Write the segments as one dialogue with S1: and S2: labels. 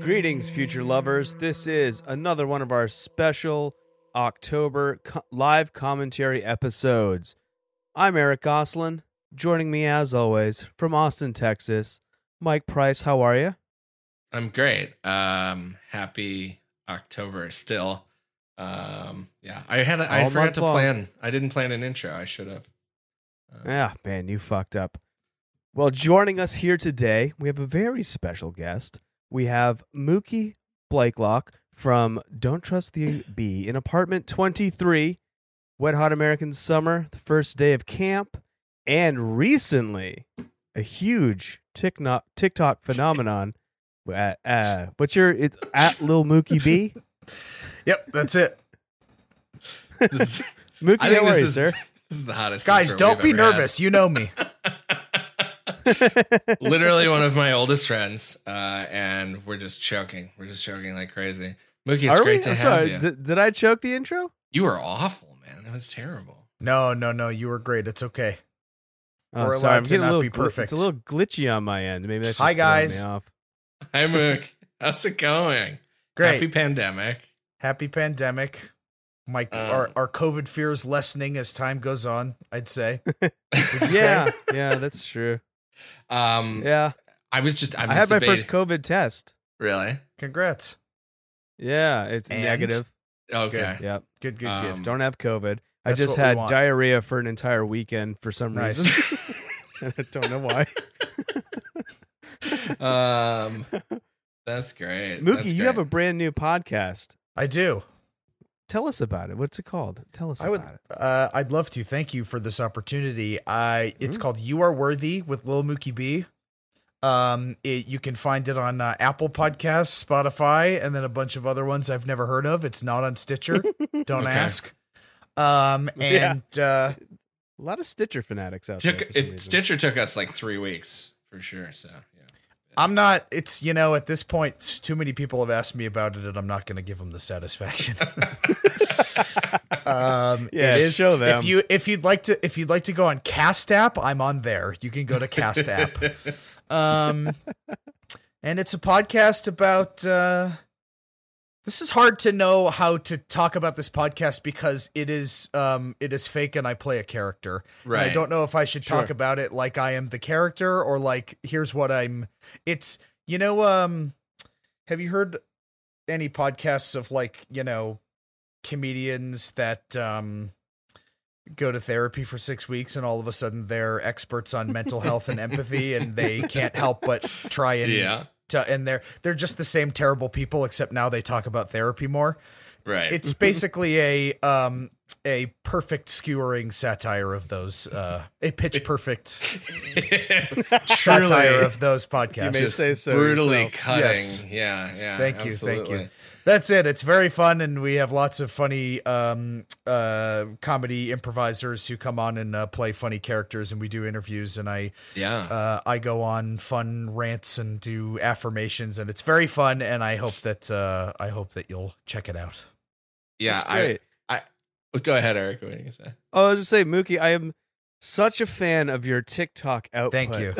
S1: Greetings, future lovers. This is another one of our special October co- live commentary episodes. I'm Eric Goslin. Joining me, as always, from Austin, Texas, Mike Price. How are you?
S2: I'm great. Um, happy October still. Um, yeah, I had a, I
S1: All month
S2: forgot to
S1: long.
S2: plan. I didn't plan an intro. I should have. Uh,
S1: Ah, man, you fucked up. Well, joining us here today, we have a very special guest. We have Mookie Blakelock from Don't Trust the Bee in apartment 23, Wet Hot American Summer, the first day of camp, and recently a huge TikTok, TikTok phenomenon. Uh, uh, what's your it, at Lil Mookie B?
S3: Yep, that's it.
S2: This, is-
S1: Mookie,
S2: I think
S1: no
S2: this
S1: worries,
S2: is
S1: sir.
S2: this is the hottest.
S3: Guys,
S2: intro
S3: don't
S2: we've
S3: be
S2: ever had.
S3: nervous. You know me.
S2: Literally one of my oldest friends, uh, and we're just choking. We're just choking like crazy. Mookie, it's
S1: Are
S2: great
S1: we?
S2: to
S1: I'm
S2: have
S1: sorry,
S2: you.
S1: did- did I choke the intro?
S2: you were awful, man. It was terrible.
S3: No, no, no. You were great. It's okay. We're
S1: sorry,
S3: allowed
S1: I'm
S3: to
S1: getting a
S3: not
S1: little
S3: be
S1: gl- It's
S3: perfect.
S1: a little glitchy on my end. Maybe that's just
S3: Hi,
S1: throwing me
S3: guys.
S1: off.
S2: Hi, Mook. How's it going?
S3: Great.
S2: Happy
S3: Happy,
S2: pandemic.
S3: pandemic. My
S2: Um,
S3: our our COVID fears lessening as time goes on. I'd say. Mm,
S1: Yeah, yeah, that's true.
S2: Um,
S1: Yeah,
S2: I was just. I'm
S1: I had
S2: just
S1: my
S2: debating-
S1: first COVID test.
S2: Really?
S3: Congrats.
S1: Yeah, it's
S3: And?
S1: negative.
S2: Okay.
S1: Yep,
S3: Good, good,
S2: Um,
S1: don't have COVID. I
S3: That's
S1: just
S3: what we
S1: had
S3: want.
S1: diarrhea for an entire weekend for some
S3: good. Nice.
S1: reason. and I don't know why.
S2: um, that's great.
S1: Mookie,
S2: That's
S1: you have a
S2: great.
S1: brand new podcast.
S3: I do.
S1: Tell us about it. What's it called? Tell us
S3: I would.
S1: about it.
S3: Uh, I'd love to. Thank you for this opportunity. I. It's
S1: Mhm.
S3: called "You Are Worthy" with Lil Mookie B. Um, it, you can find it on uh, Apple Podcasts, Spotify, and then a bunch of other ones I've never heard of. It's not on Stitcher. Don't
S2: Okay.
S3: ask. Um,
S1: Yeah.
S3: and uh,
S1: A lot of Stitcher fanatics out
S2: took
S1: there. for some
S2: it,
S1: reason.
S2: Stitcher took us like three weeks for sure. So yeah,
S3: I'm not. It's you know at this point, s- too many people have asked me about it, and I'm not going to give them the satisfaction. um,
S1: Yeah,
S3: it is.
S1: show them.
S3: If you if you'd like to if you'd like to go on Cast app, I'm on there. You can go to Cast app. Um, and it's a podcast about. Uh, this is hard to know how to talk about this podcast because it is um, it is fake, and I play a character. And I
S2: right.
S3: don't know if I should talk
S1: Sure.
S3: about it like I am the character or like here's what I'm it's you know um have you heard any podcasts of like, you know, comedians that um go to therapy for 6 weeks and all of a sudden they're experts on mental health and empathy and they can't help but try and
S2: yeah,
S3: to, and they're they're just the same terrible people except now they talk about therapy more.
S2: right.
S3: It's basically a um a perfect skewering satire of those uh a pitch perfect satire of those
S1: You may
S3: podcasts.
S1: say so
S2: brutally
S1: yourself.
S2: cutting.
S3: Yes.
S2: Yeah, yeah.
S3: Thank you, thank you.
S2: absolutely.
S3: That's it. It's very fun, and we have lots of funny um, uh, comedy improvisers who come on and uh, play funny characters, and we do interviews, and I
S2: Yeah.
S3: uh, I go on fun rants and do affirmations, and it's very fun, and I hope that uh, I hope that you'll check it out.
S2: yeah.
S1: It's
S2: I,
S1: great.
S2: go ahead, Eric. What are you gonna say?
S1: Oh, I was just say, Mookie, I am such a fan of your TikTok output.
S3: Thank you.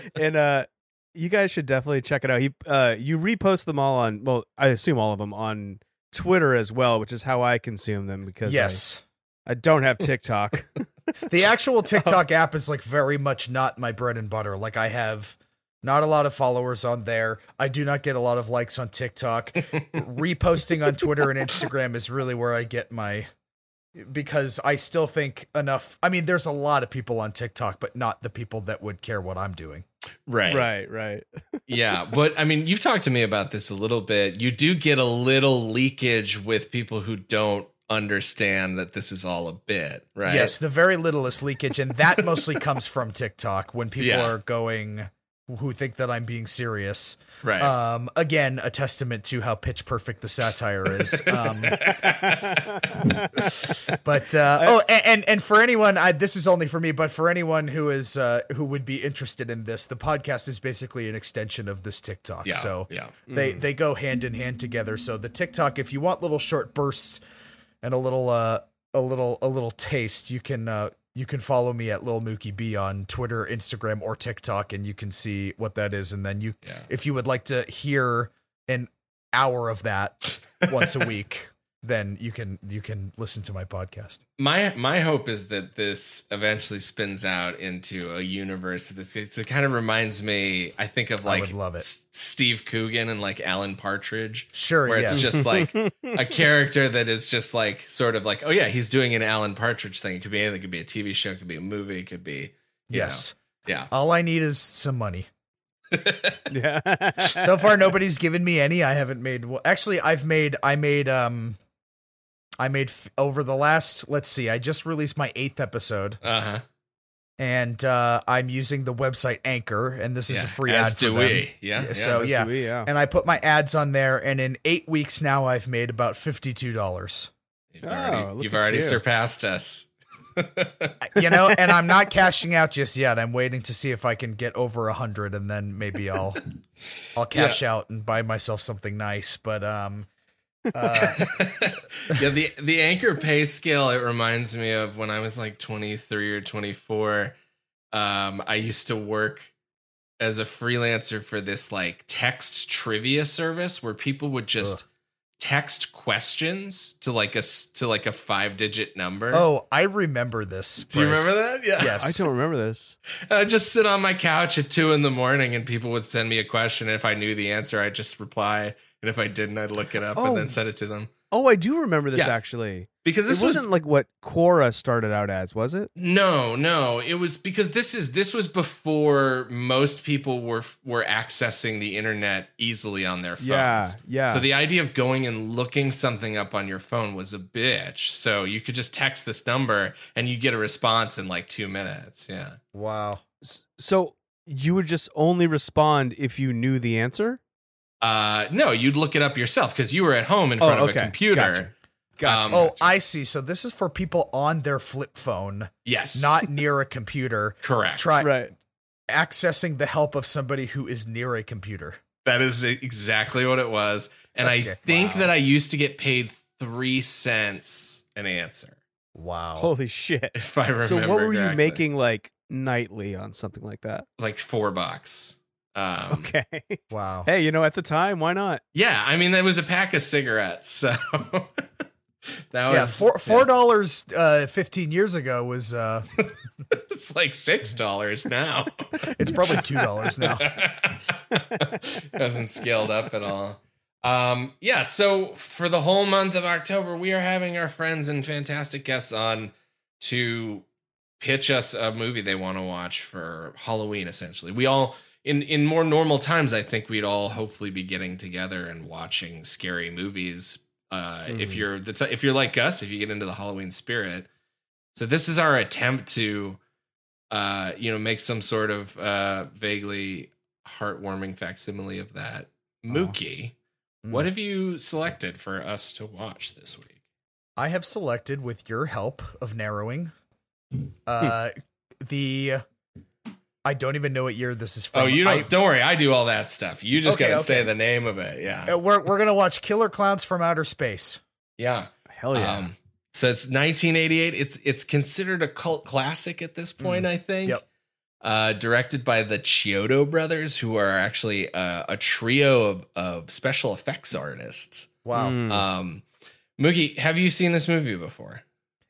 S1: and uh, you guys should definitely check it out. You uh, you repost them all on well, I assume all of them on Twitter as well, which is how I consume them because I-
S3: Yes,
S1: I, don't have TikTok.
S3: the
S2: Oh.
S3: actual TikTok app is like very much not my bread and butter. Like I have not a lot of followers on there. I do not get a lot of likes on TikTok. Reposting on Twitter and Instagram is really where I get my because I still think enough. I mean, there's a lot of people on TikTok, but not the people that would care what I'm doing.
S2: right.
S1: right, right.
S2: yeah but i mean you've talked to me about this a little bit you do get a little leakage with people who don't understand that this is all a bit right
S3: Yes, the very littlest leakage, and that mostly comes from TikTok when people
S2: Yeah.
S3: are going who think that I'm being serious.
S2: right
S3: Um, again, a testament to how pitch perfect the satire is. Um, But uh, oh, and, and and for anyone, I, this is only for me. But for anyone who is uh, who would be interested in this, the podcast is basically an extension of this TikTok.
S2: yeah
S3: So
S2: yeah
S3: they they go hand in hand together. So the TikTok, if you want little short bursts and a little uh, a little a little taste, you can uh, you can follow me at Lil Mookie B on Twitter, Instagram, or TikTok, and you can see what that is. And then you,
S2: yeah
S3: if you would like to hear an hour of that once a week, then you can you can listen to my podcast.
S2: my my hope is that this eventually spins out into a universe of this it's, it kind of reminds me i think of
S3: I
S2: like
S3: would love it.
S2: S- steve coogan and like alan partridge
S3: Sure,
S2: where
S3: yes.
S2: it's just like a character that is just like sort of like oh yeah he's doing an alan partridge thing it could be anything it could be a tv show it could be a movie it could be you know.
S3: yes.
S2: yeah
S3: All I need is some money.
S1: yeah.
S3: so far nobody's given me any i haven't made well actually i've made i made um i made f- over the last let's see i just released my eighth episode
S2: uh-huh
S3: and uh i'm using the website anchor and this is a
S2: Yeah.
S3: free
S2: as
S3: ad
S2: do
S3: for them.
S2: we yeah,
S3: Yeah,
S2: yeah.
S3: so-
S1: As
S3: yeah.
S1: do we, yeah.
S3: and i put my ads on there and in eight weeks now i've made about $52
S2: you've
S1: Oh,
S2: already,
S1: look
S2: you've
S1: at
S2: already
S1: you.
S2: surpassed us
S3: you know and i'm not cashing out just yet i'm waiting to see if i can get over a hundred and then maybe i'll i'll cash out and buy myself something nice but um uh,
S2: yeah, the the anchor pay scale it reminds me of when I was like 23 or 24. Um, I used to work as a freelancer for this like text trivia service where people would just text questions to like a s- to like a five digit number.
S3: oh i remember this
S2: do you
S3: Bryce.
S2: remember that? Yeah.
S3: yes
S1: I don't remember this.
S2: And I'd just sit on my couch at two in the morning and people would send me a question. And if I knew the answer, I'd just reply. And if I didn't, I'd look it up
S1: Oh.
S2: and then send it to them.
S1: Oh, I do remember this
S2: Yeah.
S1: actually.
S2: Because this
S1: it
S2: was
S1: wasn't like what Quora started out as, was it?
S2: No, no. It was because this is this was before most people were were accessing the internet easily on their phones.
S1: Yeah, yeah.
S2: So the idea of going and looking something up on your phone was a bitch. So you could just text this number and you get a response in like 2 minutes. Yeah.
S3: Wow.
S1: S- so you would just only respond if you knew the answer.
S2: Uh no, you'd look it up yourself cuz you were at home in front
S1: oh,
S2: of
S1: okay.
S2: a computer.
S1: Gotcha. Gotcha.
S2: Um,
S3: Oh, I see. So this is for people on their flip phone,
S2: Yes.
S3: not near a computer,
S2: correct.
S3: try-
S1: right.
S3: accessing the help of somebody who is near a computer.
S2: That is exactly what it was. And I
S3: Okay.
S2: think
S3: Wow.
S2: that I used to get paid 3 cents an answer.
S3: Wow.
S1: Holy shit.
S2: if I remember.
S1: Oh. So what were you
S2: correctly.
S1: making like nightly on something like that?
S2: Like four bucks. Um,
S1: Okay.
S3: Wow.
S1: hey, you know, at the time, why not?
S2: Yeah, I mean that was a pack of cigarettes. So that
S3: yeah,
S2: was
S3: four four dollars uh, fifteen years ago was uh,
S2: yeah, it's like six dollars now.
S3: it's probably two dollars now.
S2: Hasn't scaled up at all. Um, yeah, so for the whole month of October, we are having our friends and fantastic guests on to pitch us a movie they want to watch for Halloween. Essentially, we all in in more normal times, I think we'd all hopefully be getting together and watching scary movies. Uh, If
S1: Mhm.
S2: you're the t- if you're like us, if you get into the Halloween spirit, so this is our attempt to, uh, you know, make some sort of uh, vaguely heartwarming facsimile of that. Mookie,
S3: Mm.
S2: what have you selected for us to watch this week?
S3: I have selected with your help of narrowing
S2: Hmm.
S3: uh, the I don't even know what year this is from.
S2: Oh, you don't.
S3: I-
S2: don't worry, I do all that stuff. You just
S3: Okay,
S2: gotta say
S3: okay.
S2: the name of it. Yeah,
S3: uh, we're we're gonna watch Killer Clowns from Outer Space.
S2: yeah.
S1: Hell yeah.
S2: Um, so it's 1988. It's it's considered a cult classic at this point, I think.
S3: Yep.
S2: Uh, directed by the Chiodo brothers, who are actually uh, a trio of, of special effects artists.
S3: Wow.
S1: Mm.
S2: Um, Mookie, have you seen this movie before?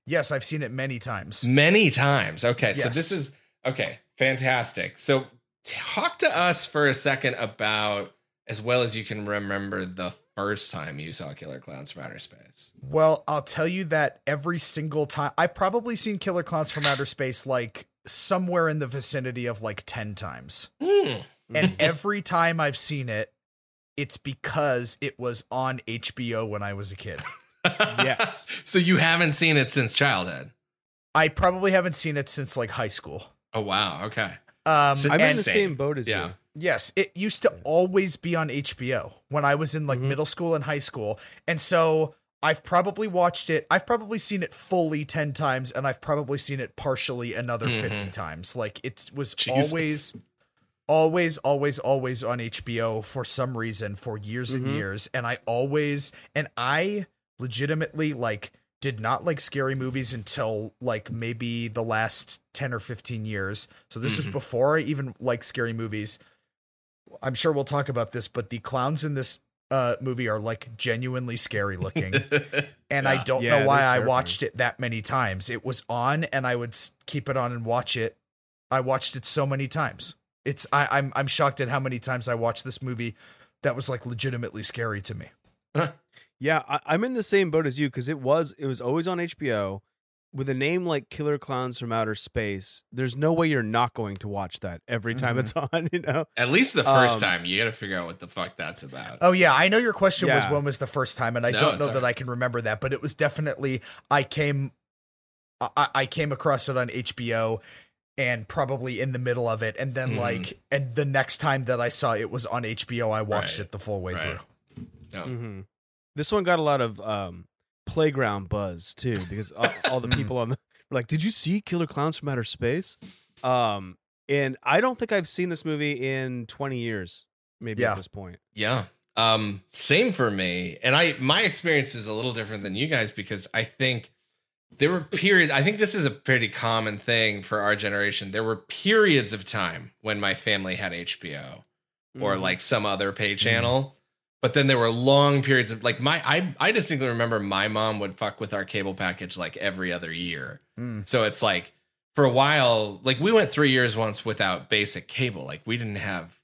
S3: Yes, I've seen it many times.
S2: Many times. Okay, so
S3: Yes.
S2: this is okay, fantastic. So talk to us for a second about as well as you can remember the first time you saw Killer Clowns from Outer Space.
S3: Well, I'll tell you that every single time I've probably seen Killer Clowns from Outer Space like somewhere in the vicinity of like 10 times.
S1: Hmm.
S2: Hmm.
S1: Mm-hmm.
S3: And every time I've seen it, it's because it was on HBO when I was a kid.
S1: Yes.
S2: so you haven't seen it since childhood.
S3: I probably haven't seen it since like high school.
S2: Oh wow. Okay.
S3: Um
S2: So-
S1: I'm in
S2: and-
S1: the same boat as
S2: Yeah.
S1: you.
S3: Yes, it used to always be on HBO when I was in like
S1: Mhm.
S3: middle school and high school. And so I've probably watched it. I've probably seen it fully 10 times and I've probably seen it partially another 50
S2: Mhm.
S3: times. Like it was
S2: Jesus.
S3: always always always always on HBO for some reason for years and
S1: Mhm.
S3: years and I always and I legitimately like did not like scary movies until like maybe the last 10 or 15 years. So this was
S1: Mm-hmm.
S2: Mhm.
S3: before I even liked scary movies. I'm sure we'll talk about this, but the clowns in this uh, movie are like genuinely scary looking. and I
S2: Yeah.
S3: don't
S1: Ah, Yeah,
S3: know why
S1: they're
S3: I watched it that many times. It was on, and I would s- keep it on and watch it. I watched it so many times. It's I, I'm I'm shocked at how many times I watched this movie. That was like legitimately scary to me.
S1: Yeah, I, I'm in the same boat as you because it was it was always on HBO with a name like Killer Clowns from Outer Space. There's no way you're not going to watch that every time
S3: Mhm.
S2: Mm-hmm.
S1: it's on. You know,
S2: At least the first
S1: Um,
S2: time, you got to figure out what the fuck that's about.
S3: Oh yeah, I know your question was
S1: Yeah.
S3: when was the first time, and I
S2: No,
S3: don't
S2: it's
S3: know
S2: all
S3: that
S2: right.
S3: I can remember that, but it was definitely I came, I- I, I came across it on HBO, and probably in the middle of it, and then
S1: Mm-hmm.
S2: Mhm.
S3: like, and the next time that I saw it was on HBO, I watched
S2: Right.
S3: it the full way
S2: Right.
S3: through. Oh.
S2: No.
S1: hmm this one got a lot of um, playground buzz too because all, all the people on the were like, did you see Killer Clowns from Outer Space? Um, and I don't think I've seen this movie in 20 years, maybe
S3: Yeah.
S1: at this point.
S2: Yeah. Um, same for me. And I my experience is a little different than you guys because I think there were periods I think this is a pretty common thing for our generation. There were periods of time when my family had HBO or
S1: Mhm.
S2: like some other pay channel. But then there were long periods of like my I I distinctly remember my mom would fuck with our cable package like every other year.
S3: Mm.
S2: So it's like for a while, like we went three years once without basic cable. Like we didn't have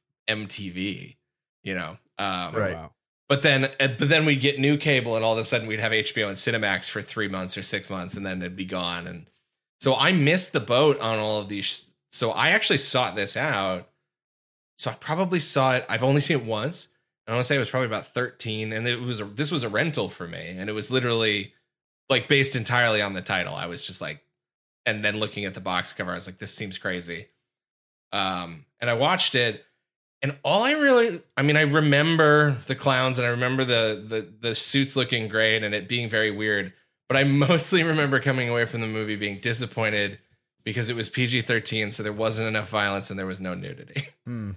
S2: MTV, you know. Um,
S1: Oh,
S3: Right.
S1: wow.
S2: But then, uh, but then we'd get new cable, and all of a sudden we'd have HBO and Cinemax for three months or six months, and then it'd be gone. And so I missed the boat on all of these. So I actually sought this out. So I probably saw it. I've only seen it once. I want to say it was probably about thirteen, and it was a, this was a rental for me, and it was literally like based entirely on the title. I was just like, and then looking at the box cover, I was like, this seems crazy. Um, and I watched it, and all I really, I mean, I remember the clowns, and I remember the the the suits looking great, and it being very weird. But I mostly remember coming away from the movie being disappointed because it was PG thirteen, so there wasn't enough violence and there was no nudity.
S3: Mm.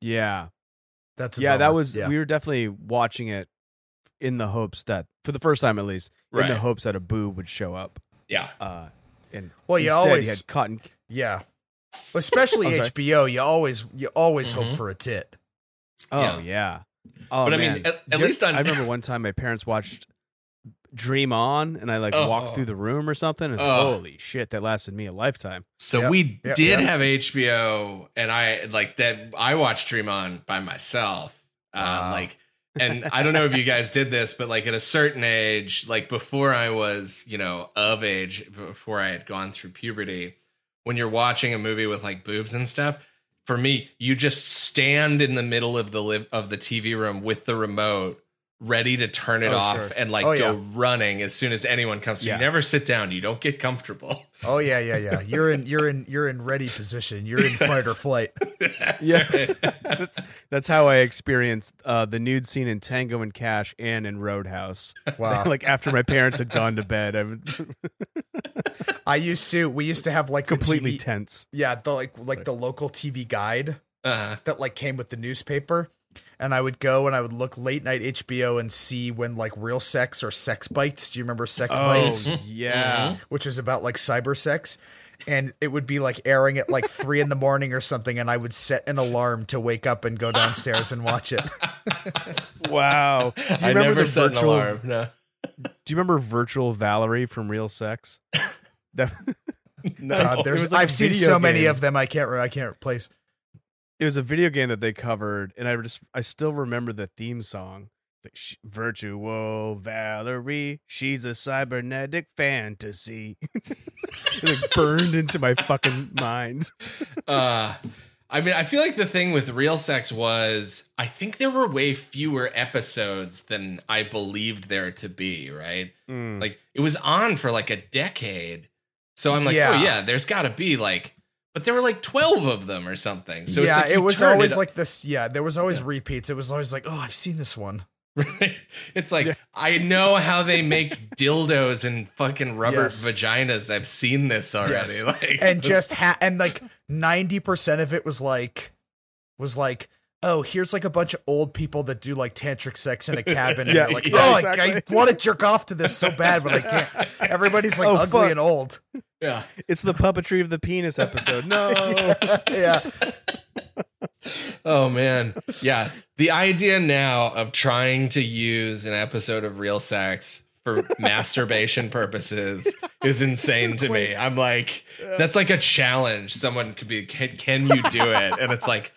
S1: Yeah.
S3: That's a
S1: yeah that
S3: bummer.
S1: was we were definitely watching it in the hopes that for the first time at least in
S2: Right.
S1: the hopes that a boo would show up
S2: Yeah,
S1: uh and
S3: Well, you
S1: instead
S3: always-
S1: had cotton
S3: yeah, especially
S1: I'm sorry. Mm-hmm.
S3: HBO. You always you always
S2: Mhm.
S3: hope for a tit.
S1: oh
S2: Yeah.
S1: yeah, oh
S2: but I
S1: man.
S2: mean, at, at
S1: Do you-
S2: least on
S1: i remember one time my parents watched dream on and i like
S2: Oh.
S1: walked through the room or something and it's like,
S2: Oh.
S1: holy shit that lasted me a lifetime
S2: So
S3: Yep,
S2: we
S3: yep,
S2: did
S3: yep.
S2: have HBO, and I like that. I watched Dream On by myself. Uh,
S3: Wow.
S2: Like, and I don't know if you guys did this, but like at a certain age, like before I was, you know, of age, before I had gone through puberty, when you're watching a movie with like boobs and stuff, for me, you just stand in the middle of the live of the TV room with the remote, ready to turn it
S1: Oh,
S2: off
S1: sure.
S2: and like
S3: Oh,
S2: go
S3: yeah.
S2: running as soon as anyone comes.
S1: Yeah.
S2: You never sit down. You don't get comfortable.
S3: Oh yeah, yeah, yeah. You're in you're in you're in ready position. You're in fight or flight.
S2: That's
S1: Yeah.
S2: right.
S1: that's that's how i experienced uh the nude scene in tango and cash and in roadhouse
S3: Wow.
S1: like after my parents had gone to bed i was
S3: I used to we used to have like the
S1: completely
S3: TV
S1: tense
S3: Yeah, the like like the local TV guide
S2: Uh-huh.
S3: that like came with the newspaper. And I would go and I would look late night HBO and see when like real sex or sex bites. Do you remember sex bites?
S2: Mm-hmm.
S1: oh yeah
S3: Which is about like cyber sex. And it would be like airing at like three in the morning or something, and I would set an alarm to wake up and go downstairs and watch it.
S1: Wow. Do you
S2: I
S1: remember
S2: never
S1: the
S2: set
S1: virtual,
S2: an alarm. No,
S1: Do you remember virtual Valerie from Real Sex? That,
S2: no.
S3: God,
S1: It
S3: there's
S1: was like a
S3: I've seen
S1: video
S3: so many
S1: game.
S3: of them I can't re- I can't replace.
S1: it was a video game that they covered, and I just I still remember the theme song. It's like, "Sh- virtual Valerie, she's a cybernetic fantasy. it like burned into my fucking mind.
S2: uh, I mean, I feel like the thing with real sex was I think there were way fewer episodes than I believed there to be. Right?
S3: Hmm.
S1: Mm.
S2: Like it was on for like a decade, so I'm like,
S3: Yeah.
S2: oh yeah, there's got to be like, but there were like twelve of them or something. So
S3: yeah,
S2: it's like
S3: it
S2: you
S3: was
S2: turn
S3: always
S2: it-
S3: like this. Yeah, there was always repeats. It was always like, oh, I've seen this one.
S2: Right? It's like
S1: Yeah.
S2: I know how they make dildos and fucking rubber
S3: Yes.
S2: vaginas. I've seen this already.
S3: Yes.
S2: Like
S3: and just ha- and like 90% of it was like was like oh here's like a bunch of old people that do like tantric sex in a cabin and
S1: Yeah,
S3: you're like
S2: yeah,
S3: oh I, I
S1: exactly.
S3: want to jerk off to this so bad but i can't everybody's like
S1: Oh,
S3: ugly
S1: fuck.
S3: and old
S2: yeah.
S1: Oh. It's the puppetry of the penis episode. No.
S3: yeah
S2: Oh man. Yeah. The idea now of trying to use an episode of Real Sex for masturbation purposes is insane to me. I'm like, that's like a challenge. Someone could be, can, can you do it? And it's like,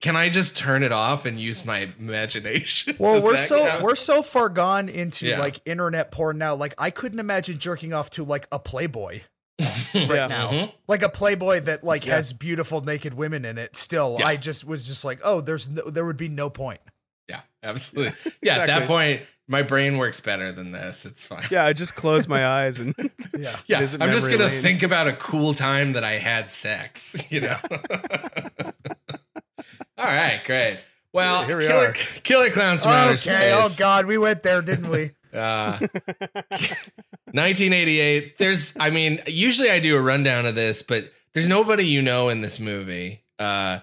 S2: can I just turn it off and use my imagination?
S3: Well,
S2: Does
S3: we're
S2: that
S3: so
S2: count?
S3: we're so far gone into
S2: Yeah.
S3: like internet porn now. Like I couldn't imagine jerking off to like a Playboy right
S1: Yeah.
S3: now.
S2: Mhm.
S3: Like a Playboy that like
S1: Yeah.
S3: has beautiful naked women in it. Still,
S2: Yeah.
S3: I just was just like, oh, there's no, there would be no point.
S2: Yeah, absolutely. Yeah, at that
S1: exactly.
S2: point, my brain works better than this. It's fine.
S1: Yeah, I just close my eyes and
S3: Yeah.
S2: Yeah,
S1: Visit
S2: I'm just
S1: memory
S2: gonna
S1: lane.
S2: think about a cool time that I had sex. You know. All right, great. Well,
S1: Here we
S2: killer,
S1: are.
S2: killer clowns from outer
S3: Okay. Oh
S2: space.
S3: God, we went there, didn't we?
S2: Uh, 1988. There's, I mean, usually I do a rundown of this, but there's nobody you know in this movie. Uh,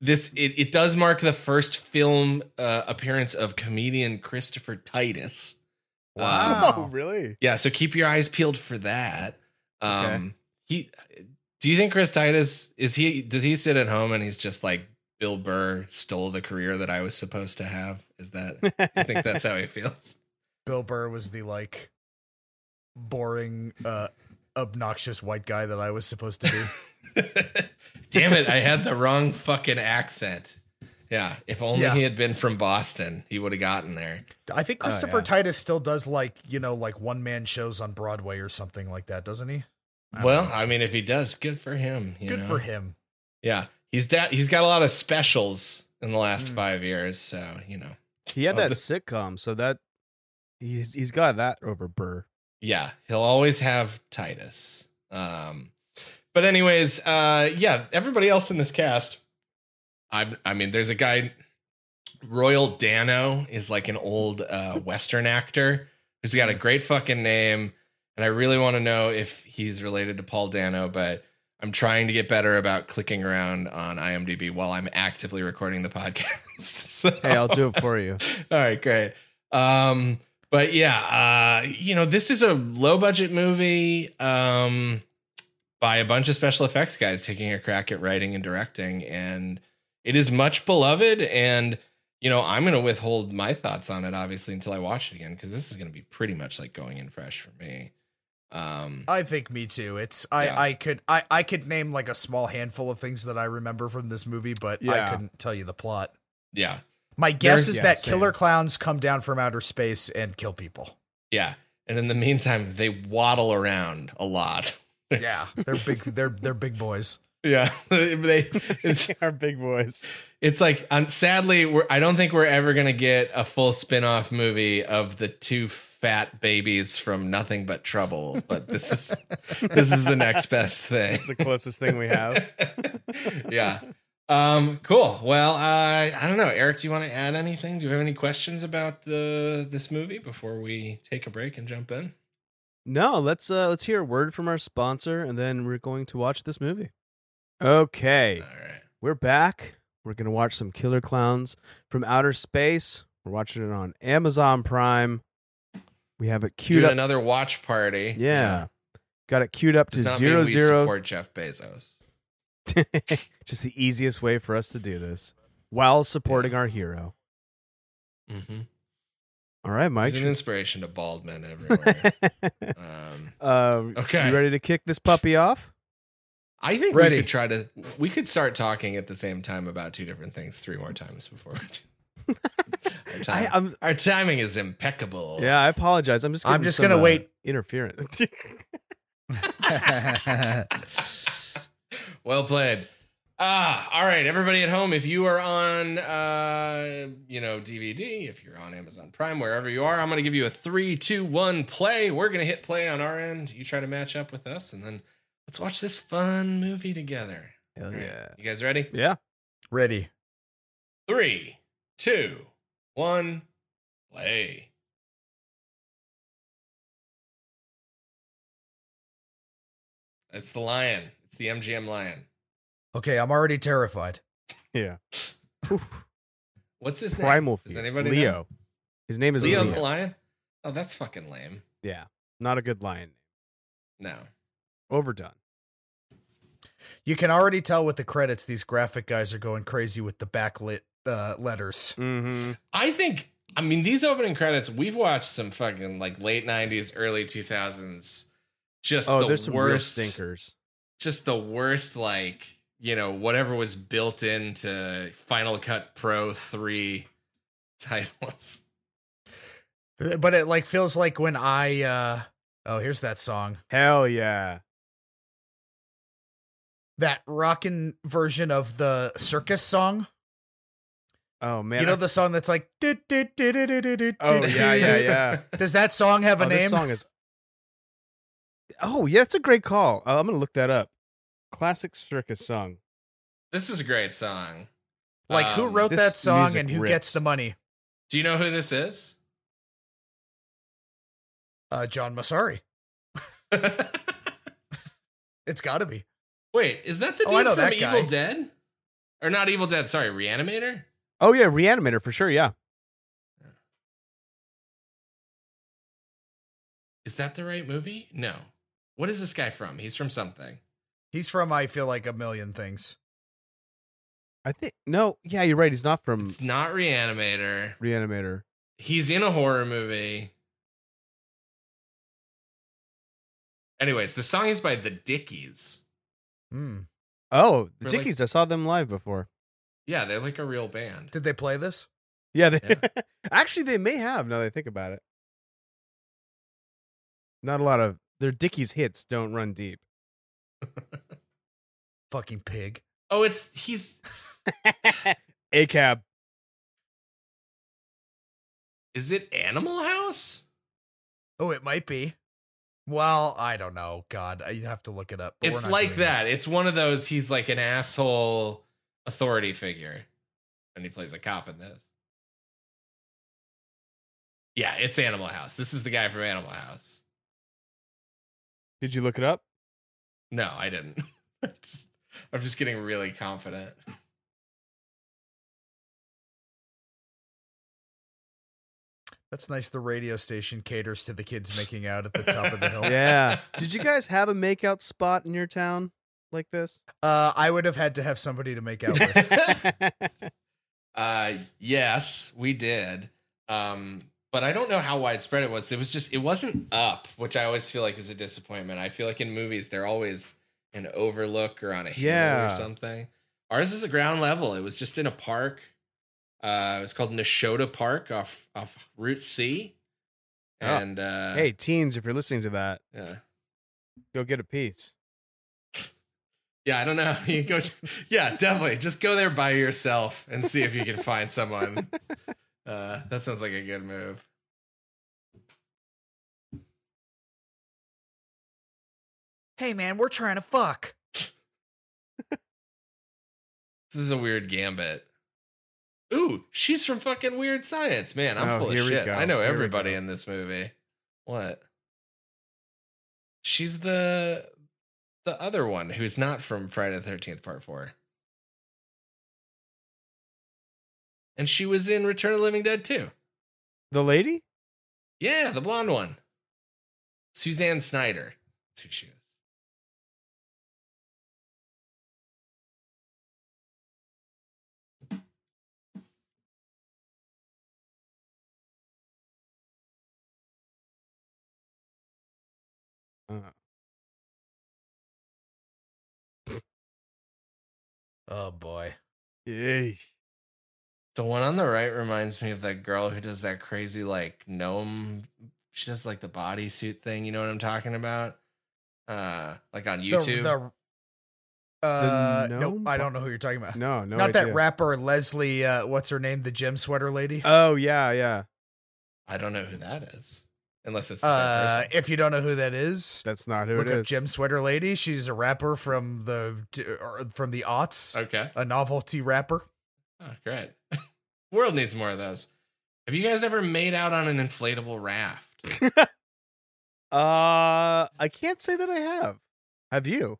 S2: this it, it does mark the first film uh, appearance of comedian Christopher Titus.
S3: Wow.
S1: Oh, really?
S2: Yeah, so keep your eyes peeled for that. Um
S1: Okay.
S2: he do you think Chris Titus is he does he sit at home and he's just like Bill Burr stole the career that I was supposed to have? Is that I think that's how he feels.
S3: Bill Burr was the like boring, uh, obnoxious white guy that I was supposed to be.
S2: Damn it, I had the wrong fucking accent. Yeah, if only
S3: Yeah.
S2: he had been from Boston, he would have gotten there.
S3: I think
S1: Oh,
S3: Christopher
S1: yeah.
S3: Titus still does like you know like one man shows on Broadway or something like that, doesn't he? I don't
S2: well,
S3: know.
S2: I mean, if he does, good for him. you
S3: good
S2: know?
S3: for him.
S2: Yeah, he's da- he's got a lot of specials in the last
S3: Mm.
S2: five years, so you know.
S1: He had
S2: Oh,
S1: that
S2: the-
S1: sitcom, so that he's he's got that over Burr.
S2: yeah he'll always have titus um but anyways uh yeah everybody else in this cast i i mean there's a guy royal dano is like an old uh western actor who's got a great fucking name and i really want to know if he's related to paul dano but i'm trying to get better about clicking around on imdb while i'm actively recording the podcast so
S1: Hey, I'll do it for you.
S2: all right, great. Um, but yeah, uh, you know, this is a low budget movie um, by a bunch of special effects guys taking a crack at writing and directing, and it is much beloved. And you know, I'm gonna withhold my thoughts on it obviously until I watch it again because this is gonna be pretty much like going in fresh for me. Um,
S3: I think me too. It's I
S2: Yeah.
S3: I could I I could name like a small handful of things that I remember from this movie, but I
S1: Yeah.
S3: couldn't tell you the plot.
S2: yeah,
S3: My guess
S2: There's-
S3: is
S1: yeah,
S3: that
S1: same.
S3: killer clowns come down from outer space and kill people.
S2: yeah. And in the meantime, they waddle around a lot.
S3: Yeah, they're big. They're they're big boys.
S2: yeah. they
S1: Our big voice.
S2: It's like, um, sadly, we're, I don't think we're ever going to get a full spin off movie of the two fat babies from Nothing But Trouble. But this is this is the next best thing.
S1: It's the closest thing we have.
S2: yeah. Um, cool. Well, I I don't know, Eric. Do you want to add anything? Do you have any questions about the this movie before we take a break and jump in?
S1: No, let's uh let's hear a word from our sponsor and then we're going to watch this movie. Okay.
S2: All right.
S1: We're back. We're going to watch some Killer Clowns from Outer Space. We're watching it on Amazon Prime. We have it queued
S2: Doing
S1: up.
S2: another watch party.
S1: Yeah. Got it queued up to
S2: Does not
S1: zero
S2: mean we
S1: zero.
S2: support Jeff Bezos.
S1: Just the easiest way for us to do this while supporting our hero.
S2: Mm-hmm.
S1: All right, Mike.
S2: He's an inspiration to bald men everywhere. um,
S1: uh,
S2: Okay.
S1: You ready to kick this puppy off?
S2: I think
S3: Ready.
S2: we could try to we could start talking at the same time about two different things three more times before we do. our,
S1: I,
S2: time-
S1: I'm,
S2: our timing is impeccable.
S1: yeah, I apologize. I'm just.
S3: I'm
S1: getting
S3: just
S1: some,
S3: gonna
S1: uh,
S3: wait.
S1: Interference.
S2: Well played. Ah, all right, everybody at home, if you are on uh, you know, DVD, if you're on Amazon Prime, wherever you are, I'm gonna give you a three, two, one play. We're gonna hit play on our end. You try to match up with us, and then let's watch this fun movie together.
S1: Hell
S2: All right,
S1: yeah.
S2: You guys ready?
S1: Yeah.
S3: Ready?
S2: Three, two, one, play. It's the lion. It's the MGM lion.
S3: Okay, I'm already terrified.
S1: Yeah.
S2: What's his
S1: Primal.
S2: name?
S1: Fear.
S2: Does anybody
S1: Leo.
S2: know?
S1: His name is
S2: Leo,
S1: Leo.
S2: the lion? Oh, that's fucking lame.
S1: Yeah. Not a good lion.
S2: No.
S1: Overdone.
S3: You can already tell with the credits these graphic guys are going crazy with the backlit uh, letters.
S1: Mm-hmm.
S2: I think I mean these opening credits. We've watched some fucking like late '90s, early 2000s. Just
S1: Oh,
S2: the
S1: there's some real
S2: worst
S1: stinkers.
S2: Just the worst. Like you know whatever was built into Final Cut Pro three titles.
S3: Uh, But it like feels like when I uh oh here's that song.
S1: Hell yeah.
S3: That rockin' version of the circus song.
S1: Oh man.
S3: you know
S1: I-
S3: the song that's like "Do, do, do, do, do, do, do,
S1: oh
S3: do,
S1: yeah, yeah,
S3: do."
S1: yeah.
S3: Does that song have a
S1: oh,
S3: name?
S1: This song is. Oh yeah, that's a great call. Uh, I'm gonna look that up. Classic circus song.
S2: This is a great song.
S3: like who
S2: Um,
S3: wrote
S1: this
S3: that song
S1: music
S3: and who
S1: rips.
S3: gets the money?
S2: Do you know who this is?
S3: Uh John Masari. It's got to be.
S2: Wait, is that the
S3: Oh,
S2: dude
S3: I know
S2: from
S3: that guy.
S2: Evil Dead? Or not Evil Dead? Sorry, Reanimator.
S1: Oh yeah, Reanimator for sure. Yeah.
S2: Is that the right movie? No. What is this guy from? He's from something.
S3: He's from I feel like a million things.
S1: I think no. Yeah, you're right. He's not
S3: Hmm.
S1: from
S2: It's not Reanimator.
S1: Reanimator.
S2: He's in a horror movie. Anyways, the song is by the Dickies.
S3: Hmm.
S1: Oh,
S2: Or,
S1: the
S2: like-
S1: Dickies. I saw them live before.
S2: Yeah, they're like a real band.
S3: Did they play this?
S1: Yeah, they,
S2: Yeah.
S1: actually, they may have. Now that I think about it, not a lot of their Dickies hits don't run deep.
S3: Fucking pig.
S2: Oh, it's he's
S1: A cab.
S2: is it Animal House?
S3: Oh, it might be. Well, I don't know. God, I- you'd have to look it up. but we're
S2: it's
S3: not
S2: like
S3: doing that.
S2: that. It's one of those he's like an asshole authority figure. And he plays a cop in this. Yeah, it's Animal House. This is the guy from Animal House.
S1: Did you look it up?
S2: No, I didn't. just, I'm just getting really confident.
S3: That's nice. The radio station caters to the kids making out at the top of the hill.
S1: Yeah. Did you guys have a makeout spot in your town like this?
S3: Uh, I would have had to have somebody to make out with.
S2: Uh, yes, we did. Um, but I don't know how widespread it was. It was just it wasn't up, which I always feel like is a disappointment. I feel like in movies they're always an overlook or on a hill
S1: Yeah.
S2: or something. Ours is a ground level. It was just in a park. Uh, it was called Neshota Park off off Route C.
S1: Oh.
S2: And uh,
S1: hey, teens, if you're listening to that,
S2: yeah.
S1: go get a piece.
S2: Yeah, I don't know. You go, yeah, definitely. Just go there by yourself and see if you can find someone. Uh, that sounds like a good move.
S3: hey, man, we're trying to fuck.
S2: This is a weird gambit. Ooh, she's from fucking Weird Science, man. I'm
S1: Oh,
S2: full of
S1: here we
S2: shit.
S1: go.
S2: I know
S1: Here we
S2: everybody
S1: go.
S2: in this movie. What? She's the the other one who's not from Friday the Thirteenth Part Four. And she was in Return of the Living Dead too.
S1: The lady?
S2: Yeah, the blonde one. Suzanne Snyder. That's who she is.
S3: Oh, boy.
S1: Yay.
S2: The one on the right reminds me of that girl who does that crazy like gnome. She does like the bodysuit thing. You know what I'm talking about? Uh, like on
S3: The-
S2: YouTube.
S3: The, uh,
S1: The
S3: nope,
S1: gnome
S3: I
S1: bo-
S3: don't know who you're talking about.
S1: No, no.
S3: Not that
S1: idea.
S3: rapper Leslie, uh, what's her name? The gym sweater lady.
S1: Oh yeah, yeah.
S2: I don't know who that is, unless it's the
S3: Uh,
S2: same person.
S3: if you don't know who that is,
S1: That's not who
S3: look
S1: it
S3: up
S1: is.
S3: Gym Sweater Lady. She's a rapper from the or from the aughts,
S2: Okay.
S3: a novelty rapper.
S2: Oh, great. World needs more of those. Have you guys ever made out on an inflatable raft?
S1: Uh, I can't say that I have. Have you?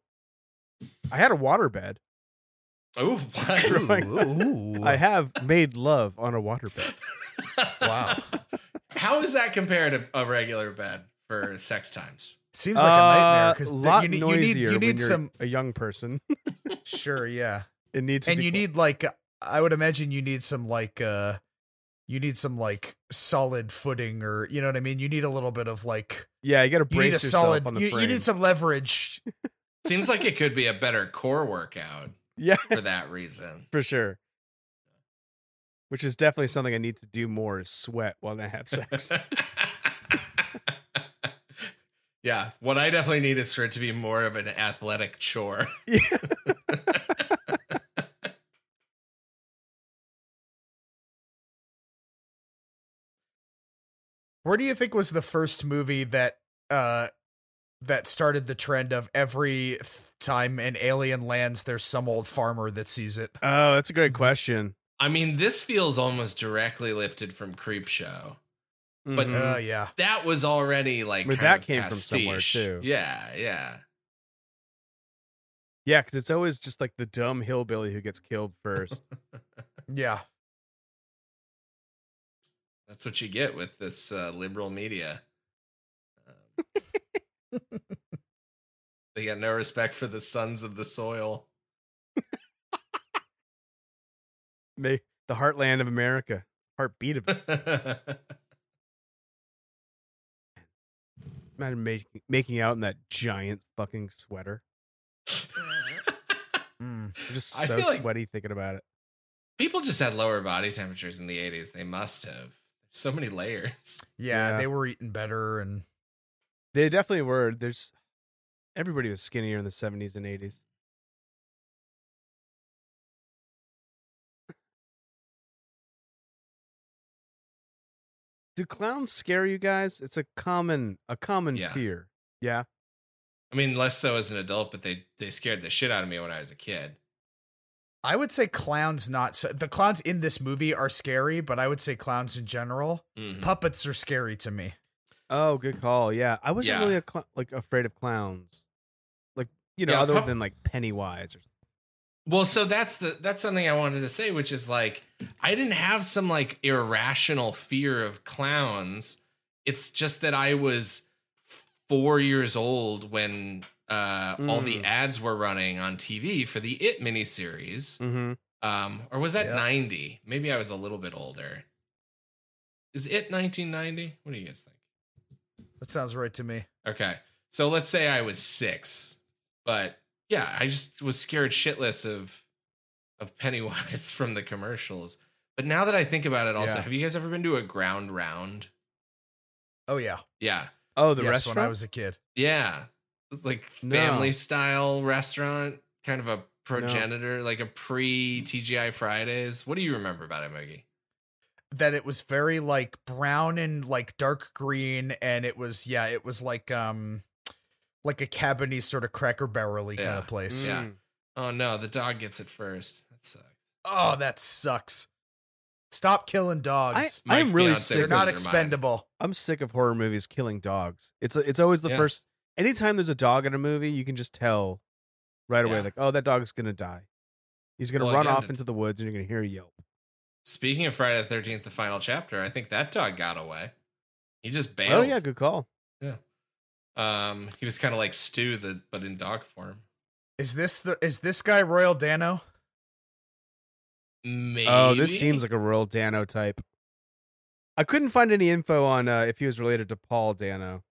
S1: I had a waterbed.
S2: oh,
S1: Ooh, I have made love on a waterbed.
S2: How is that compared to a regular bed for sex times?
S3: Seems like a nightmare
S1: Uh,
S3: because
S1: lot
S3: you need you need,
S1: noisier
S3: you
S1: when
S3: need
S1: you're
S3: some
S1: a young person.
S3: sure yeah,
S1: It needs to
S3: and
S1: be
S3: you
S1: qu-
S3: need like I would imagine you need some like uh you need some like solid footing or you know what I mean. You need a little bit of like
S1: yeah, you got to
S3: you need
S1: brace
S3: a
S1: yourself
S3: solid
S1: on the
S3: you,
S1: frame.
S3: you need some leverage.
S2: Seems like it could be a better core workout
S1: yeah,
S2: for that reason.
S1: for sure. Which is definitely something I need to do more is sweat while I have sex.
S2: yeah, what I definitely need is for it to be more of an athletic chore.
S1: Yeah.
S3: Where do you think was the first movie that uh that started the trend of every th- time an alien lands, there's some old farmer that sees it?
S1: oh, that's a great question.
S2: I mean, this feels almost directly lifted from Creep Show. But-
S1: Mhm.
S3: Uh, yeah.
S2: That was already like
S1: But
S2: kind
S1: that
S2: of
S1: came from somewhere,
S2: pastiche.
S1: too.
S2: Yeah, yeah.
S1: yeah, because it's always just like the dumb hillbilly who gets killed first.
S3: Yeah.
S2: That's what you get with this uh, liberal media. Um, they got no respect for the sons of the soil.
S1: May the heartland of America, heartbeat of imagine making making out in that giant fucking sweater. I'm
S3: Mm.
S1: just
S2: I
S1: so
S2: feel like-
S1: sweaty thinking about it.
S2: People just had lower body temperatures in the 80s. They must have. So many layers.
S3: yeah.
S1: Yeah.
S3: They were eating better and
S1: They definitely were. There's everybody was skinnier in the 70s and 80s. Do clowns scare you guys? It's a common a common
S2: Yeah.
S1: fear. Yeah.
S2: I mean, less so as an adult, but they, they scared the shit out of me when I was a kid.
S3: I would say clowns not so the clowns in this movie are scary, but I would say clowns in general.
S2: Mhm.
S3: Puppets are scary to me.
S1: Oh, good call. Yeah, I wasn't
S2: Yeah.
S1: really a cl- like afraid of clowns, like you know,
S2: Yeah,
S1: other
S2: prob-
S1: than like Pennywise or something.
S2: Well, so that's the that's something I wanted to say, which is like I didn't have some like irrational fear of clowns. It's just that I was four years old when uh, all the
S1: Mm.
S2: ads were running on TV for the It miniseries.
S1: mm-hmm.
S2: Um, or was that
S3: Yeah.
S2: 90? Maybe I was a little bit older. Is it 1990? What do you guys think?
S3: That sounds right to me.
S2: Okay. So let's say I was six, but yeah, I just was scared shitless of of Pennywise from the commercials. But now that I think about it, also,
S3: Yeah.
S2: have you guys ever been to a ground round?
S3: Oh yeah.
S2: Yeah,
S1: Oh, the
S3: yes,
S1: restaurant.
S3: when I was a kid.
S2: yeah, it's like
S1: No.
S2: family style restaurant, kind of a progenitor, like a pre TGI Fridays. What do you remember about it, Moogie?
S3: That it was very like brown and like dark green and it was yeah, it was like um like a cabiny sort of cracker barrely kind
S2: Yeah.
S3: of
S1: Mm.
S3: place.
S2: Yeah. Oh no, the dog gets it first. That sucks.
S3: Oh, that sucks. Stop killing dogs.
S1: I am really
S2: Fiancé
S1: sick
S3: They're
S1: They're
S2: would
S3: not
S2: lose her mind.
S3: expendable.
S1: I'm sick of horror movies killing dogs. It's it's always the
S2: Yeah.
S1: first. Anytime there's a dog in a movie, you can just tell right away,
S2: Yeah.
S1: like, oh, that dog's gonna die. He's gonna
S2: Well,
S1: run
S2: again,
S1: off
S2: it's-
S1: into the woods, and you're gonna hear a yelp.
S2: Speaking of Friday the Thirteenth, the final chapter, I think that dog got away. He just bailed.
S1: Oh yeah, good call.
S2: Um, he was kind of like Stu, the but in dog form.
S3: Is this the is this guy Royal Dano?
S2: Maybe.
S1: Oh, this seems like a real Dano type. I couldn't find any info on uh, if he was related to Paul Dano.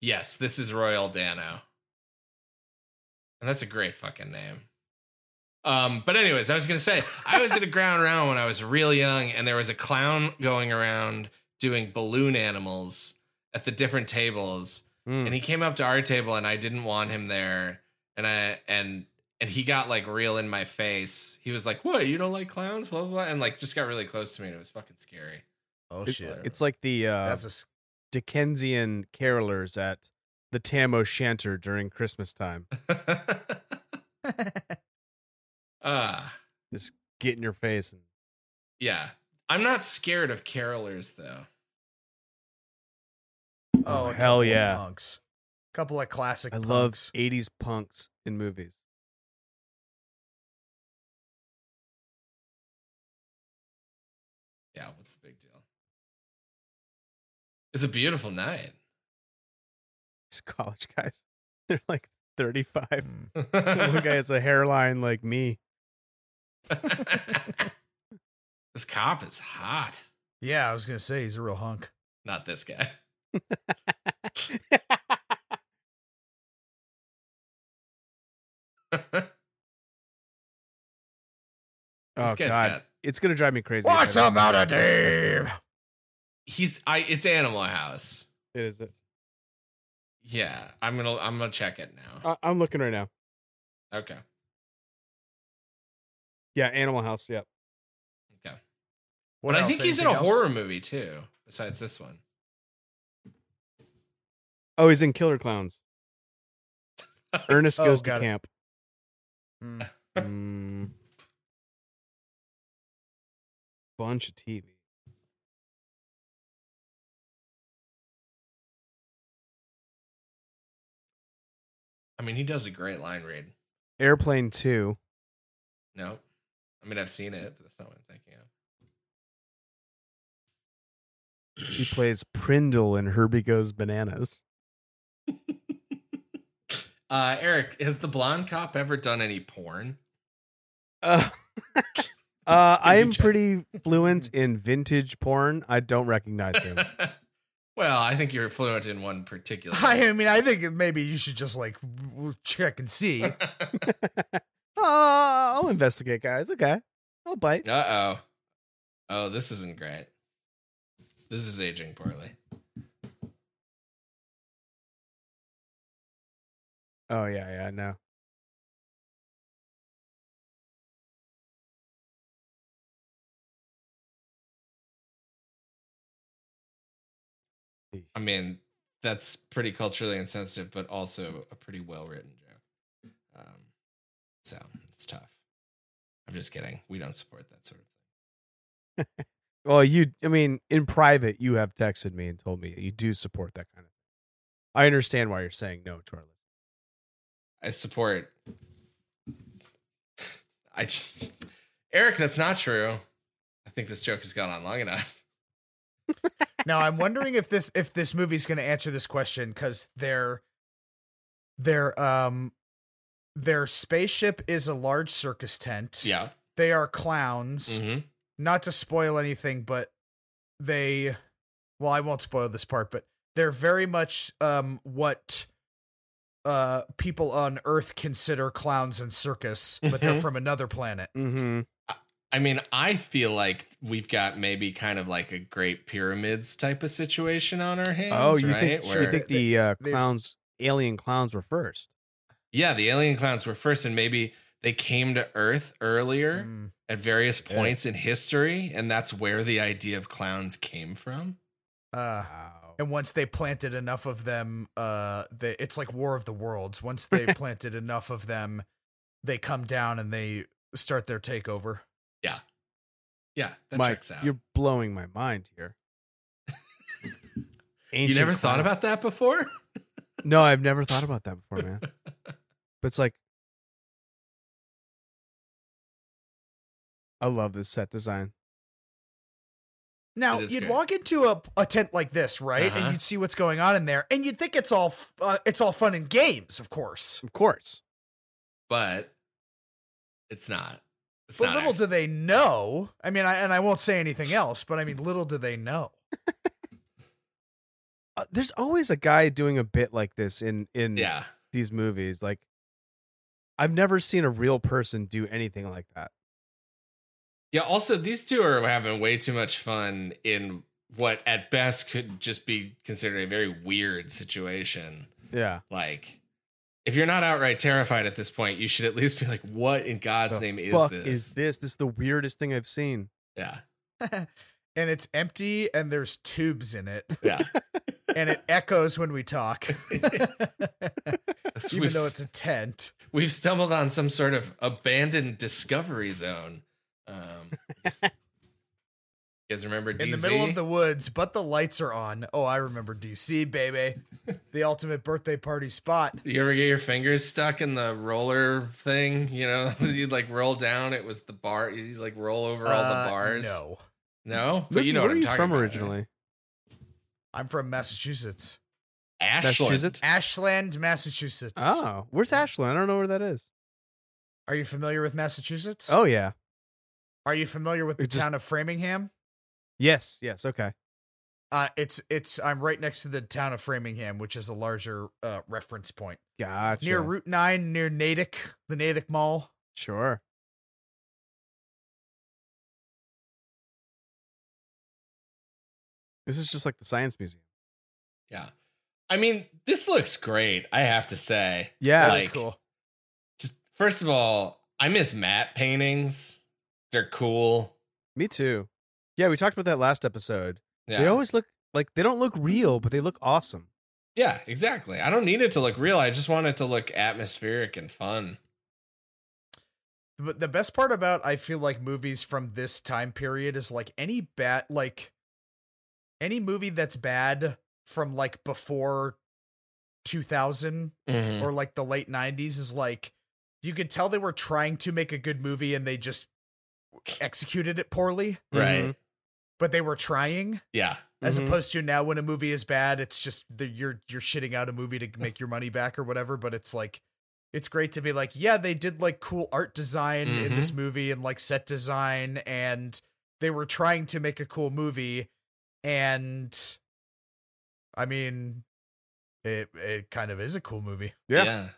S2: yes. This is Royal Dano, and that's a great fucking name. Um, but anyways, I was gonna say I was at a ground round when I was real young, and there was a clown going around doing balloon animals at the different tables,
S1: Mm.
S2: and he came up to our table and I didn't want him there and I and and he got like real in my face. He was like, "What? You don't like clowns?" blah blah, blah and like just got really close to me and it was fucking scary.
S3: Oh
S1: It-
S3: shit.
S1: It's like the uh,
S3: That's a s-
S1: Dickensian carolers at the Tam O'Shanter during Christmas time.
S2: Ah,
S1: Get in your face. And,
S2: yeah. I'm not scared of carolers though.
S3: Oh, a
S1: hell
S3: couple of
S1: yeah.
S3: Punks. Couple of classic
S1: I
S3: punks.
S1: love E 80s punks in movies.
S2: Yeah, what's the big deal? It's a beautiful night.
S1: these college guys. They're like 35.
S3: Hmm.
S1: One guy has a hairline like me.
S2: this cop is hot.
S3: Yeah, I was gonna say he's a real hunk.
S2: Not this guy. this
S1: Oh
S2: guy's
S1: god,
S2: got
S1: it's gonna drive me crazy. if I
S3: What's
S1: don't-
S3: the matter, Dave?
S2: he's I it's Animal House.
S1: It is. it.
S2: Yeah, I'm gonna I'm gonna check it
S3: Uh,
S2: now.
S1: I- I'm looking right now.
S2: Okay.
S1: Yeah, Animal House. Yep.
S2: Okay.
S3: What
S2: but I
S3: else?
S2: think he's in a
S3: Anything else?
S2: horror movie too, besides this one.
S1: Oh, he's in Killer Clowns. Ernest
S3: Oh,
S1: goes to
S3: got it.
S1: camp.
S3: Mm.
S1: Mm. Bunch of TV.
S2: I mean, he does a great line read.
S1: Airplane Two.
S2: No. I mean, I've seen it, but that's not what I'm thinking of.
S1: He plays Prindle in Herbie Goes Bananas.
S2: Uh, Eric, has the blonde cop ever done any porn?
S1: Uh, uh, I
S2: you
S1: am
S2: check?
S1: pretty fluent in vintage porn. I don't recognize him.
S2: well, I think you're fluent in one particular.
S3: I mean, I think maybe you should just like w- w- check and see.
S2: uh
S1: uh, I'll investigate, guys. Okay, I'll bite.
S2: oh. Oh, this isn't great. This is aging poorly.
S1: Oh yeah, yeah, no.
S2: I mean, that's pretty culturally insensitive, but also a pretty well written joke. Um, so it's tough. I'm just kidding. We don't support that sort of thing.
S1: Well, you, I mean, in private, you have texted me and told me you do support that kind of thing. I understand why you're saying no to our list.
S2: I support. I, Eric, that's not true. I think this joke has gone on long enough.
S3: now I'm wondering if this if this movie's going to answer this question because their their um their spaceship is a large circus tent.
S2: Yeah.
S3: they are
S1: Mm-hmm.
S3: clowns.
S2: hmm
S3: Not to spoil anything, but they well, I won't spoil this part, but they're very much um what uh people on Earth consider clowns and circus, but they're
S2: Mhm.
S3: from another planet.
S1: Mm-hmm.
S2: I mean, I feel like we've got maybe kind of like a great pyramids type of situation on our hands.
S1: Oh, you
S2: right?
S1: think you
S2: Where-
S1: think the uh,
S3: They've-
S1: clowns, alien clowns, were first?
S2: yeah, the alien clowns were first, and maybe they came to Earth earlier
S3: Mm.
S2: at various
S1: Yeah.
S2: points in history, and that's where the idea of clowns came from.
S3: Uh
S1: Wow.
S3: and once they planted enough of them uh they, it's like war of the worlds once they planted enough of them they come down and they start their takeover
S2: Yeah, that
S1: Mike,
S2: checks out.
S1: you're blowing my mind here.
S2: You
S1: Ancient
S2: never thought
S1: clown.
S2: about that before?
S1: No, I've never thought about that before, man. But it's like, I love this set design.
S3: now
S2: It is
S3: you'd
S2: good.
S3: walk into a, a tent like this right
S2: Uh-huh.
S3: and you'd see what's going on in there and you'd think it's all f- uh, it's all fun and games of course
S1: Of course.
S2: but it's not. It's
S3: but
S2: not.
S3: little
S2: actually-
S3: do they know i mean I, and i won't say anything else but i mean little do they know
S1: Uh, there's always a guy doing a bit like this in in
S2: yeah.
S1: these movies. Like, I've never seen a real person do anything like that.
S2: Yeah. Also, these two are having way too much fun in what at best could just be considered a very weird situation.
S1: Yeah.
S2: Like, if you're not outright terrified at this point, you should at least be like, what in God's
S1: The
S2: name is
S1: Fuck
S2: this?
S1: is this? This is the weirdest thing I've seen.
S2: yeah.
S3: and it's empty and there's tubes in it
S2: Yeah.
S3: and it echoes when we talk even
S2: we've,
S3: though it's a tent
S2: we've stumbled on some sort of abandoned discovery zone. Um, you guys remember DZ?
S3: in the middle of the woods, but the lights are on. Oh, I remember DC, baby. the ultimate birthday party spot.
S2: You ever get your fingers stuck in the roller thing? You know, you'd like roll down. It was the bar. You like roll over all
S3: Uh,
S2: the bars.
S3: No.
S2: no, but
S1: Mookie,
S2: you know
S1: where
S2: what
S1: are
S2: I'm
S1: you
S2: talking
S1: from
S2: about, right?
S1: originally?
S3: I'm from Massachusetts.
S2: Ashland.
S1: Massachusetts?
S3: Ashland, Massachusetts.
S1: Oh, where's Ashland? I don't know where that is.
S3: Are you familiar with Massachusetts?
S1: Oh yeah.
S3: Are you familiar with the
S1: It just-
S3: town of Framingham?
S1: Yes. Yes. Okay.
S3: Uh, it's it's I'm right next to the town of Framingham, which is a larger uh, reference point
S1: Gotcha.
S3: near Route Nine, near Natick, the Natick Mall.
S1: Sure. This is just like the science museum.
S2: Yeah. I mean, this looks great, I have to say.
S1: Yeah.
S3: That
S2: Like-
S3: was cool.
S2: Just first of all, I miss matte paintings. They're cool.
S1: me too. Yeah, we talked about that last episode.
S2: Yeah.
S1: They always look like they don't look real, but they look awesome.
S2: yeah, exactly. I don't need it to look real. I just want it to look atmospheric and fun.
S3: But the best part about I feel like movies from this time period is like any bad like any movie that's bad from like before 2000
S2: Mm.
S3: or like the late 90s is like you could tell they were trying to make a good movie and they just executed it poorly,
S2: Right.
S1: Mhm.
S3: but they were trying.
S2: Yeah.
S3: as
S1: Mhm.
S3: opposed to now when a movie is bad it's just the, you're you're shitting out a movie to make your money back or whatever but it's like it's great to be like yeah they did like cool art design in this movie and like set design and they were trying to make a cool movie and i mean it it kind of is a cool movie
S1: Yeah.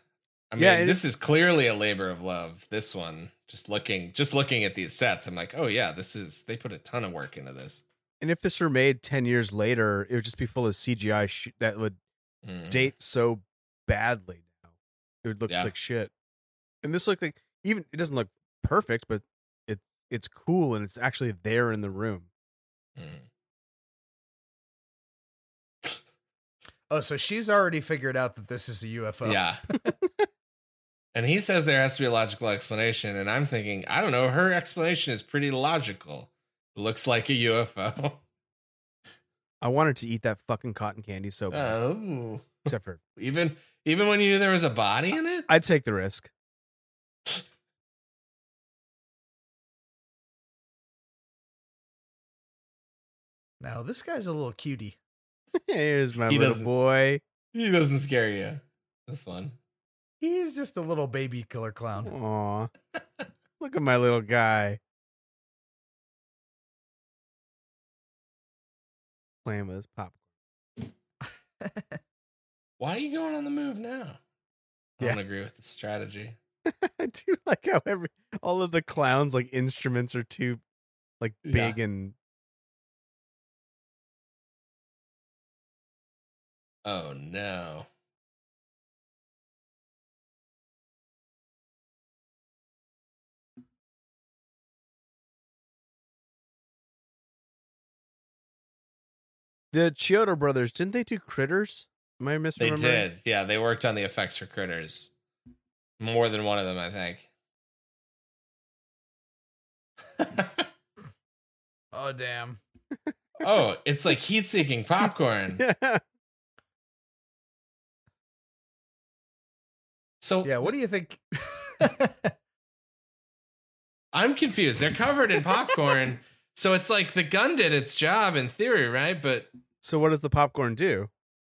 S2: I mean,
S1: Yeah, it
S2: this is clearly a labor of love. This one, just looking, just looking at these sets, I'm like, oh yeah, this is. They put a ton of work into this.
S1: And if this were made 10 years later, it would just be full of CGI sh- that would
S2: Mm.
S1: date so badly now. It would look
S2: Yeah.
S1: like shit. And this looked like even it doesn't look perfect, but it it's cool and it's actually there in the room.
S2: Mm-hmm.
S3: oh so she's already figured out that this is a ufo
S2: Yeah. and he says there has to be a logical explanation, and I'm thinking, I don't know. Her explanation is pretty logical. Looks like a UFO.
S1: I wanted to eat that fucking cotton candy so bad,
S2: oh,
S1: except for
S2: even even when you knew there was a body in it.
S1: I'd take the risk.
S3: now this guy's a little cutie
S1: Here's my
S2: He
S1: little
S2: doesn't-
S1: boy.
S2: He doesn't scare you. This one.
S3: he's just a little baby killer clown
S2: Oh.
S1: Aw. Look at my little guy. Playing with his popcorn.
S2: Why are you going on the move now? I
S1: Yeah.
S2: don't agree with the strategy.
S1: I do like how every all of the clowns like instruments are too like
S2: Yeah.
S1: big and
S2: Oh no.
S1: the Chiodo brothers, didn't they do critters? Am I
S2: They
S1: misremembering?
S2: did. Yeah, they worked on the effects for critters. More than one of them, I think.
S3: oh damn
S2: oh, it's like heat seeking popcorn.
S1: Yeah.
S2: So
S3: yeah what do you think
S2: I'm confused. They're covered in popcorn. so it's like the gun did its job in theory, right? But
S1: So what does the popcorn do?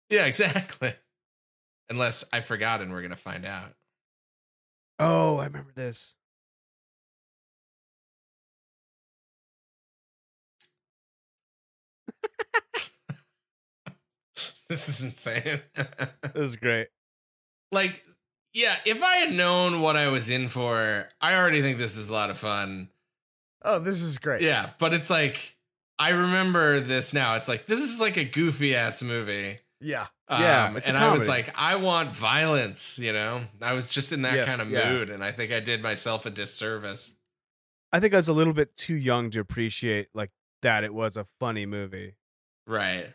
S2: yeah, exactly. Unless I forgot and we're going to find out.
S1: Oh, I remember this.
S2: This is insane.
S1: This is great.
S2: like yeah if i had known what i was in for i already think this is a lot of fun
S3: Oh, this is great.
S2: yeah but it's like i remember this now it's like this is like a goofy ass movie Um,
S3: Yeah.
S1: Yeah, it's a
S2: and i was
S1: comedy.
S2: like i want violence you know i was just in that
S1: Yeah,
S2: kind of
S1: yeah.
S2: mood and i think i did myself a disservice
S1: I think I was a little bit too young to appreciate like that it was a funny movie.
S2: right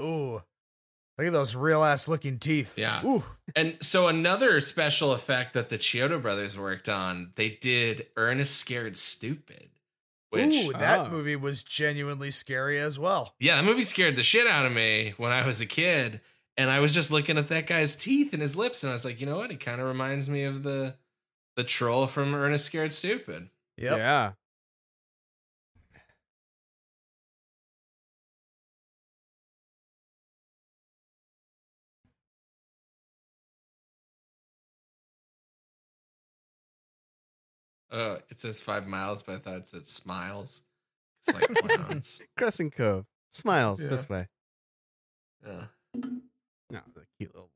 S3: Ooh. Look at those real ass looking teeth.
S2: Yeah.
S3: Ooh.
S2: and so another special effect that the Chiodo brothers worked on they did ernest scared stupid which
S3: Ooh, that
S1: Ah.
S3: movie was genuinely scary as well.
S2: yeah, that movie scared the shit out of me when I was a kid. And I was just looking at that guy's teeth and his lips, and I was like, you know what? He kind of reminds me of the the troll from Ernest Scared Stupid.
S3: Yep.
S1: Yeah.
S2: Oh, it says five miles, but I thought it said smiles. It's like clowns.
S1: Crescent Cove smiles
S3: Yeah.
S1: this way.
S2: Uh,
S1: No, the cute little.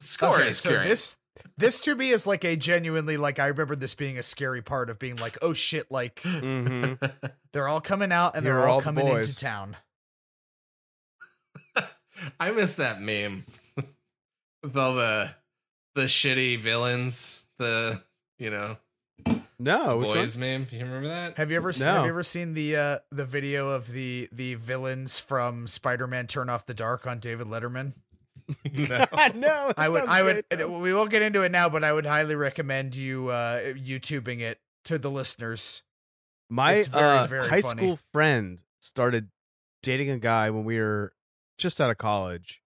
S2: score
S3: Okay,
S2: is
S3: so
S2: great.
S3: this this to me is like a genuinely like I remember this being a scary part of being like, oh shit, like
S1: Mm-hmm.
S3: they're all coming out and
S1: Here
S3: they're
S1: are
S3: all,
S1: all the
S3: coming
S1: boys.
S3: into town.
S2: I miss that meme with all the the shitty villains. The you know
S1: No, Oh, which one?
S2: boys meme. You remember that?
S3: Have you ever seen, have
S1: No.
S3: you ever seen the uh the video of the the villains from Spider Man Turn Off the Dark on David Letterman?
S2: No.
S1: no,
S3: I would
S1: sounds
S3: I would
S1: great, though.
S3: we won't get into it now, but I would highly recommend you uh YouTubing it to the listeners.
S1: My
S3: It's very,
S1: uh,
S3: very
S1: high
S3: funny.
S1: school friend started dating a guy when we were just out of college,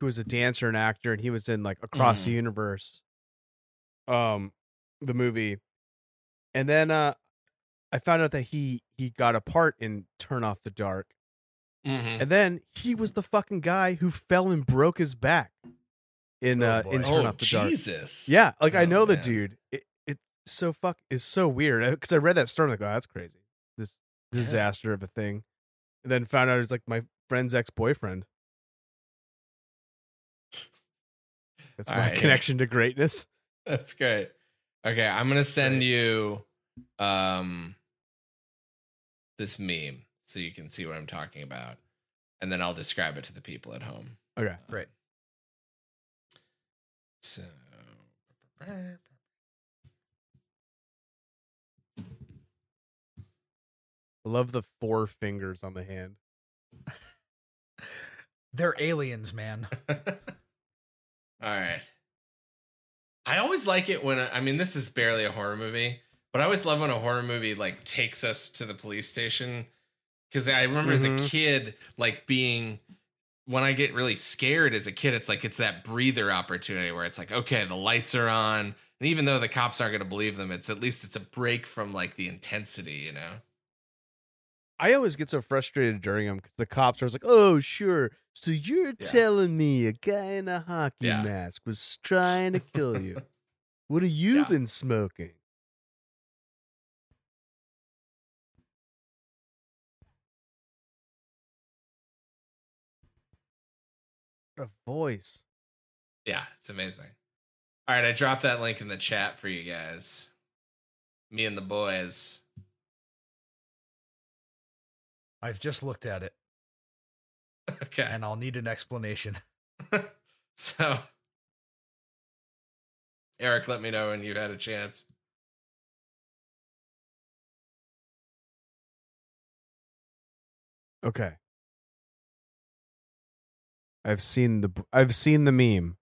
S1: who was a dancer and actor, and he was in like Across
S3: Mm.
S1: the Universe, um, the movie, and then uh, I found out that he he got a part in Turn Off the Dark,
S2: Mhm.
S3: Mm.
S1: and then he was the fucking guy who fell and broke his back in
S3: Oh,
S1: uh,
S3: boy.
S1: in Turn
S2: Oh
S1: Off the Dark.
S2: Jesus!
S1: Yeah, like I
S2: Oh,
S1: know the
S2: man.
S1: dude. It, it's so fuck is so weird because I read that story like, oh, that's crazy. This
S2: Yeah.
S1: disaster of a thing, and then found out it's like my friend's ex boyfriend. That's
S2: All
S1: my
S2: right.
S1: connection to greatness.
S2: That's great. Okay, I'm gonna send you um this meme so you can see what I'm talking about, and then I'll describe it to the people at home.
S1: Okay,
S3: Great.
S2: So.
S1: I love the four fingers on the hand.
S3: They're aliens, man.
S2: All right. I always like it when I mean this is barely a horror movie, but I always love when a horror movie like takes us to the police station cuz I remember as
S1: Mhm.
S2: a kid like being when I get really scared as a kid it's like it's that breather opportunity where it's like okay, the lights are on and even though the cops aren't going to believe them, it's at least it's a break from like the intensity, you know.
S1: I always get so frustrated during them because the cops are always like, "Oh, sure. So you're telling me a guy in a hockey
S2: Yeah.
S1: mask was trying to kill you? what have you
S2: Yeah.
S1: been smoking?" What a voice!
S2: Yeah, it's amazing. All right, I dropped that link in the chat for you guys. Me and the boys.
S3: I've just looked at it
S2: Okay.
S3: and I'll need an explanation.
S2: So, Eric, let me know when you've had a chance.
S1: Okay, I've seen the I've seen the meme.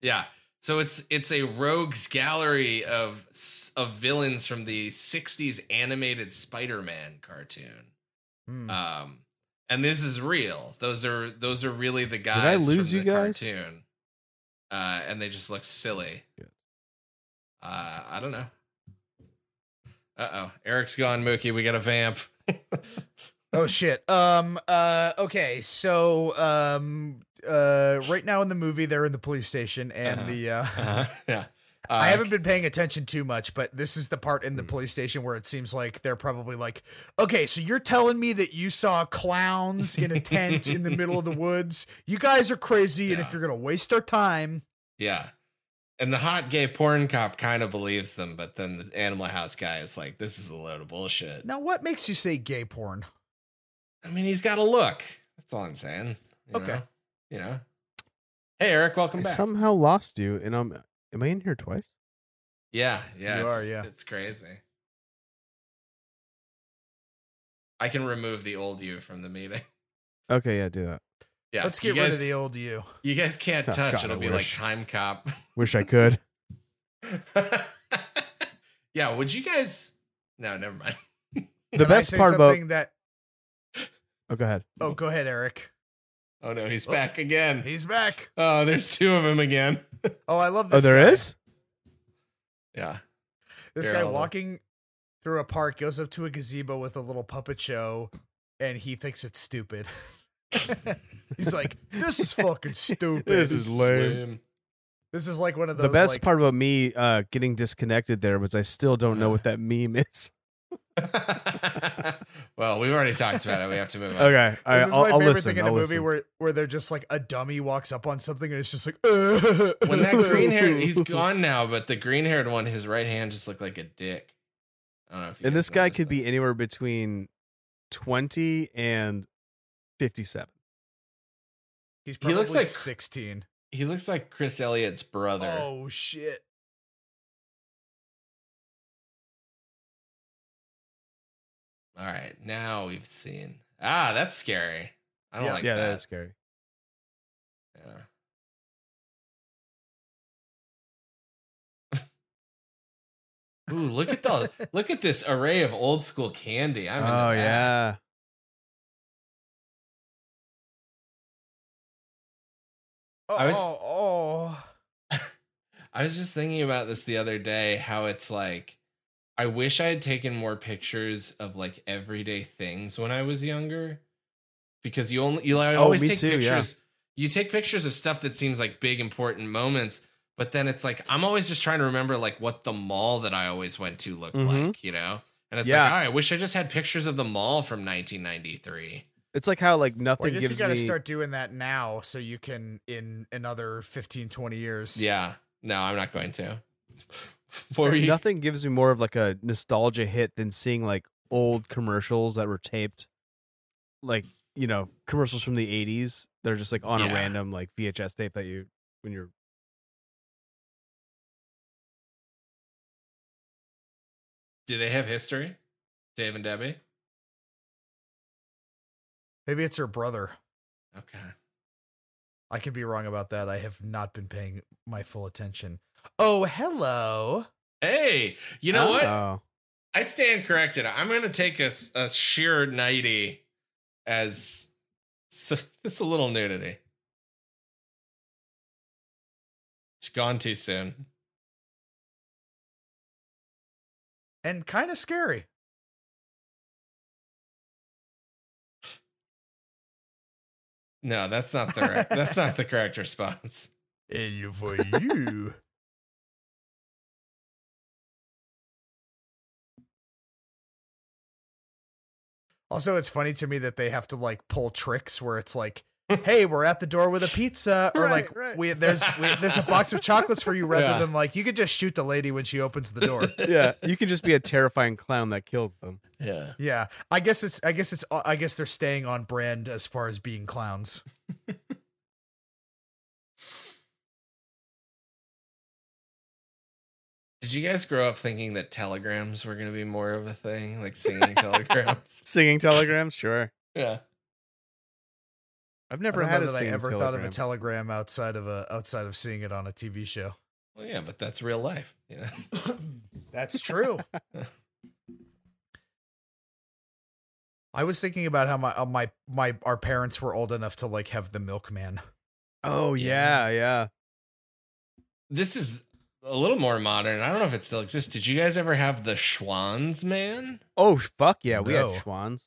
S2: Yeah. So it's it's a rogues gallery of s- of villains from the '60s animated Spider-Man cartoon.
S3: Hmm.
S2: Um, and this is real. Those are those are really the guys.
S1: I lose
S2: from
S1: you
S2: the
S1: guys?
S2: Cartoon. Uh, and they just look silly.
S1: Good.
S2: Uh, I don't know. Uh oh, Eric's gone, Mookie. We got a vamp.
S3: Oh shit. Um uh okay, so um uh right now in the movie they're in the police station and
S2: Uh-huh.
S3: the uh
S2: Uh-huh. Yeah. Uh,
S3: I haven't been paying attention too much, but this is the part in the
S1: Hmm.
S3: police station where it seems like they're probably like, "Okay, so you're telling me that you saw clowns in a tent in the middle of the woods. You guys are crazy and
S2: Yeah.
S3: if you're going to waste our time,
S2: Yeah. And the hot gay porn cop kind of believes them, but then the Animal House guy is like, this is a load of bullshit.
S3: now what makes you say gay porn?"
S2: I mean, he's got a look. That's all I'm saying. you
S3: Okay.
S2: know? You know? Hey, Eric, welcome
S1: I
S2: back.
S1: somehow lost you, and I'm am I in here twice?
S2: yeah. Yeah.
S3: You
S2: it's,
S3: are, yeah.
S2: It's crazy. I can remove the old you from the meeting.
S1: Okay, yeah, do that.
S2: Yeah.
S3: Let's
S2: you
S3: get rid
S2: guys,
S3: of the old you.
S2: You guys can't
S1: Oh,
S2: touch.
S1: God,
S2: It'll
S1: I
S2: be
S1: wish.
S2: like Time Cop.
S1: Wish I could.
S2: yeah. Would you guys. No, never mind.
S1: the
S3: Can I
S1: best
S3: say
S1: part about
S3: something that
S1: oh, go ahead.
S3: Oh, go ahead, Eric.
S2: Oh, no. He's
S3: Oh.
S2: back again.
S3: He's back.
S2: Oh, there's two of them again.
S3: Oh, I love
S1: Oh,
S3: this.
S1: there
S3: guy.
S1: is.
S2: Yeah.
S3: This
S2: Here,
S3: guy
S2: hold on.
S3: walking through a park goes up to a gazebo with a little puppet show and he thinks it's stupid. He's like, this is fucking stupid.
S1: This is lame.
S3: This is like one of those.
S1: the best
S3: like,
S1: part about me uh, getting disconnected there was I still don't know what that meme is.
S2: well, we've already talked about it. We have to move on.
S1: Okay, all right,
S3: This is
S1: I'll,
S3: my
S1: I'll
S3: favorite
S1: listen.
S3: thing in a
S1: I'll
S3: movie
S1: listen.
S3: where where they're just like a dummy walks up on something and it's just like
S2: When that green haired he's gone now, but the green haired one, his right hand just looked like a dick. I don't know if you
S1: and
S2: guys
S1: this guy
S2: noticed
S1: could be
S2: that.
S1: anywhere between twenty and fifty-seven.
S3: He's
S2: He
S3: probably
S2: looks like-
S3: sixteen.
S2: He looks like Chris Elliott's brother.
S3: Oh shit!
S2: All right, now we've seen. Ah, that's scary. I don't
S3: Yeah.
S2: like
S1: yeah,
S2: that.
S1: that is scary.
S2: Yeah. Ooh, look at the look at this array of old school candy. I'm into
S1: oh
S2: that.
S1: yeah.
S3: Oh,
S2: I was-
S3: oh, oh.
S2: I was just thinking about this the other day how it's like I wish I had taken more pictures of like everyday things when I was younger because you only you like,
S1: Oh,
S2: always
S1: me
S2: take
S1: too, yeah.
S2: pictures you take pictures of stuff that seems like big important moments but then it's like I'm always just trying to remember like what the mall that I always went to looked
S1: Mhm.
S2: like, you know? And it's
S1: Yeah.
S2: like, "Oh, I wish I just had pictures of the mall from 1993."
S1: It's like how like
S3: Well, I
S1: nothing
S3: guess you
S1: gives
S3: gotta
S1: me.
S3: start doing that now so you can in another 15, 20 years.
S2: Yeah. No, I'm not going to. what were you
S1: Nothing gives me more of like a nostalgia hit than seeing like old commercials that were taped, like you know commercials from the '80s. They're just like on
S2: Yeah.
S1: a random like VHS tape that you when you're.
S2: Do they have history? Dave and Debbie?
S3: Maybe it's her brother.
S2: Okay.
S3: I could be wrong about that. I have not been paying my full attention. Oh, hello.
S2: Hey, you know what?
S1: Oh.
S2: I stand corrected. I'm going to take a, s- a sheer 90 as so, it's a little nudity. It's gone too soon.
S3: And kind of scary.
S2: No, that's not the right, that's not the correct response.
S3: And for you. Also, it's funny to me that they have to like pull tricks where it's like, "Hey, we're at the door with a pizza," or
S1: Right,
S3: like,
S1: right.
S3: "We there's we, there's a box of chocolates for you," rather
S2: Yeah.
S3: than like, "You could just shoot the lady when she opens the door."
S1: yeah, you can just be a terrifying clown that kills them.
S2: Yeah.
S3: yeah, I guess it's I guess it's I guess they're staying on brand as far as being clowns.
S2: Did you guys grow up thinking that telegrams were going to be more of a thing, like singing telegrams?
S1: Singing telegrams, sure.
S2: Yeah.
S1: I've
S3: I
S1: never
S3: don't
S1: had
S3: know
S1: a
S3: that I
S1: singing
S3: ever thought of
S1: telegram.
S3: a telegram outside of a outside of seeing it on a TV show.
S2: Well, yeah, but that's real life, you know.
S3: That's true. I was thinking about how my uh, my my our parents were old enough to like have the milkman.
S1: oh yeah, yeah.
S2: this is a little more modern. I don't know if it still exists. Did you guys ever have the Schwann's man?
S1: Oh fuck yeah, we had
S3: No.
S1: Schwans.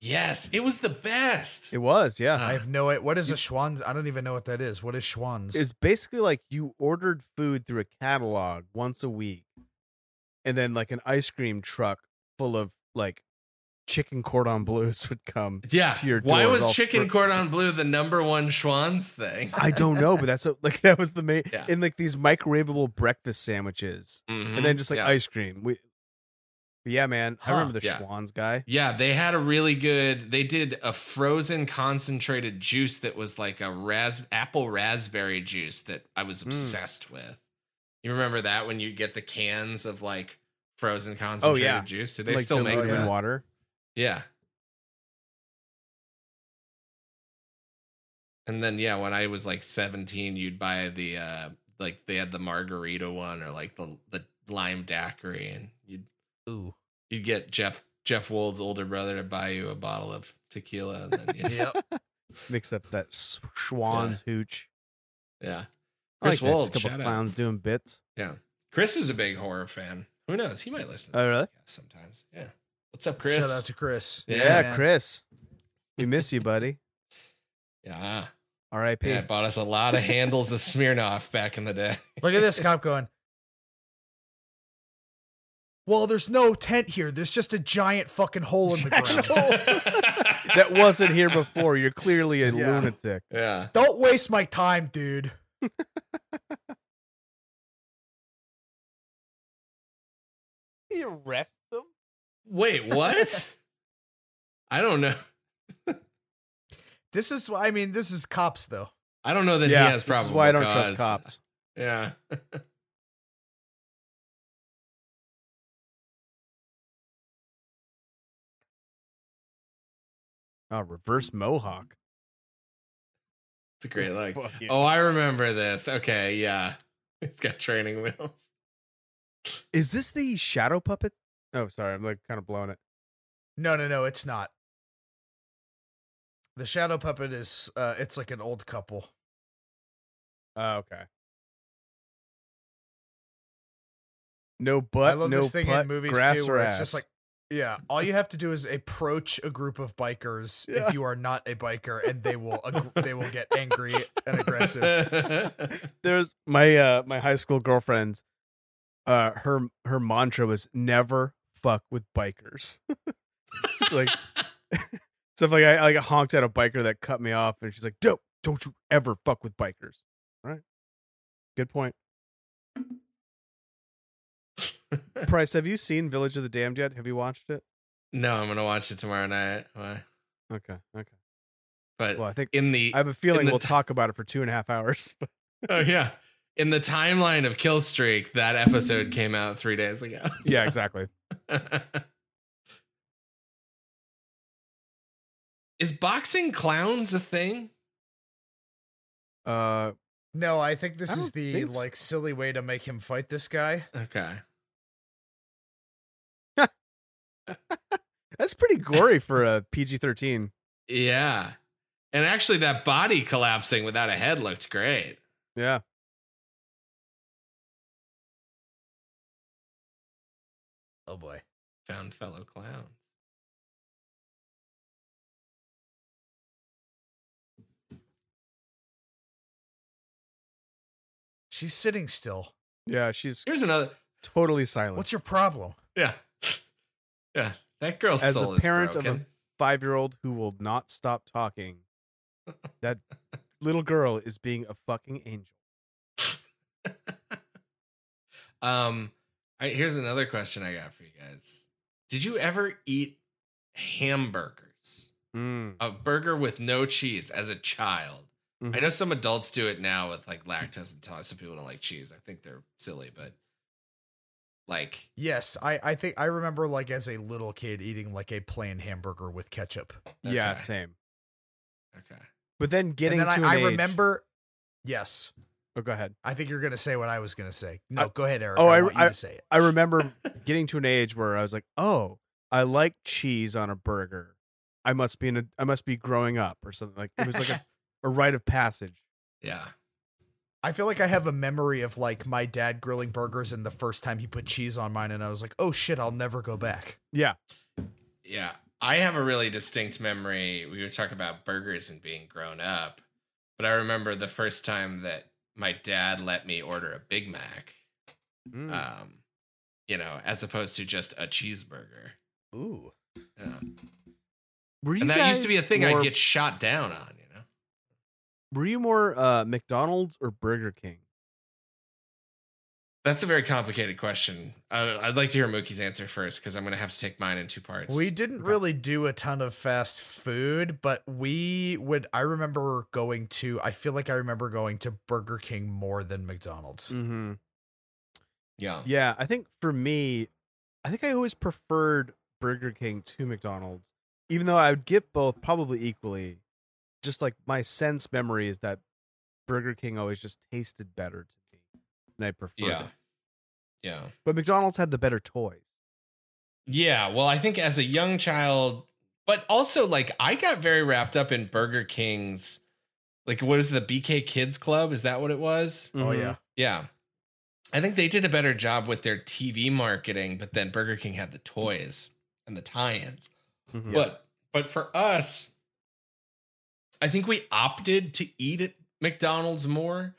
S2: Yes, it was the best.
S1: It was yeah.
S2: Uh,
S3: I have no idea what is a schwanz. I don't even know what that is. What is schwanz?
S1: It's basically like you ordered food through a catalog once a week, and then like an ice cream truck full of like chicken cordon bleus would come.
S2: yeah.
S1: to your
S2: Why
S1: doors,
S2: was
S1: all
S2: chicken
S1: fr-
S2: cordon bleu the number one Schwann's thing?
S1: I don't know, but that's a, like that was the main
S2: Yeah.
S1: in like these microwavable breakfast sandwiches,
S2: Mhm,
S1: and then just like
S2: yeah.
S1: ice cream. We, but yeah, man, I
S3: Huh.
S1: remember the
S2: Yeah.
S1: Schwans guy.
S2: Yeah, they had a really good. They did a frozen concentrated juice that was like a ras apple raspberry juice that I was
S1: Mm.
S2: obsessed with. You remember that when you get the cans of like frozen concentrated juice? Do they
S1: Oh, like oh,
S2: still make
S1: diluted
S3: them?
S1: in
S2: that?
S1: water.
S2: Yeah. And then yeah, when I was like 17, you'd buy the uh like they had the margarita one or like the the lime daiquiri and you'd
S3: Ooh.
S2: you'd get Jeff Jeff Wold's older brother to buy you a bottle of tequila and then you'd,
S3: Yep.
S1: Mix up that s- Schwans hooch.
S2: yeah.
S1: I like that.
S2: Chris
S1: Just
S2: Wold,
S1: a couple
S2: shout out.
S1: clowns doing bits.
S2: Chris is a big horror fan. Who knows? He might listen to
S1: Oh,
S2: the
S1: really?
S2: podcast sometimes. Yeah. What's up, Chris?
S3: Shout out to Chris.
S2: Yeah,
S1: yeah
S3: man.
S1: Chris, we miss you, buddy.
S2: yeah.
S1: R.I.P.
S2: Yeah, it bought us a lot of handles of Smirnoff back in the day.
S3: Look at this cop going. Well, there's no tent here. There's just a giant fucking hole in the ground.
S1: That wasn't here before. You're clearly a
S3: Yeah.
S1: lunatic.
S2: Yeah.
S3: Don't waste my time, dude.
S1: He arrests him.
S2: Wait, what? I don't know.
S3: This is, I mean, this is cops though.
S2: I don't know that
S1: yeah,
S2: he has
S1: this
S2: problems.
S1: is why I don't trust cops.
S2: Yeah.
S1: Oh, reverse mohawk.
S2: It's a great look.
S1: Fuck yeah.
S2: Oh, I remember this. Okay, yeah. It's got training wheels.
S1: Is this the shadow puppet? Oh, sorry, I'm like kind of blowing it.
S3: No, no, no, it's not. The shadow puppet is, uh, it's like an old couple.
S1: Oh, okay. No butt.
S3: I love
S1: no
S3: this thing
S1: putt,
S3: in movies
S1: grass
S3: too,
S1: or
S3: where it's
S1: ass.
S3: just like, yeah, all you have to do is approach a group of bikers
S1: Yeah.
S3: if you are not a biker, and they will ag- they will get angry and aggressive.
S2: Aggressive.
S1: there's my uh my high school girlfriend. Uh, her her mantra was never fuck with bikers. She's like stuff like I like honked at a biker that cut me off, and she's like, "Dope, don't you ever fuck with bikers." All right, good point. Price, have you seen Village of the Damned yet? Have you watched it?
S2: no, I'm gonna watch it tomorrow night. Why?
S1: Okay, okay.
S2: But
S1: Well, I think
S2: Uh, in the
S1: I have a feeling
S2: the
S1: we'll
S2: t-
S1: talk about it for two and a half hours.
S2: oh yeah, in the timeline of Killstreak, that episode came out three days ago.
S1: yeah, exactly.
S2: Is boxing clowns a thing?
S1: Uh,
S3: No, I think this
S1: I
S3: is
S1: don't
S3: the
S1: think so.
S3: like silly way to make him fight this guy.
S2: Okay.
S1: that's pretty gory for a PG thirteen.
S2: Yeah. And actually, that body collapsing without a head looked great.
S1: Yeah.
S3: Oh boy.
S2: Found fellow clowns.
S3: She's sitting still.
S1: Yeah, she's
S2: Here's another.
S1: totally silent.
S3: What's your problem?
S2: Yeah. Yeah. That girl's
S1: As a
S2: soul
S1: parent
S2: is
S1: of a-
S2: broken.
S1: Five year old who will not stop talking. That little girl is being a fucking angel.
S2: Um, I, here's another question I got for you guys. Did you ever eat hamburgers?
S1: Mm.
S2: A burger with no cheese as a child?
S1: Mm-hmm.
S2: I know some adults do it now with like lactose intolerance. Some people don't like cheese. I think they're silly, but like,
S3: Yes, I I think I remember like as a little kid eating like a plain hamburger with ketchup.
S1: Yeah,
S2: okay,
S1: same.
S2: okay.
S1: But then getting
S3: and then
S1: to
S3: I,
S1: an
S3: I
S1: age-
S3: remember. Yes,
S1: Oh, go ahead.
S3: I think you're gonna say what I was gonna say. No,
S1: I-
S3: go ahead, Eric.
S1: Oh,
S3: I,
S1: I-
S3: want you
S1: I-
S3: to say it.
S1: I remember getting to an age where I was like, "Oh, I like cheese on a burger. I must be in a, I must be growing up or something." Like it was like a, a rite of passage.
S2: Yeah.
S3: I feel like I have a memory of like my dad grilling burgers and the first time he put cheese on mine and I was like, "Oh shit, I'll never go back."
S1: Yeah.
S2: Yeah. I have a really distinct memory. We were talking about burgers and being grown up, but I remember the first time that my dad let me order a Big Mac,
S1: Mm.
S2: um, you know, as opposed to just a cheeseburger.
S3: Ooh.
S2: Yeah.
S1: Were you
S2: And that used to be a
S1: guys
S2: thing
S1: more-
S2: I'd get shot down on, you know?
S1: Were you more uh, McDonald's or Burger King?
S2: That's a very complicated question. I, I'd like to hear Mookie's answer first because I'm going to have to take mine in two parts.
S3: We didn't
S1: Okay.
S3: really do a ton of fast food, but we would I remember going to I feel like I remember going to Burger King more than McDonald's.
S1: Mm-hmm.
S2: yeah.
S1: Yeah, I think for me, I think I always preferred Burger King to McDonald's, even though I would get both probably equally. Just like my sense memory is that Burger King always just tasted better to me, and I preferred
S2: Yeah.
S1: it.
S2: Yeah.
S1: But McDonald's had the better toys.
S2: Yeah, well, I think as a young child, but also like I got very wrapped up in Burger King's like what is the BK Kids Club? Is that what it was?
S1: Mm-hmm.
S3: Oh yeah.
S2: Yeah. I think they did a better job with their TV marketing, but then Burger King had the
S3: Mm-hmm.
S1: Mm-hmm.
S2: toys and the tie-ins.
S1: Mhm.
S2: But but for us, I think we opted to eat at McDonald's more,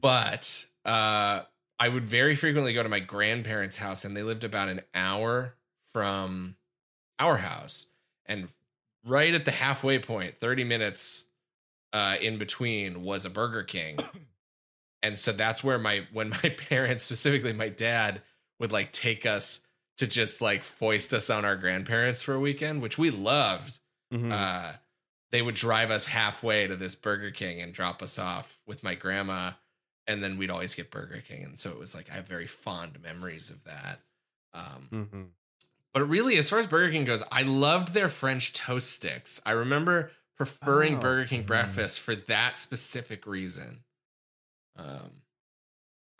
S2: but uh, I would very frequently go to my grandparents' house, and they lived about an hour from our house, and right at the halfway point, thirty minutes uh, in between, was a Burger King, and so that's where my when my parents, specifically my dad, would like take us to just like foist us on our grandparents for a weekend, which we loved
S1: Mhm.
S2: uh, they would drive us halfway to this Burger King and drop us off with my grandma, and then we'd always get Burger King, and so it was like I have very fond memories of that. Um,
S1: Mhm.
S2: But really, as far as Burger King goes, I loved their French toast sticks. I remember preferring
S1: Oh.
S2: Burger King
S3: Mm.
S2: breakfast for that specific reason. Um,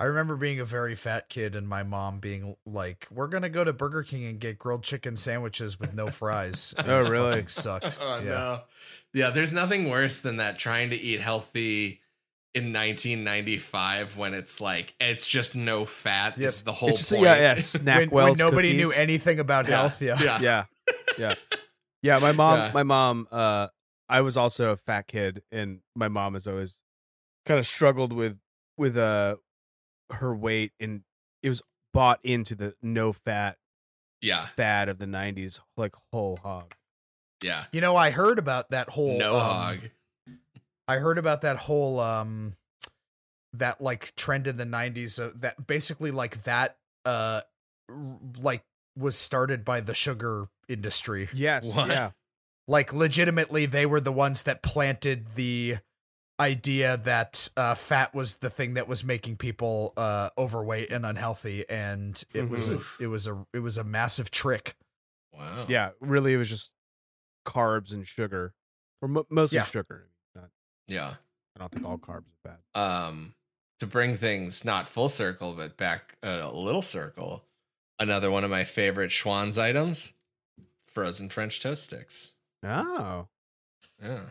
S3: I remember being a very fat kid and my mom being like, "We're gonna go to Burger King and get grilled chicken sandwiches with no fries." And
S1: Oh,
S3: it
S1: really?
S3: fucking Sucked.
S2: oh
S3: yeah.
S2: no, yeah. There's nothing worse than that. Trying to eat healthy. In 1995, when it's like it's just no fat,
S3: Yes.
S2: is the whole
S1: It's just,
S2: point.
S1: yeah, yeah.
S3: When,
S1: Snack
S3: when
S1: well.
S3: nobody knew anything about
S2: Yeah.
S3: health, yeah.
S2: Yeah.
S1: yeah yeah yeah my mom
S2: Yeah.
S1: my mom uh i was also a fat kid and my mom has always kind of struggled with with uh her weight and it was bought into the no fat
S2: Yeah.
S1: fad of the 90s like whole hog
S2: Yeah.
S3: You know, I heard about that whole
S2: No
S3: um,
S2: hog.
S3: I heard about that whole um that like trend in the 90s uh, that basically like that uh r- like was started by the sugar industry.
S1: yes
S2: What?
S1: yeah
S3: Like legitimately they were the ones that planted the idea that uh fat was the thing that was making people uh overweight and unhealthy and it was a,
S2: Mhm.
S3: it was a it was a massive trick.
S2: Wow.
S1: yeah really it was just carbs and sugar or mo- mostly
S3: Yeah.
S1: sugar Not,
S2: Yeah.
S1: i don't think all carbs are bad
S2: Um, to bring things not full circle, but back uh, a little circle, another one of my favorite Schwann's items frozen French toast sticks.
S1: oh
S2: Yeah.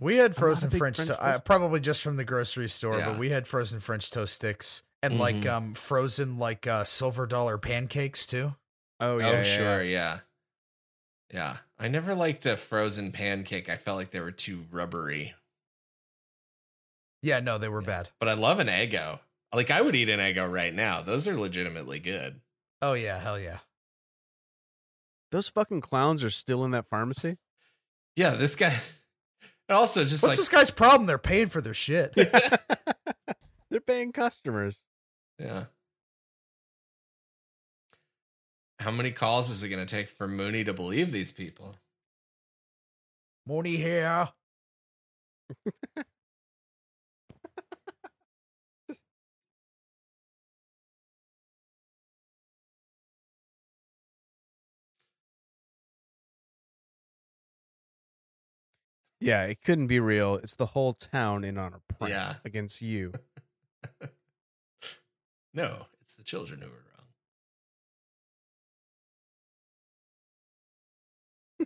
S3: We had
S1: a
S3: frozen
S1: big
S3: French,
S1: French
S3: toast, uh,
S1: toast-
S3: probably just from the grocery store,
S2: Yeah.
S3: but we had frozen French toast sticks and like
S2: Mhm.
S3: um frozen like uh silver dollar pancakes too.
S1: oh
S2: Oh,
S1: yeah, yeah,
S2: sure.
S1: yeah.
S2: Yeah. Yeah. I never liked a frozen pancake. I felt like they were too rubbery,
S3: Yeah, no, they were
S2: Yeah.
S3: bad.
S2: but I love an Eggo. Like, I would eat an Eggo right now. Those are legitimately good.
S3: Oh yeah, hell yeah.
S1: those fucking clowns are still in that pharmacy
S2: Yeah. This guy. And also, just
S3: What's
S2: like.
S3: this guy's problem? They're paying for their shit.
S1: They're paying customers.
S2: Yeah. How many calls is it going to take for Mooney to believe these people?
S3: Money here.
S1: Yeah, it couldn't be real. It's the whole town in on a prank
S2: Yeah.
S1: against you.
S2: No, it's the children who are wrong.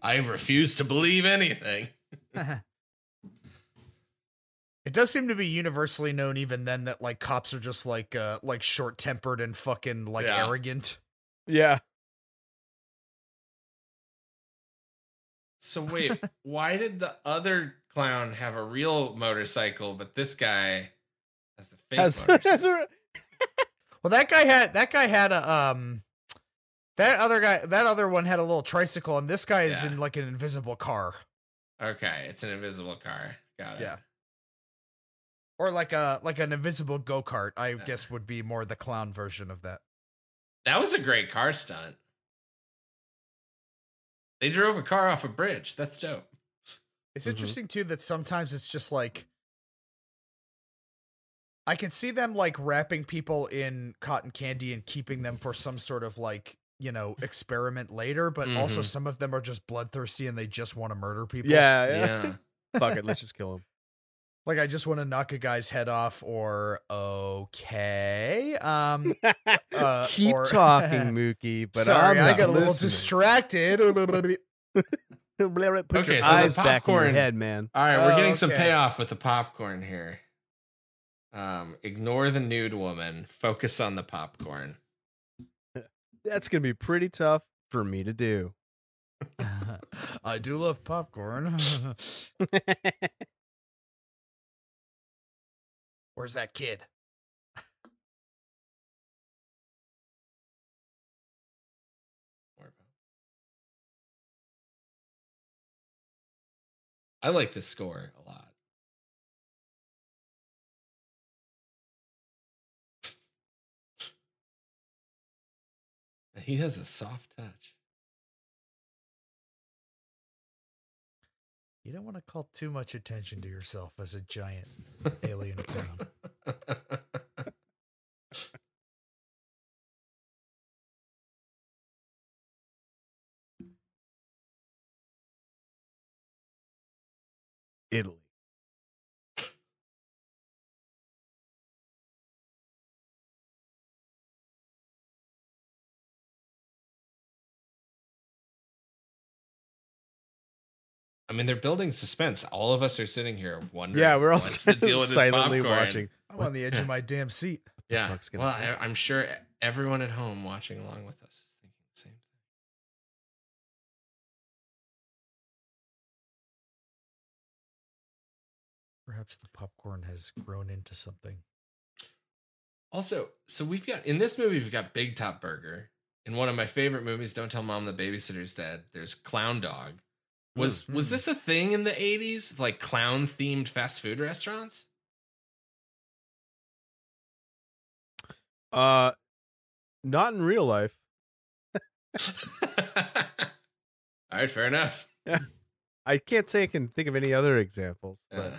S2: I refuse to believe anything.
S3: It does seem to be universally known even then that like cops are just like uh like short tempered and fucking like
S2: Yeah.
S3: arrogant.
S1: Yeah.
S2: So wait, why did the other clown have a real motorcycle, but this guy has a fake
S1: Has,
S2: motorcycle?
S1: has a-
S3: Well, that guy had that guy had a um that other guy that other one had a little tricycle and this guy is
S2: Yeah.
S3: in like an invisible car.
S2: okay, it's an invisible car. Got it.
S3: Yeah. or like a like an invisible go kart. I
S2: Yeah.
S3: guess would be more the clown version of that.
S2: That was a great car stunt. They drove a car off a bridge. That's dope.
S3: It's
S1: Mhm.
S3: interesting too that sometimes it's just like I can see them like wrapping people in cotton candy and keeping them for some sort of like you know experiment later, but also
S2: Mhm.
S3: some of them are just bloodthirsty and they just want to murder people.
S1: Mm-hmm. yeah, yeah. Fuck it, let's just kill him.
S3: like I just want to knock a guy's head off, or okay, um, Uh,
S1: Keep
S3: or-
S1: talking, Mookie. But I'm
S3: sorry, I
S1: not
S3: got a little
S1: listening.
S3: distracted.
S1: Put
S2: Okay,
S1: your
S2: so the
S1: eyes back in your
S2: popcorn-
S1: head, man.
S2: All right, we're
S3: Oh,
S2: getting some
S3: okay.
S2: payoff with the popcorn here. Um, ignore the nude woman. Focus on the popcorn.
S1: That's gonna be pretty tough for me to do.
S3: I do love popcorn. Where's that kid?
S2: I like this score a lot. He has a soft touch.
S3: You don't want to call too much attention to yourself as a giant alien clown.
S1: Italy.
S2: I mean, they're building suspense. All of us are sitting here wondering.
S1: Yeah, we're all
S2: what's the deal with this
S1: silently
S2: popcorn?
S1: watching.
S3: I'm on the edge of my damn seat.
S2: Yeah.
S1: fuck's gonna
S2: well, I,
S1: happen?
S2: I'm sure everyone at home watching along with us is thinking the same thing.
S3: Perhaps the popcorn has grown into something.
S2: Also, so we've got in this movie we've got Big Top Burger. In one of my favorite movies, Don't Tell Mom the Babysitter's Dead, there's Clown Dog.
S1: Hmm,
S2: Was
S3: Mm.
S2: was this a thing in the 80s? Like clown themed fast food restaurants?
S1: Uh, not in real life.
S2: All right, fair enough.
S1: I can't say I can think of any other examples. But
S2: Uh,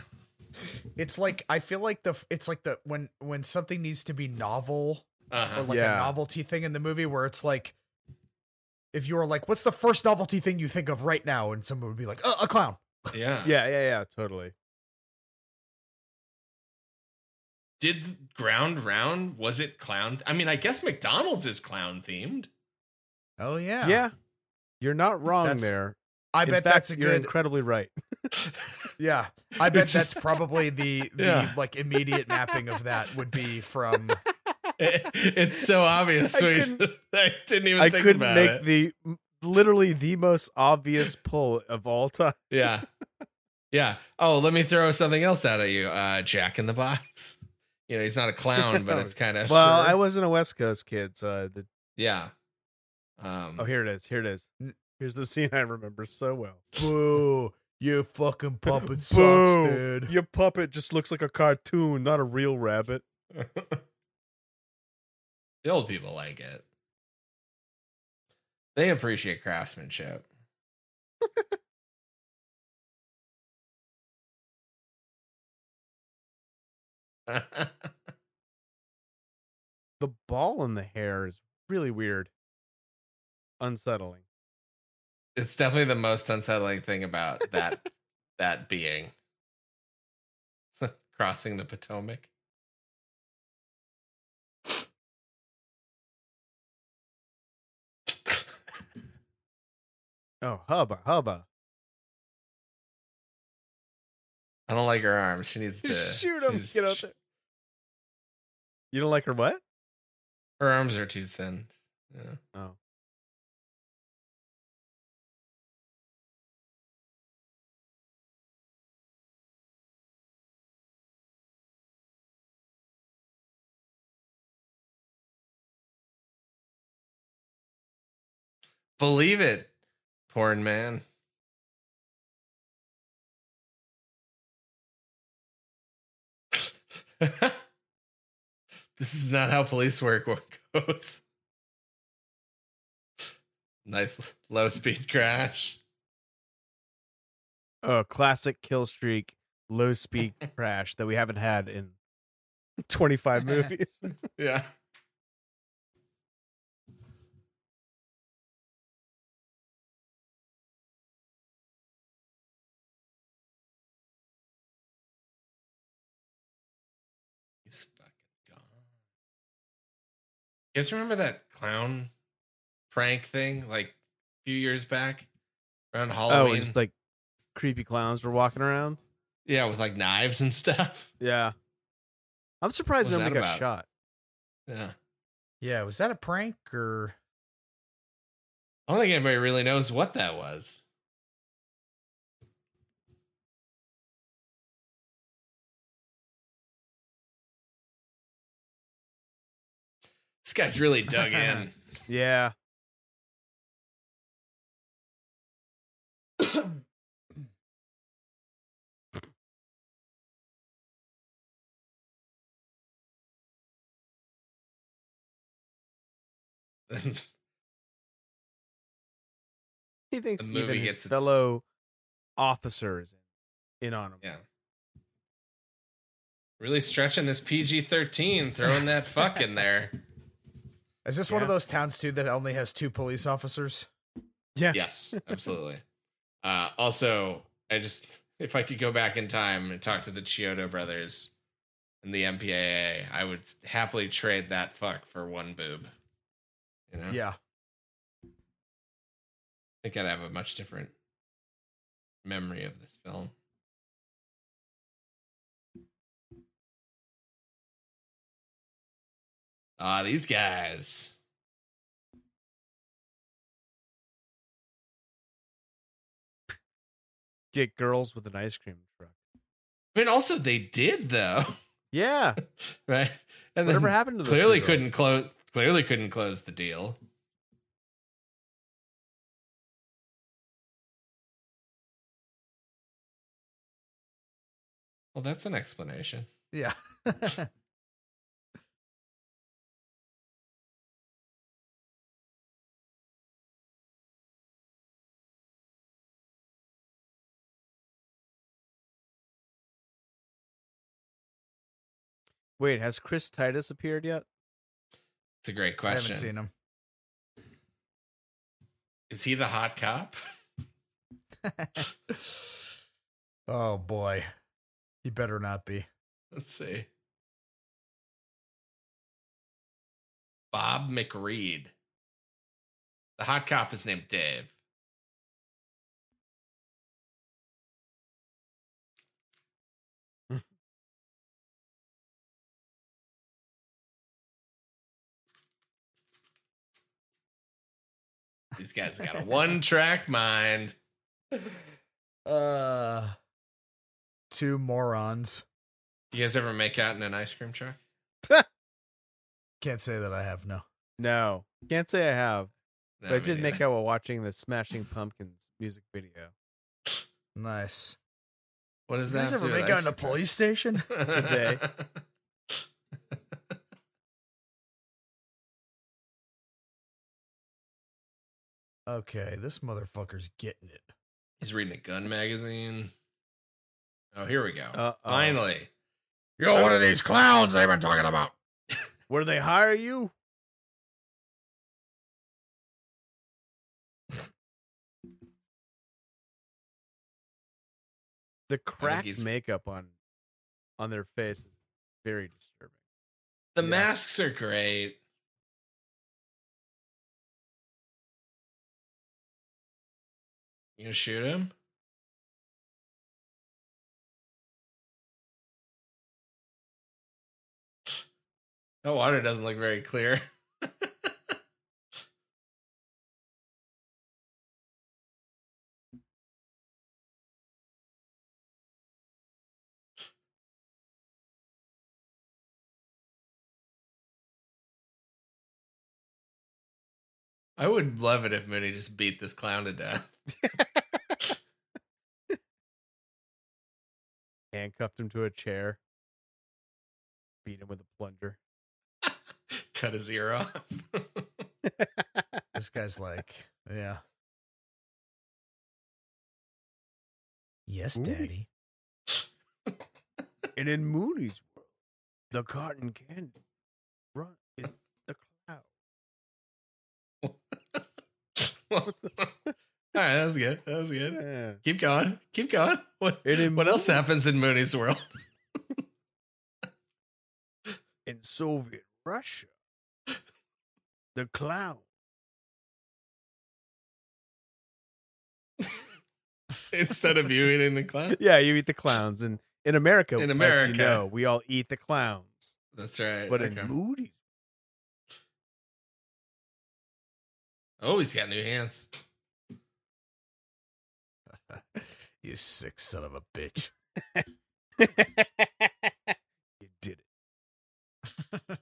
S3: It's like I feel like the it's like the when when something needs to be novel or
S2: uh-huh.
S3: like
S1: Yeah.
S3: a novelty thing in the movie where it's like if you were like, what's the first novelty thing you think of right now? And someone would be like, oh, a clown.
S2: Yeah.
S1: yeah, yeah, yeah, totally.
S2: Did Ground Round was it clown? I mean, I guess McDonald's is clown themed.
S3: Oh
S1: Yeah, you're not wrong
S3: That's-
S1: there.
S3: I
S1: in
S3: bet
S1: fact,
S3: that's a
S1: you're
S3: good
S1: incredibly right.
S3: Yeah, I bet
S2: It's
S3: that's
S2: just-
S3: probably the the
S2: Yeah.
S3: like immediate mapping of that would be from
S2: It- it's so obvious.
S1: I
S2: we-
S1: couldn't-
S2: I didn't even
S1: I
S2: think
S1: couldn't
S2: about
S1: make
S2: it.
S1: the literally the most obvious pull of all time.
S2: Yeah. Yeah. Oh, let me throw something else out at you. Uh, Jack in the Box. You know, he's not a clown, but it's kind of
S1: Well,
S2: sure.
S1: I wasn't a West Coast kid, so I- the,
S2: yeah. Um,
S1: oh,
S3: Mm.
S1: here it is. Here it is. Here's the scene I remember so well.
S3: Boo, you fucking puppet sucks,
S1: Boo.
S3: dude.
S1: Your puppet just looks like a cartoon, not a real rabbit.
S2: the old people like it. They appreciate craftsmanship.
S1: The ball in the hair is really weird, unsettling.
S2: it's definitely the most unsettling thing about that that being crossing the potomac
S1: Oh, hubba hubba!
S2: i don't like her arm she needs to
S1: Shoot him!
S2: she's-
S1: Get out there. You don't like her what?
S2: her arms are too thin yeah.
S1: Oh,
S2: believe it porn man this is not how police work goes nice low speed crash
S1: oh, classic kill streak, low speed crash that we haven't had in twenty five movies.
S2: yeah He's fucking gone. You guys remember that clown prank thing like a few years back around
S1: oh,
S2: Halloween?
S1: and just like creepy clowns were walking around.
S2: yeah, with like knives and stuff.
S1: Yeah, I'm surprised
S2: What's
S1: nobody
S2: that
S1: got
S2: about?
S1: shot.
S2: Yeah.
S3: Yeah, was that a prank or
S2: I don't think anybody really knows what that was. This guy's really dug in.
S1: Yeah. He thinks
S2: The movie
S1: even his
S2: gets its-
S1: fellow officers in on him.
S2: yeah. Really stretching this PG 13, throwing that fuck in there.
S3: Is this one of
S1: Yeah.
S3: those towns too that only has two police officers?
S2: Yes, absolutely. Uh, also, I just, if I could go back in time and talk to the Chiodo brothers and the MPAA, I would happily trade that fuck for one boob. You know?
S3: Yeah.
S2: I think I'd have a much different memory of this film. Ah, these guys.
S1: Get girls with an ice cream truck.
S2: I mean, also they did though,
S1: Yeah.
S2: right? And
S1: Whatever
S2: then
S1: happened to those
S2: clearly
S1: two girls?
S2: couldn't close. Clearly couldn't close the deal. Well, that's an explanation.
S3: Yeah.
S1: Wait, has Chris Titus appeared yet?
S2: It's a great
S3: I
S2: question.
S3: haven't seen him.
S2: Is he the hot cop?
S3: Oh boy. He better not be.
S2: Let's see. Bob McReed. The hot cop is named Dave. These guys got a one track mind.
S3: Uh two morons.
S2: You guys ever make out in an ice cream truck?
S3: Can't say that I have no.
S1: No. Can't say I have,
S2: No,
S1: but I
S2: me
S1: did make
S2: neither.
S1: out while watching the Smashing Pumpkins music video.
S3: Nice.
S2: What does
S3: Does
S2: that
S3: this
S2: have
S3: ever
S2: to do with
S3: make
S2: ice
S3: out in a
S2: cream truck?
S3: police station?
S1: today.
S3: Okay, this motherfucker's getting it.
S2: He's reading a gun magazine. Oh, here we go.
S1: Uh-oh.
S2: Finally.
S3: You're one of these clowns they've been talking about.
S1: Where they hire you? The cracked
S2: he's-
S1: makeup on on their face is very disturbing.
S2: The
S3: Yeah.
S2: masks are great. You gonna shoot him? That water doesn't look very clear. I would love it if Mooney just beat this clown to death.
S1: Handcuffed him to a chair. Beat him with a plunger.
S2: Cut his ear off.
S3: This guy's like, yeah. Yes,
S1: Ooh.
S3: daddy.
S1: and in Mooney's world, the cotton candy run is the cloud.
S2: All right, that was good. That was good.
S1: Yeah.
S2: Keep going. Keep going. What?
S1: And in
S2: What else happens in Mooney's world?
S1: in Soviet Russia. The clown.
S2: Instead of you eating the clown.
S1: Yeah, you eat the clowns, and in America,
S2: In
S1: as you
S2: America.
S1: know, we all eat the clowns.
S2: That's right.
S1: But
S2: Okay.
S1: in Moody's,
S2: oh, he's got new hands.
S3: You sick son of a bitch.
S1: you did it.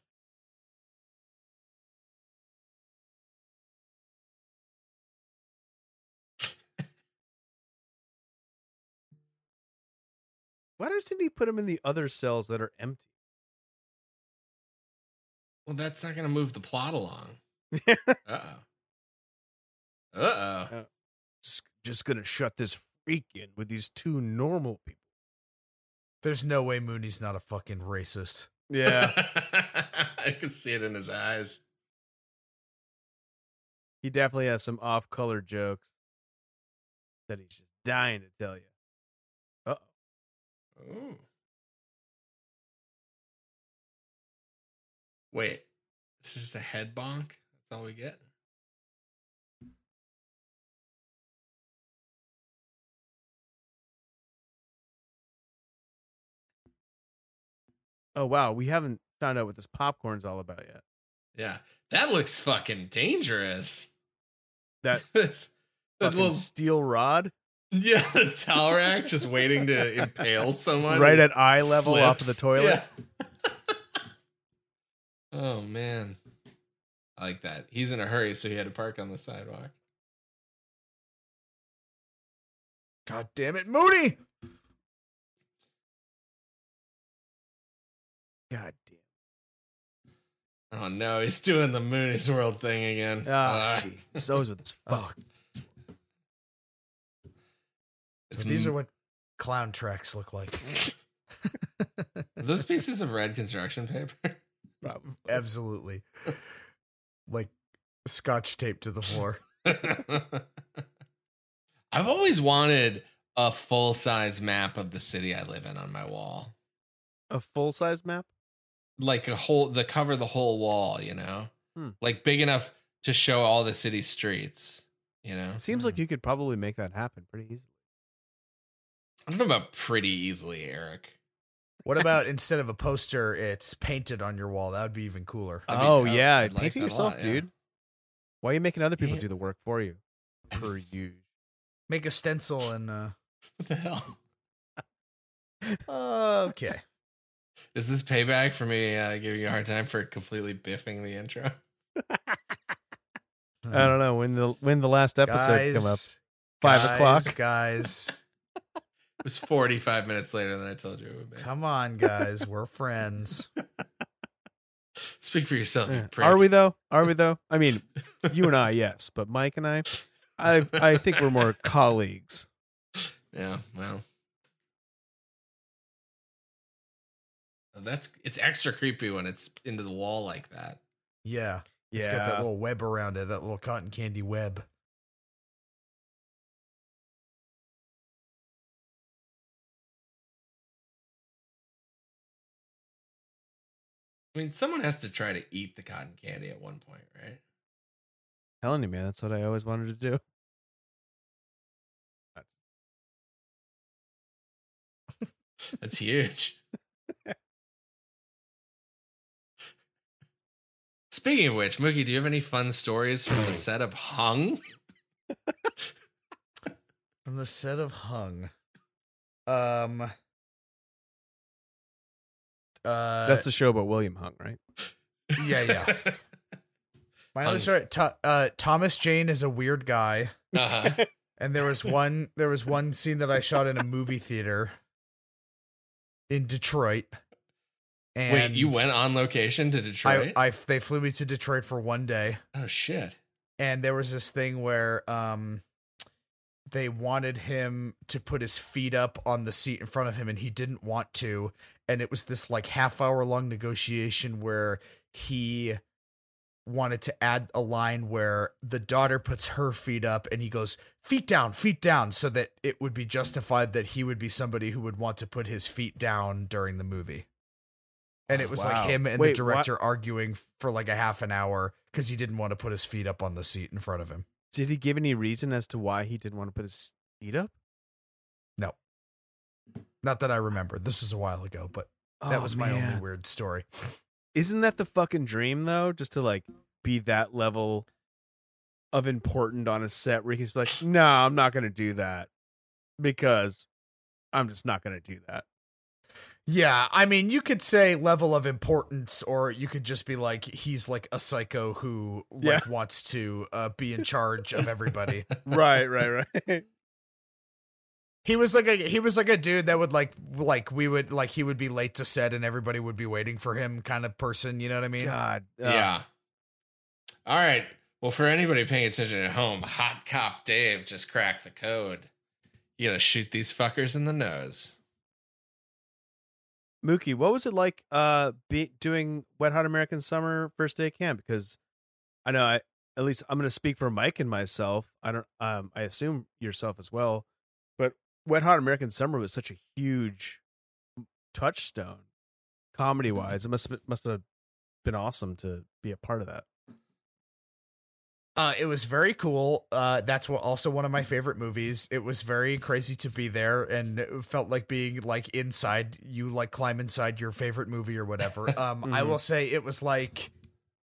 S1: Why doesn't he put him in the other cells that are empty?
S2: Well, that's not going to move the plot along.
S1: Yeah.
S2: Uh oh. Uh oh.
S1: Just, just gonna shut this freak in with these two normal people.
S3: There's no way Mooney's not a fucking racist.
S2: I can see it in his eyes.
S1: he definitely has some off-color jokes that he's just dying to tell you.
S2: Ooh. Wait, it's just a head bonk. That's all we get.
S1: Oh wow, we haven't found out what this popcorn's all about yet.
S2: Yeah, that looks fucking dangerous.
S1: That
S2: This- that
S1: fucking
S2: little
S1: steel rod
S2: yeah, the towel rack just waiting to impale someone
S1: right
S2: who
S1: at eye level off of the
S2: slips.
S1: toilet.
S2: Yeah. oh man, I like that. He's in a hurry, so he had to park on the sidewalk.
S3: God damn it, Mooney!
S1: God damn.
S2: Oh no, he's doing the Mooney's World thing again.
S1: Ah,
S2: Uh,
S1: Jesus. Those with this fuck.
S2: it's
S3: These
S2: m-
S3: are what clown tracks look like.
S2: Are those pieces of red construction paper.
S3: Absolutely. Like scotch tape to the floor.
S2: I've always wanted a full size map of the city I live in on my wall,
S1: A full size map?
S2: like a whole the cover the whole wall, you know,
S1: Hmm.
S2: like big enough to show all the city streets. You know,
S1: It seems like you could probably make that happen pretty easily.
S2: I don't know about pretty easily, Eric.
S3: What about instead of a poster, it's painted on your wall? That would be even cooler.
S2: That'd be
S1: oh
S2: dope.
S1: yeah,
S2: I'd like
S1: paint it
S2: that a
S1: yourself,
S2: lot, yeah.
S1: dude. Why are you making other people
S2: Yeah.
S1: do the work for you? Per you.
S3: Make a stencil and uh
S2: What the hell
S3: okay.
S2: is this payback for me uh, giving you a hard time for completely biffing the intro?
S1: I don't know when the when the last episode come up.
S3: Guys,
S1: Five
S3: guys,
S1: o'clock.
S3: Guys,
S2: It was forty five minutes later than I told you it would be.
S3: come on, guys. We're friends.
S2: Speak for yourself. you
S1: Yeah.
S2: prick.
S1: Eh, Are we though? Are we though? I mean, you and I, yes, but Mike and I, I I think we're more colleagues.
S2: Yeah, well. Uh, That's it's extra creepy when it's into the wall like that.
S3: Yeah. It's got that little web around it, that little cotton candy web.
S2: I mean, someone has to try to eat the cotton candy at one point, right?
S1: telling you, man, that's what I always wanted to do.
S2: That's huge. Speaking of which, Mookie, do you have any fun stories from the set of Hung?
S3: From the set of Hung. Um uh, Uh,
S1: That's the show about William Hung, right?
S3: Yeah, yeah. my other
S2: Hung's-
S3: story. To- uh, Thomas Jane is a weird guy.
S2: Uh-huh.
S3: And there was one there was one scene that I shot in a movie theater in Detroit. And
S2: Wait, you went on location to Detroit?
S3: I, I they flew me to Detroit for one day,
S2: oh shit.
S3: and there was this thing where um they wanted him to put his feet up on the seat in front of him and he didn't want to and it was this like half hour long negotiation where he wanted to add a line where the daughter puts her feet up and he goes feet down feet down so that it would be justified that he would be somebody who would want to put his feet down during the movie and it was
S1: Wow.
S3: like him and
S1: Wait,
S3: the
S1: wha-
S3: director arguing for like a half an hour because he didn't want to put his feet up on the seat in front of him
S1: Did he give any reason as to why he didn't want to put his feet up?
S3: not that i remember this was a while ago but that
S1: Oh,
S3: was my
S1: man.
S3: only weird story
S1: Isn't that the fucking dream though? Just to like be that level of important on a set where you can just be like, no, I'm not gonna do that because I'm just not gonna do that.
S3: Yeah, I mean, you could say level of importance, or you could just be like, he's like a psycho who like wants to uh, be in charge of everybody.
S1: right, right, right.
S3: He was like a he was like a dude that would like like we would like he would be late to set and everybody would be waiting for him kind of person. You know what I mean?
S4: God. uh,
S2: yeah. Um, All right. Well, for anybody paying attention at home, Hot Cop Dave just cracked the code. You gotta shoot these fuckers in the nose.
S4: Mookie, what was it like uh be, doing Wet Hot American Summer first day camp? Because I know I at least I'm going to speak for Mike and myself. I don't um I assume yourself as well, but Wet Hot American Summer was such a huge touchstone comedy wise. It must must have been awesome to be a part of that.
S3: Uh, it was very cool. Uh, that's what also one of my favorite movies. It was very crazy to be there, and it felt like being like inside. You like climb inside your favorite movie or whatever. Um, I
S4: Mhm.
S3: will say it was like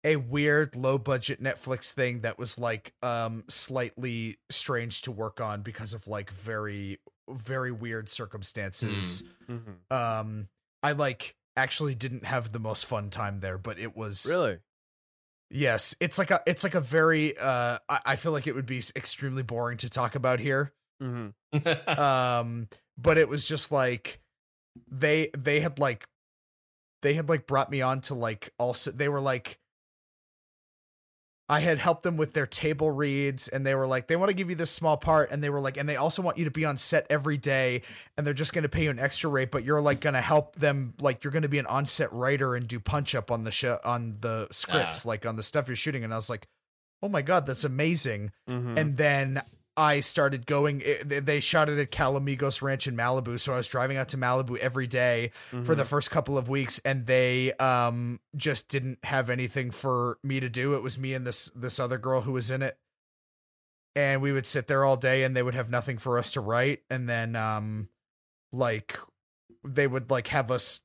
S3: a weird low budget Netflix thing that was like um slightly strange to work on because of like very very weird circumstances.
S4: Mm-hmm.
S3: Um, I like actually didn't have the most fun time there, but it was
S4: Really?
S3: Yes, it's like a it's like a very uh I, I feel like it would be extremely boring to talk about here.
S4: Mm-hmm.
S3: Um but it was just like they they had like they had like brought me on to like also they were like I had helped them with their table reads and they were like they want to give you this small part and they were like and they also want you to be on set every day and they're just going to pay you an extra rate but you're like going to help them like you're going to be an on-set writer and do punch up on the show on the scripts like on the stuff you're shooting and I was like oh my god that's amazing
S4: Mm-hmm.
S3: and then I started going. It, they- they shot it at Calamigos Ranch in Malibu, so I was driving out to Malibu every day
S4: Mm-hmm.
S3: for
S1: Mm-hmm.
S3: the first couple of weeks, and they um just didn't have anything for me to do. It was me and this this other girl who was in it, and we would sit there all day, and they would have nothing for us to write, and then um like they would like have us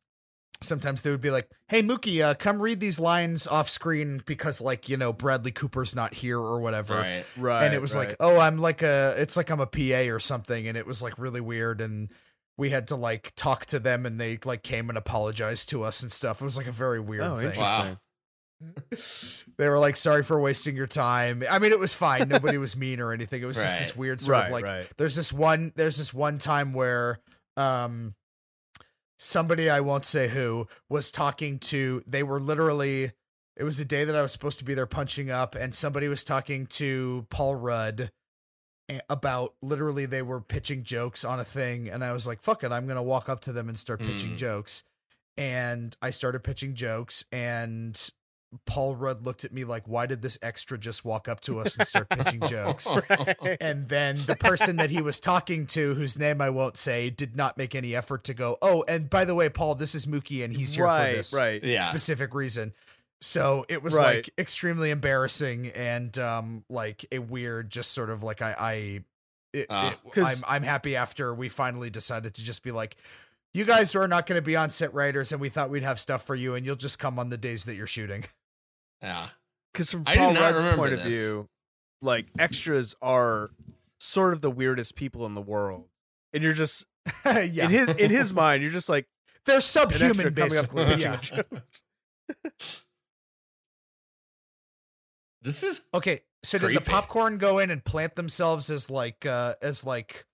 S3: sometimes they would be like, "Hey Mookie, uh, come read these lines off screen because like you know Bradley Cooper's not here or whatever."
S2: right.
S4: Mm-hmm. right.
S3: and it was like, oh, I'm like a, it's like I'm a PA or something, and it was like really weird, and we had to like talk to them, and they like came and apologized to us and stuff. It was like a very weird
S4: oh,
S3: thing.
S4: interesting.
S2: Wow.
S3: They were like, sorry for wasting your time. I mean, it was fine. Nobody was mean or anything. It was just this
S2: Right.
S3: weird sort
S4: Right,
S3: of like
S4: right.
S3: there's this one there's this one time where um somebody I won't say who was talking to they were literally it was a day that I was supposed to be there punching up and somebody was talking to Paul Rudd a- about literally they were pitching jokes on a thing and I was like fuck it I'm going to walk up to them and start pitching
S2: Mm.
S3: jokes and I started pitching jokes and Paul Rudd looked at me like why did this extra just walk up to us and start pitching jokes
S4: Right.
S3: and then the person that he was talking to, whose name I won't say, did not make any effort to go, oh, and by the way, Paul, this is Mookie and he's here
S4: right,
S3: for this
S4: right.
S2: Yeah.
S3: specific reason. So it was
S4: Right.
S3: like extremely embarrassing and um like a weird just sort of like I I it,
S2: Ah.
S3: it-
S4: Uh, 'Cause-
S3: I'm I'm happy after we finally decided to just be like you guys are not going to be on set writers and we thought we'd have stuff for you and you'll just come on the days that you're shooting.
S2: Yeah.
S4: because from
S2: I did
S4: Paul
S2: not
S4: Rudd's
S2: remember
S4: point of
S2: this.
S4: view, like extras are sort of the weirdest people in the world, and you're just
S3: yeah.
S4: in his in his mind, you're just like
S3: They're
S4: an
S3: subhuman
S4: extra coming up
S3: basically.
S4: with
S3: Yeah.
S4: yeah.
S2: This is
S3: Okay, so did
S2: Creepy.
S3: the popcorn go in and plant themselves as like uh as like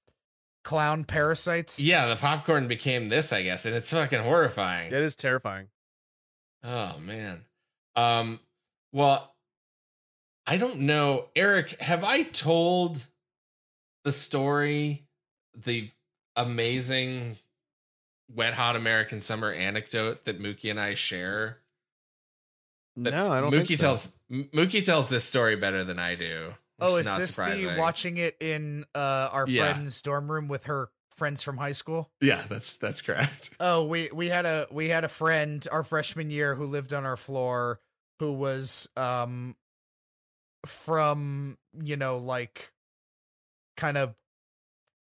S3: clown parasites?
S2: yeah. The popcorn became this, I guess, and it's fucking horrifying.
S4: That is terrifying.
S2: Oh man. Um well I don't know. Eric, have I told the story the amazing wet hot American summer anecdote that Mookie and I share? That
S4: No, I don't.
S2: Mookie
S4: think so.
S2: tells M- Mookie tells this story better than I do. which
S3: Oh, is this the
S2: surprising.
S3: watching it in uh our
S2: Yeah.
S3: friend's dorm room with her friends from high school?
S2: Yeah, that's that's correct.
S3: Oh, we we had a we had a friend our freshman year who lived on our floor who was um from, you know, like kind of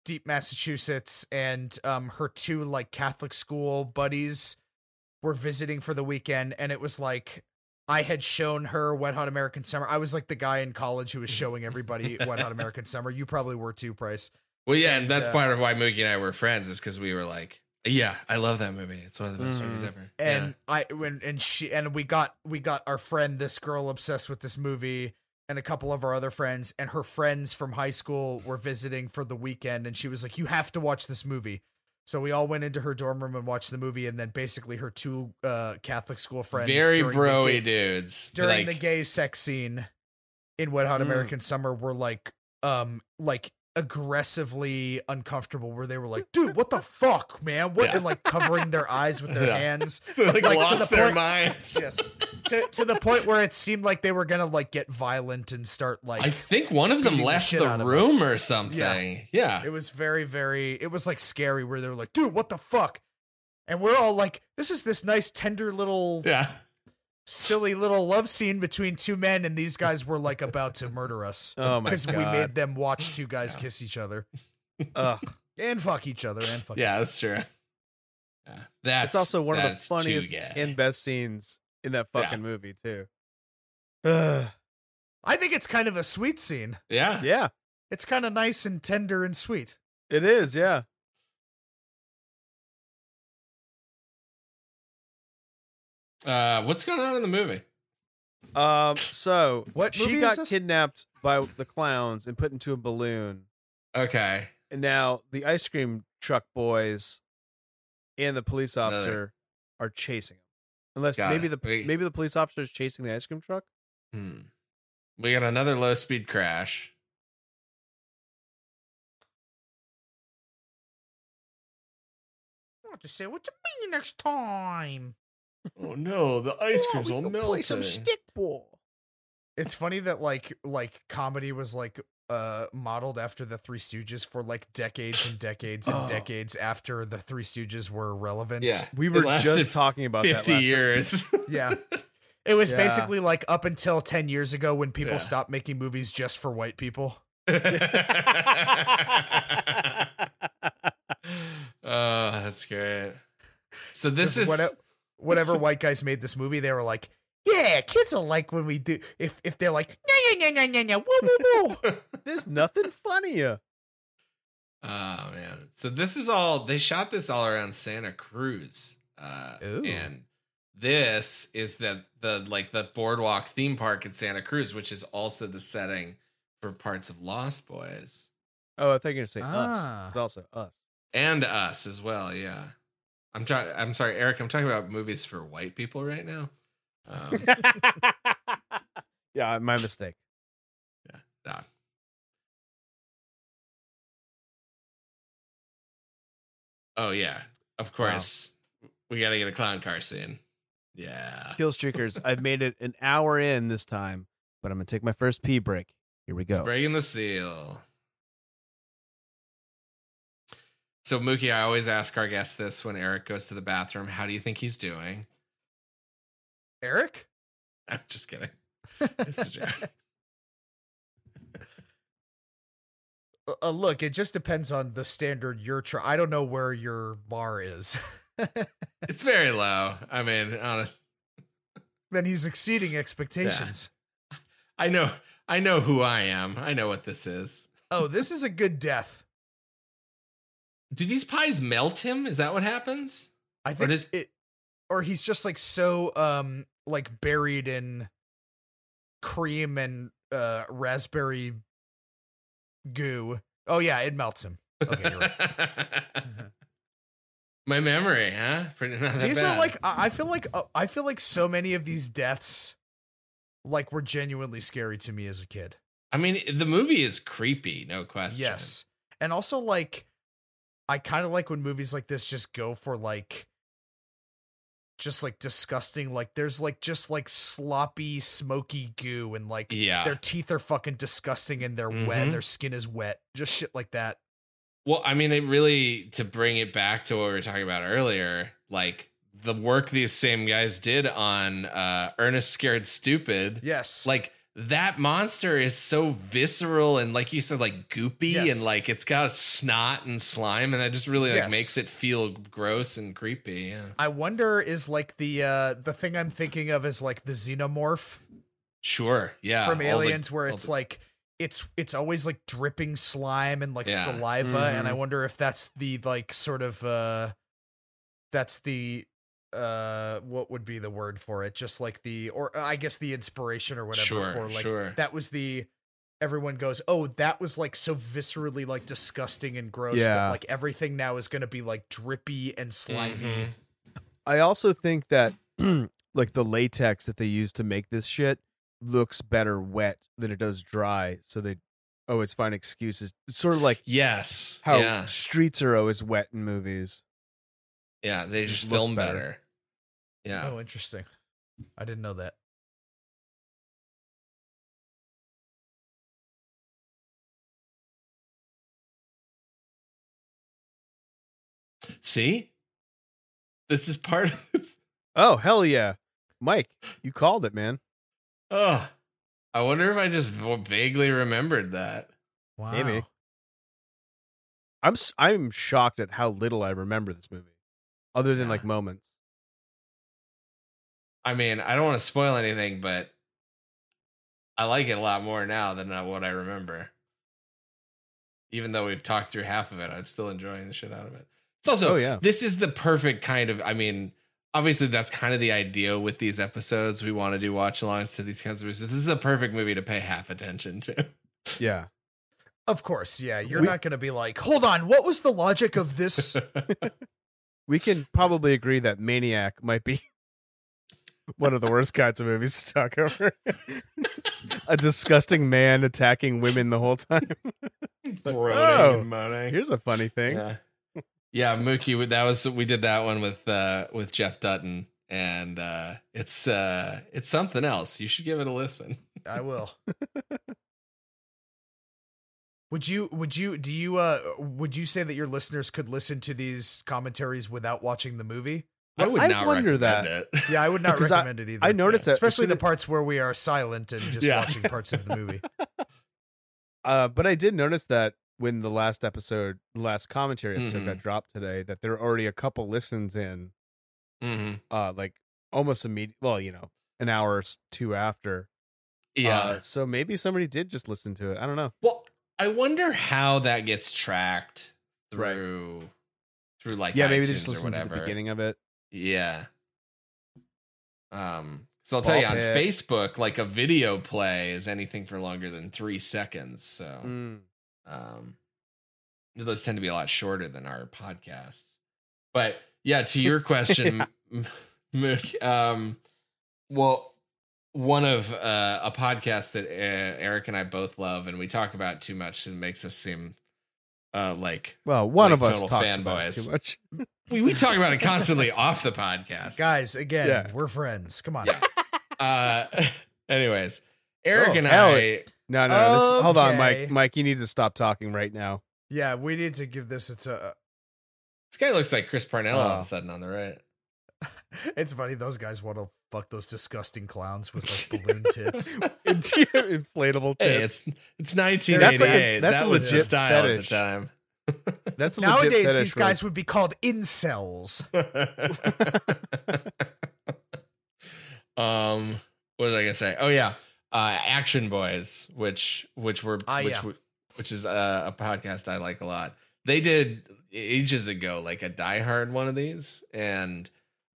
S3: deep Massachusetts and um her two like Catholic school buddies were visiting for the weekend and it was like I had shown her Wet Hot American Summer. I was like the guy in college who was showing everybody Wet Hot American Summer. You probably were too, Price.
S2: Well, yeah, and that's
S3: uh,
S2: part of why Mookie and I were friends is because we were like, yeah, I love that movie. It's one of the best movies
S4: Mhm.
S2: ever.
S3: and I when and she and we got we got our friend this girl obsessed with this movie and a couple of our other friends, and her friends from high school were visiting for the weekend, and she was like, "You have to watch this movie." So we all went into her dorm room and watched the movie, and then basically her two uh, Catholic school friends,
S2: Very
S3: during the
S2: broy
S3: ga-
S2: dudes.
S3: during
S2: like,
S3: the gay sex scene in Wet Hot
S4: Mm.
S3: American Summer were like, um, like aggressively uncomfortable, where they were like, "Dude, what the fuck, man?" What
S2: Yeah.
S3: and like covering their eyes with their
S2: Yeah.
S3: hands.
S2: they, like,
S3: like, to
S2: lost
S3: the
S2: their
S3: point-
S2: minds.
S3: Yes, to to the point where it seemed like they were gonna like get violent and start like.
S2: I think one of them
S3: beating the
S2: left
S3: shit
S2: the
S3: out of
S2: room
S3: us.
S2: or something. Yeah.
S3: It was very, very. It was like scary where they were like, "Dude, what the fuck?" And we're all like, "This is this nice, tender little,
S2: Yeah.
S3: silly little love scene between two men, and these guys were like about to murder us
S4: Oh my
S3: because we made
S4: god.
S3: them watch two guys
S2: Yeah.
S3: kiss each other
S4: Ugh.
S3: and fuck each other and fuck."
S2: Yeah, that's true. Yeah. That's
S4: It's also one of the
S2: that's too
S4: funniest
S2: gay.
S4: and best scenes in that
S2: Yeah.
S4: fucking movie too.
S1: Ugh.
S3: I think it's kind of a sweet scene.
S2: yeah.
S4: Yeah,
S3: It's kind of nice and tender and sweet.
S4: it is. Yeah.
S2: Uh, what's going on in the movie?
S4: Um. So
S3: What
S4: she
S3: movie
S4: got
S3: is this?
S4: kidnapped by the clowns and put into a balloon,
S2: Okay.
S4: and now the ice cream truck boys and the police
S2: Another.
S4: officer are chasing them. Unless
S2: Got
S4: maybe
S2: it.
S4: the
S2: Wait.
S4: maybe the police officer is chasing the ice cream truck.
S2: Hmm. We got another low speed crash.
S3: I want to say what you mean next time.
S2: Oh no, the ice cream's all melting.
S4: ball.
S3: It's funny that like like comedy was like uh modeled after the Three Stooges for like decades and decades and
S2: Oh.
S3: decades after the Three Stooges were relevant.
S2: yeah.
S4: We
S2: It
S4: were
S2: lasted
S4: just talking about that.
S2: 50
S4: last-
S2: years.
S3: Yeah. It was
S4: Yeah.
S3: basically like up until 10 years ago when people
S2: Yeah.
S3: stopped making movies just for white people.
S2: oh, that's great. So this is
S3: Just whate- whatever white guys made this movie, they were like, yeah, kids will like when we do if if they're like, no, no, no, no, no, no, woo, woo, woo.
S4: There's nothing funnier.
S2: Oh man. So this is all they shot this all around Santa Cruz. Uh
S3: Ooh.
S2: and this is the the like the boardwalk theme park in Santa Cruz, which is also the setting for parts of Lost Boys.
S4: Oh, I thought you were gonna say
S3: Ah.
S4: us. It's also us.
S2: And us as well, yeah. I'm trying I'm sorry, Eric, I'm talking about movies for white people right now. Um
S4: yeah, my mistake.
S2: ah. Oh yeah, of course. We gotta get a clown car scene. Yeah.
S4: Killstreakers, I've made it an hour in this time, but I'm gonna take my first pee break. Here we
S2: It's
S4: go.
S2: breaking the seal. So Mookie, I always ask our guests this when Eric goes to the bathroom. How do you think he's doing?
S3: Eric?
S2: I'm just kidding. It's a joke.
S3: Uh, look, it just depends on the standard you're trying. I don't know where your bar is.
S2: It's very low. I mean, honest,
S3: then he's exceeding expectations.
S2: I know, I know who I am. I know what this is.
S3: Oh, this is a good death.
S2: Do these pies melt him? Is that what happens?
S3: I think
S2: does-
S3: it, or he's just like so um like buried in cream and uh raspberry goo. Oh yeah, it melts him. Okay, you're right.
S2: My memory, huh? Pretty not that
S3: these
S2: bad.
S3: are like I I feel like uh, I feel like so many of these deaths like were genuinely scary to me as a kid.
S2: I mean, the movie is creepy, no question.
S3: Yes. And also like I kind of like when movies like this just go for like just like disgusting like there's like just like sloppy smoky goo and like
S2: Yeah.
S3: their teeth are fucking disgusting and they're
S2: Mhm.
S3: wet, their skin is wet, just shit like that.
S2: Well, I mean, it really to bring it back to what we were talking about earlier, like the work these same guys did on uh Ernest Scared Stupid,
S3: Yes.
S2: like that monster is so visceral and like you said, like goopy
S3: Yes.
S2: and like it's got snot and slime, and that just really like
S3: Yes.
S2: makes it feel gross and creepy. Yeah.
S3: I wonder is like the uh the thing I'm thinking of is like the xenomorph
S2: Sure. Yeah.
S3: from
S2: all the-
S3: aliens where
S2: all
S3: it's
S2: the-
S3: like it's it's always like dripping slime and like
S2: Yeah.
S1: Mm-hmm.
S3: saliva and i
S4: Mhm.
S3: wonder if that's the like sort of uh that's the uh what would be the word for it just like the or uh, i guess the inspiration or whatever
S2: Sure,
S3: for like
S2: sure.
S3: that was the everyone goes oh that was like so viscerally like disgusting and gross
S1: Yeah.
S3: that like everything now is going to be like drippy and slimy
S1: Mm-hmm.
S2: Mhm.
S1: I also think that like the latex that they use to make this shit looks better wet than it does dry. So they always find excuses. It's sort of like
S2: Yes.
S1: how
S2: yeah.
S1: streets are always wet in movies.
S2: Yeah. They
S1: just
S2: just
S1: looks
S2: film
S1: better.
S2: better. Yeah.
S3: oh interesting i didn't know that Oh.
S2: See, this is part of.
S1: Oh hell yeah, Mike, you called it, man.
S2: oh, I wonder if I just vaguely remembered that.
S3: wow
S1: Maybe. I'm s- I'm shocked at how little I remember this movie, other than
S2: Yeah.
S1: like moments.
S2: I mean, I don't want to spoil anything, but I like it a lot more now than uh, what I remember. Even though we've talked through half of it, I'm still enjoying the shit out of it. It's also,
S1: Oh, yeah.
S2: this is the perfect kind of, I mean, obviously that's kind of the idea with these episodes. We want to do watch alongs to these kinds of movies. This is a perfect movie to pay half attention to.
S1: Yeah,
S3: of course yeah you're
S1: We-
S3: not going to be like hold on what was the logic of this
S1: we can probably agree that Maniac might be one of the worst kinds of movies to talk over. a disgusting man attacking women the whole time.
S2: Groaning
S1: Oh,
S2: and moaning.
S1: Here's a funny thing.
S2: Yeah. Yeah, Mookie, we- that was we did that one with uh with Jeff Dutton and uh it's uh it's something else. You should give it a listen.
S3: I will. would you would you do you uh would you say that your listeners could listen to these commentaries without watching the movie?
S2: I would
S1: I
S2: not
S1: wonder
S2: recommend it.
S3: Yeah, I would not
S1: Because I-
S3: recommend it either.
S1: I noticed that,
S3: especially the
S1: part,
S3: parts where we are silent and just
S2: Yeah.
S3: watching parts of the movie.
S1: uh, but I did notice that when the last episode, the last commentary episode
S2: Mhm.
S1: got dropped today, that there are already a couple listens in,
S2: Mhm.
S1: uh, like almost immediate. Well, you know, an hour or s- two after.
S2: Yeah.
S1: Uh, so maybe somebody did just listen to it. I don't know.
S2: well, I wonder how that gets tracked
S1: Right.
S2: through through like
S1: yeah, maybe they
S2: iTunes
S1: just
S2: or
S1: listened to the
S2: whatever.
S1: beginning of it.
S2: Yeah. Um, so I'll tell
S1: Ball
S2: you on
S1: pit.
S2: Facebook, like a video play is anything for longer than three seconds. So
S1: Mm.
S2: um those tend to be a lot shorter than our podcasts but yeah to your question Mook, um well one of uh, a podcast that uh, eric and i both love and we talk about too much and makes us seem uh like
S1: Well, one
S2: Like
S1: of us
S2: total
S1: talks about it
S2: fanboys.
S1: too much.
S2: we, we talk about it constantly off the podcast
S3: Guys, again,
S1: Yeah.
S3: we're friends. Come on.
S2: Yeah. uh anyways eric
S1: Oh,
S2: and
S1: hell,
S2: i
S1: No, no, no this, hold on,
S3: Okay.
S1: Mike. Mike, you need to stop talking right now.
S3: Yeah, we need to give this it's a
S2: this guy looks like chris parnell all of
S1: Oh.
S2: a sudden on the right
S3: it's funny those guys want to fuck those disgusting clowns with like balloon tits.
S1: Inflatable
S2: Hey,
S1: tip.
S2: it's it's 1988.
S1: That's a- that's
S2: that
S1: a
S2: was the
S1: legit
S2: style
S1: fetish.
S2: at
S1: That's a legit
S3: Nowadays
S1: fetish,
S3: these guys would be called incels.
S2: the time. um, what was I gonna say? Oh yeah, uh, Action Boys, which which were
S3: Ah,
S2: which
S3: yeah.
S2: w- which is uh, a podcast I like a lot. They did ages ago like a Die Hard one of these, and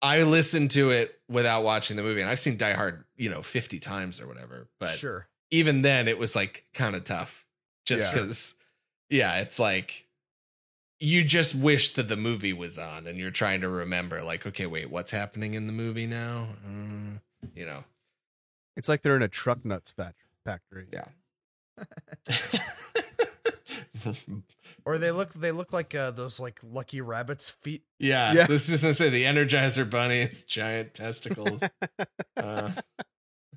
S2: I listened to it without watching the movie. And I've seen Die Hard, you know, 50 times or whatever. But
S3: sure.
S2: even then it was like kind of tough just
S1: Yeah.
S2: because yeah. it's like you just wish that the movie was on and you're trying to remember like okay wait what's happening in the movie now Mm, you know
S1: It's like they're in a truck nuts fac- factory.
S2: yeah
S3: Or they look they look like uh, those like lucky rabbits feet.
S2: yeah,
S1: Yeah.
S2: this is gonna say the energizer bunny's giant testicles uh,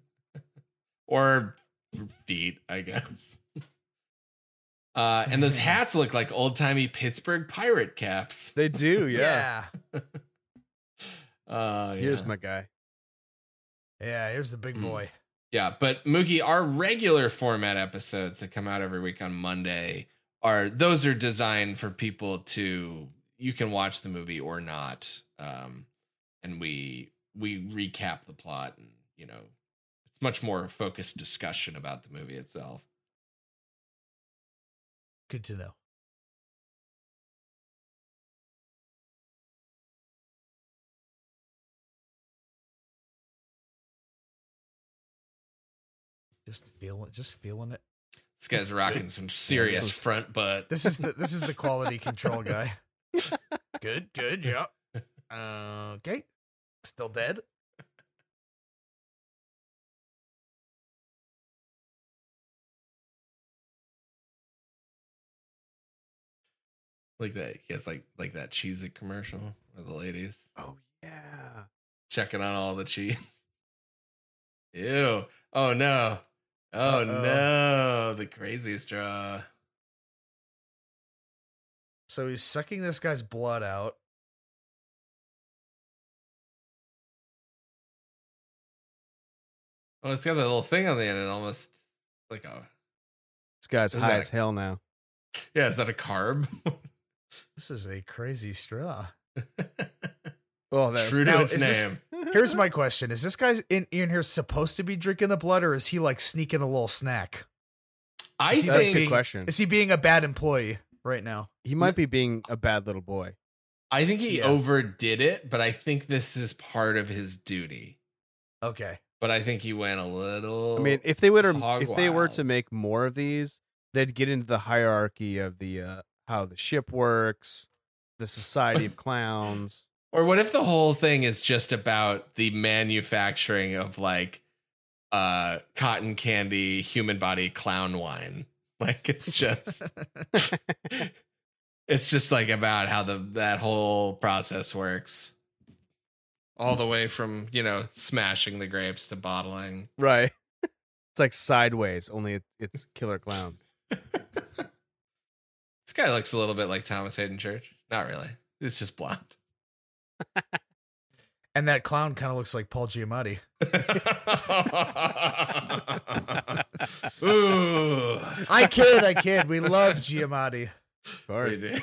S2: or feet, I guess. Uh, and those hats look like old timey Pittsburgh pirate caps.
S1: They do,
S3: Oh,
S1: yeah.
S2: Uh, yeah.
S1: Here's my guy.
S3: Yeah, here's the big
S2: Mm.
S3: boy.
S2: yeah, but Mookie, our regular format episodes that come out every week on Monday are those are designed for people to you can watch the movie or not, um, and we we recap the plot and you know it's much more focused discussion about the movie itself.
S3: Good to know. Just feeling, just feeling it.
S2: This guy's rocking some serious
S3: Some-
S2: front butt.
S3: This is the this is the quality control guy. Good, good, yeah. okay, still dead.
S2: Like that, yes, like like that cheesy commercial where the ladies
S4: Oh yeah.
S2: checking on all the cheese. Ew! Oh no! Oh
S3: Uh-oh.
S2: no! The crazy straw.
S3: So he's sucking this guy's blood out.
S2: Oh, it's got that little thing on the end. It almost like a
S1: This guy's
S2: Is
S1: high
S2: that-
S1: as hell now.
S2: yeah. Is that a carb?
S3: This is a crazy straw.
S1: Oh,
S2: True to
S3: Now,
S2: its
S3: is this-
S2: name.
S3: Here's my question: Is this guy in, in here supposed to be drinking the blood, or is he like sneaking a little snack?
S2: I
S3: is he-
S1: that's a
S2: think
S1: good question.
S3: Is he being a bad employee right now?
S1: He might be being a bad little boy.
S2: I think he
S3: Yeah.
S2: overdid it, but I think this is part of his duty.
S3: Okay,
S2: But I think he went a little.
S1: I mean, if they would,
S2: hog
S1: if they were
S2: wild.
S1: to make more of these, they'd get into the hierarchy of the uh, how the ship works, the society of clowns.
S2: Or what if the whole thing is just about the manufacturing of like uh cotton candy, human body, clown wine? Like it's just it's just like about how the that whole process works. All the way from, you know, smashing the grapes to bottling.
S1: Right. It's like sideways, only it, it's killer clowns.
S2: this guy looks a little bit like Thomas Hayden Church. Not really. It's just blonde.
S3: and that clown kind of looks like Paul Giamatti.
S2: Ooh.
S3: I kid, I kid. We love Giamatti.
S1: Of course.
S2: Crazy.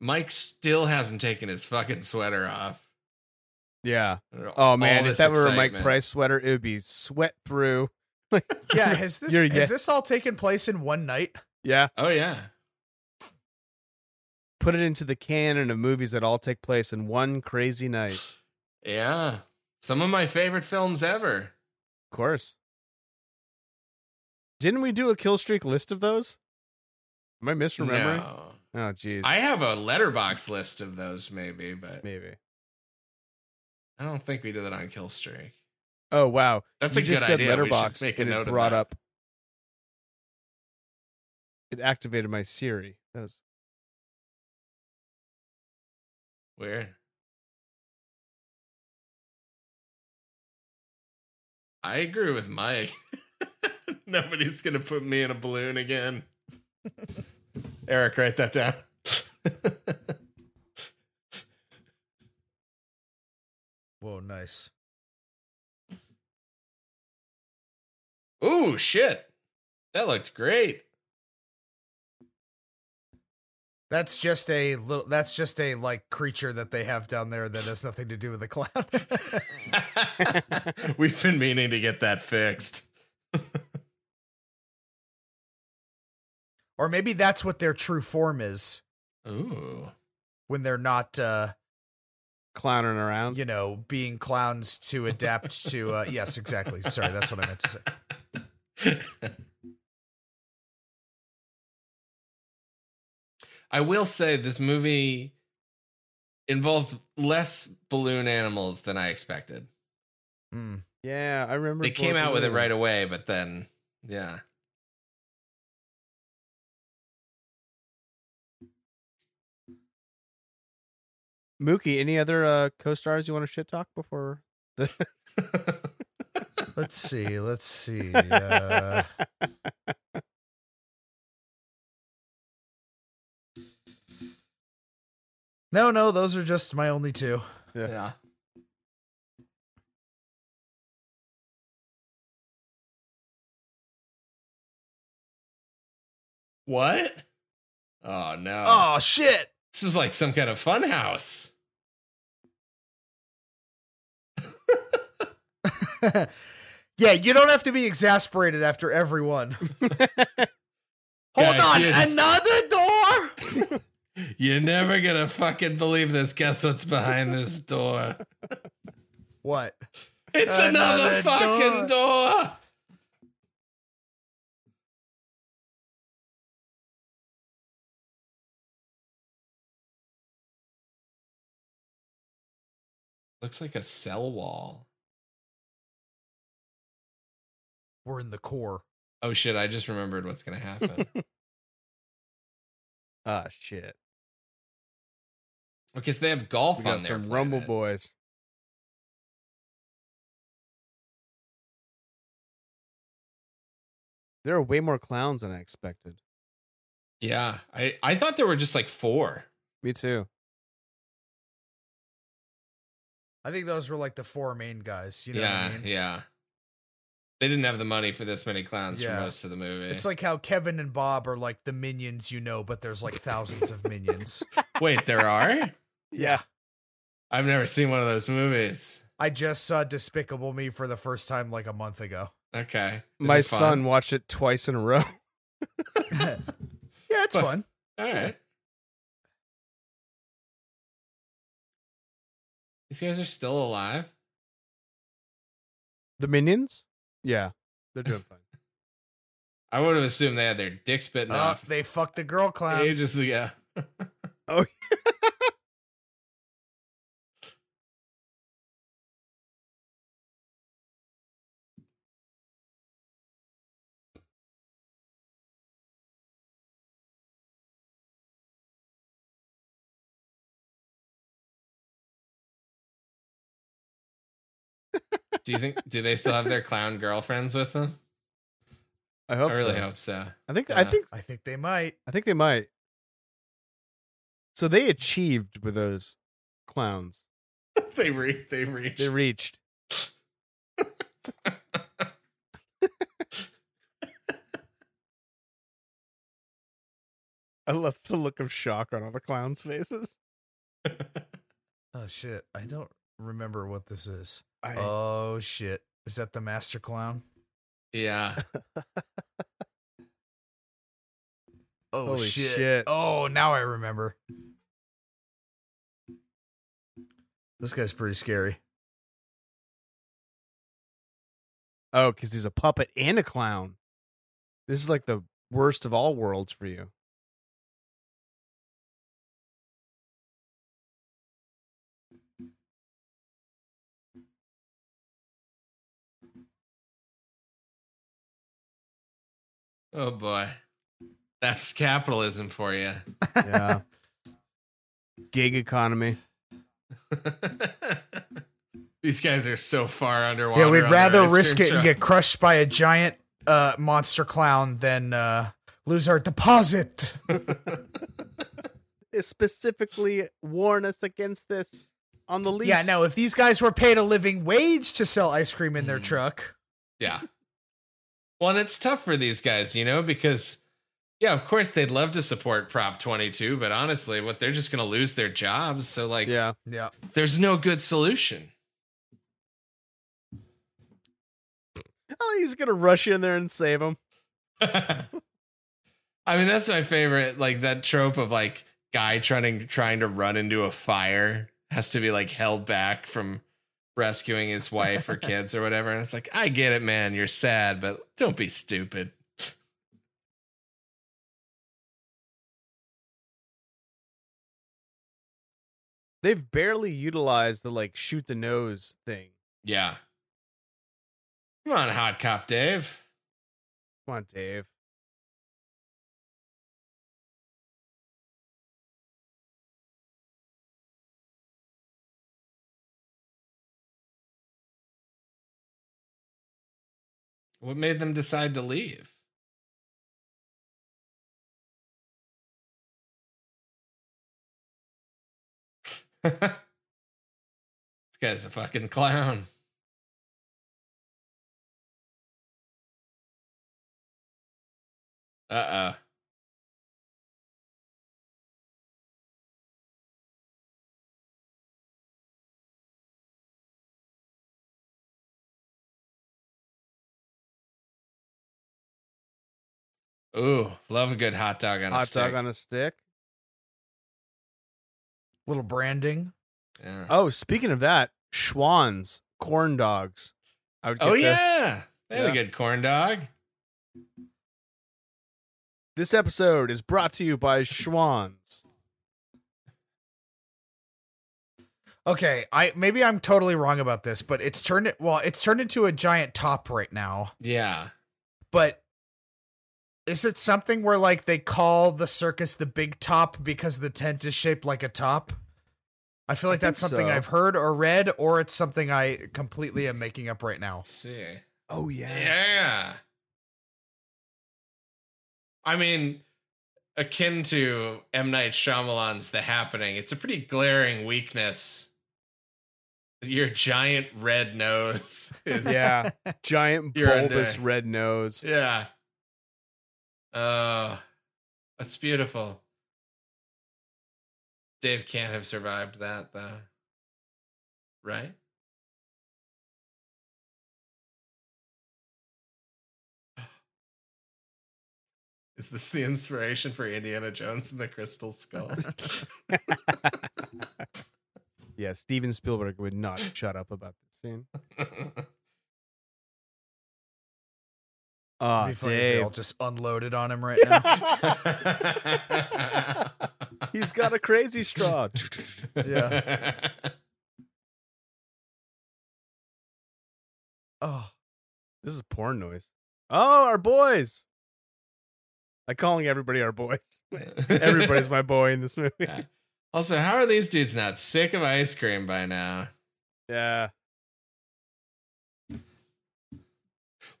S2: Mike still hasn't taken his fucking sweater off.
S1: Yeah. Oh man,
S2: All
S1: if
S2: this
S1: that were a Mike
S2: excitement.
S1: Price sweater, it would be sweat through.
S3: Yeah, has this
S1: You're- yeah.
S3: has this all taken place in one night?
S1: Yeah.
S2: Oh yeah.
S1: Put it into the canon of movies that all take place in one crazy night. Of
S2: Yeah. Some of my favorite films ever.
S1: course. Didn't we do a kill streak list of those? Am I misremembering?
S2: No.
S1: Oh jeez.
S2: I have a letterbox list of those maybe, but
S1: Maybe.
S2: I don't think we did that on Kill Streak.
S1: Oh wow.
S2: That's
S1: you
S2: a
S1: just
S2: good
S1: said
S2: idea. We should
S1: Letterboxd,
S2: make a
S1: and
S2: note
S1: it
S2: of
S1: brought
S2: that.
S1: up. It activated my Siri. That was
S2: Weird. I agree with Mike. Nobody's gonna put me in a balloon again. Eric, write that down.
S3: Whoa, nice.
S2: Ooh, shit. That looked great.
S3: That's just a little. That's just a like creature that they have down there that has nothing to do with the clown.
S2: We've been meaning to get that fixed.
S3: or maybe that's what their true form is
S2: Ooh.
S3: when they're not, uh,
S1: clowning
S2: Um,
S1: around.
S3: you know, being clowns to adapt to. Uh, yes, exactly. Sorry, that's what I meant to say.
S2: I will say this movie involved less balloon animals than I expected.
S3: Mm.
S1: Yeah, I remember.
S2: They came out with it right away, but then, yeah.
S1: Mookie, any other uh, co-stars you want to shit talk before?
S3: Let's see. Let's see. Uh, no, no, those are just my only two.
S2: yeah. What? Oh no.
S3: Oh shit!
S2: This is like some kind of fun house.
S3: yeah, you don't have to be exasperated after every one. Hold
S2: Guys,
S3: on,
S2: dude.
S3: another door.
S2: You're never gonna fucking believe this. Guess what's behind this door?
S3: What?
S2: It's
S3: Another
S2: another, fucking door. Looks like a cell wall.
S3: We're in the core.
S2: Oh shit, I just remembered what's gonna happen.
S1: Ah, shit.
S2: okay, so they have golf
S1: We
S2: on
S1: got
S2: their
S1: some Rumble
S2: planet.
S1: Boys. There are way more clowns than I expected.
S2: Yeah, I, I thought there were just like four.
S1: Me too.
S3: I think those were like the four main guys. You know
S2: yeah,
S3: what I mean?
S2: yeah. They didn't have the money for this many clowns
S3: Yeah.
S2: for most of the movie.
S3: It's like how Kevin and Bob are like the minions you know, but there's like thousands of minions.
S2: Wait, there are?
S1: Yeah.
S2: I've never seen one of those movies.
S3: I just saw Despicable Me for the first time like a month ago.
S2: Okay. Is
S1: My
S2: it fun?
S1: son watched it twice in a row.
S3: yeah, it's
S2: But-
S3: fun.
S2: All right. These guys are still alive.
S1: The minions? Yeah. They're doing fine.
S2: I would have assumed they had their dicks bitten
S3: Uh,
S2: off
S3: they fucked the girl clowns.
S2: ages ago.
S1: Oh,
S2: Do you think? Do they still have their clown girlfriends with them?
S1: I hope
S2: I really
S1: so.
S2: hope so.
S1: I think I
S2: Yeah.
S1: think
S3: I think they might.
S1: I think they might. So they achieved with those clowns.
S2: they re they reached.
S1: They reached. I love the look of shock on all the clowns' faces.
S3: Oh shit! I don't remember what this is.
S1: I,
S3: Oh shit! Is that the master clown?
S2: yeah.
S3: Oh
S1: Holy
S3: shit.
S1: shit.
S3: Oh, now I remember. This guy's pretty scary.
S1: oh, because he's a puppet and a clown. This is like the worst of all worlds for you.
S2: Oh boy. That's capitalism for you.
S1: Yeah. Gig economy.
S2: These guys are so far underwater.
S3: yeah,
S2: on
S3: we'd
S2: their
S3: rather
S2: ice cream
S3: risk it and
S2: truck.
S3: get crushed by a giant uh, monster clown than uh, lose our deposit.
S1: specifically warn us against this on the lease.
S3: Yeah, no, if these guys were paid a living wage to sell ice cream in
S1: Hmm.
S3: their
S2: Mm.
S3: truck,
S2: Yeah. Well, and it's tough for these guys, you know, because yeah, of course they'd love to support Prop 22, but honestly, what they're just going to lose their jobs. So like,
S1: Yeah.
S3: yeah.
S2: there's no good solution.
S1: Oh, he's gonna rush in there and save him.
S2: I mean, that's my favorite, like that trope of like guy trying to trying to run into a fire has to be like held back from rescuing his wife or kids or whatever. And it's like, I get it, man. You're sad, but don't be stupid.
S1: They've barely utilized the like shoot the nose thing.
S2: Yeah. Come on, hot cop Dave.
S1: Come on, Dave.
S2: What made them decide to leave? this guy's a fucking clown. Uh oh. Ooh, love a good hot dog on a
S1: Hot
S2: stick.
S1: dog on a stick.
S3: little branding.
S2: Yeah. Oh,
S1: Oh, speaking of that, Schwann's corn dogs. I would get those.
S2: Oh, yeah. They had
S1: Yeah.
S2: a good corn dog.
S1: This episode is brought to you by Schwann's.
S3: Okay, I maybe I'm totally wrong about this, but it's turned well, it's turned into a giant top right now.
S2: Yeah.
S3: But is it something where like they call the circus the big top because the tent is shaped like a top? I feel
S1: I
S3: like that's
S1: think
S3: something
S1: so.
S3: I've heard or read, or it's something I completely am making up right now.
S2: Let's see.
S5: Oh yeah.
S2: Yeah. I mean, akin to M. Night Shyamalan's The Happening, it's a pretty glaring weakness. Your giant red nose is.
S1: Yeah. Giant
S2: You're in
S1: bulbous
S2: there.
S1: red nose.
S2: Yeah. Uh, that's beautiful. Dave can't have survived that, though. Right? Is this the inspiration for Indiana Jones and the Crystal Skull?
S1: Yeah, Steven Spielberg would not shut up about this scene. Ah,
S3: It'd be funny if they all
S1: Dave.
S3: just unloaded on him right now.
S1: He's got a crazy straw.
S2: yeah.
S3: Oh,
S1: This is porn noise. Oh, our boys. I'm calling everybody our boys. Everybody's my boy in this movie.
S2: Yeah. Also, how are these dudes not sick of ice cream by now?
S1: Yeah.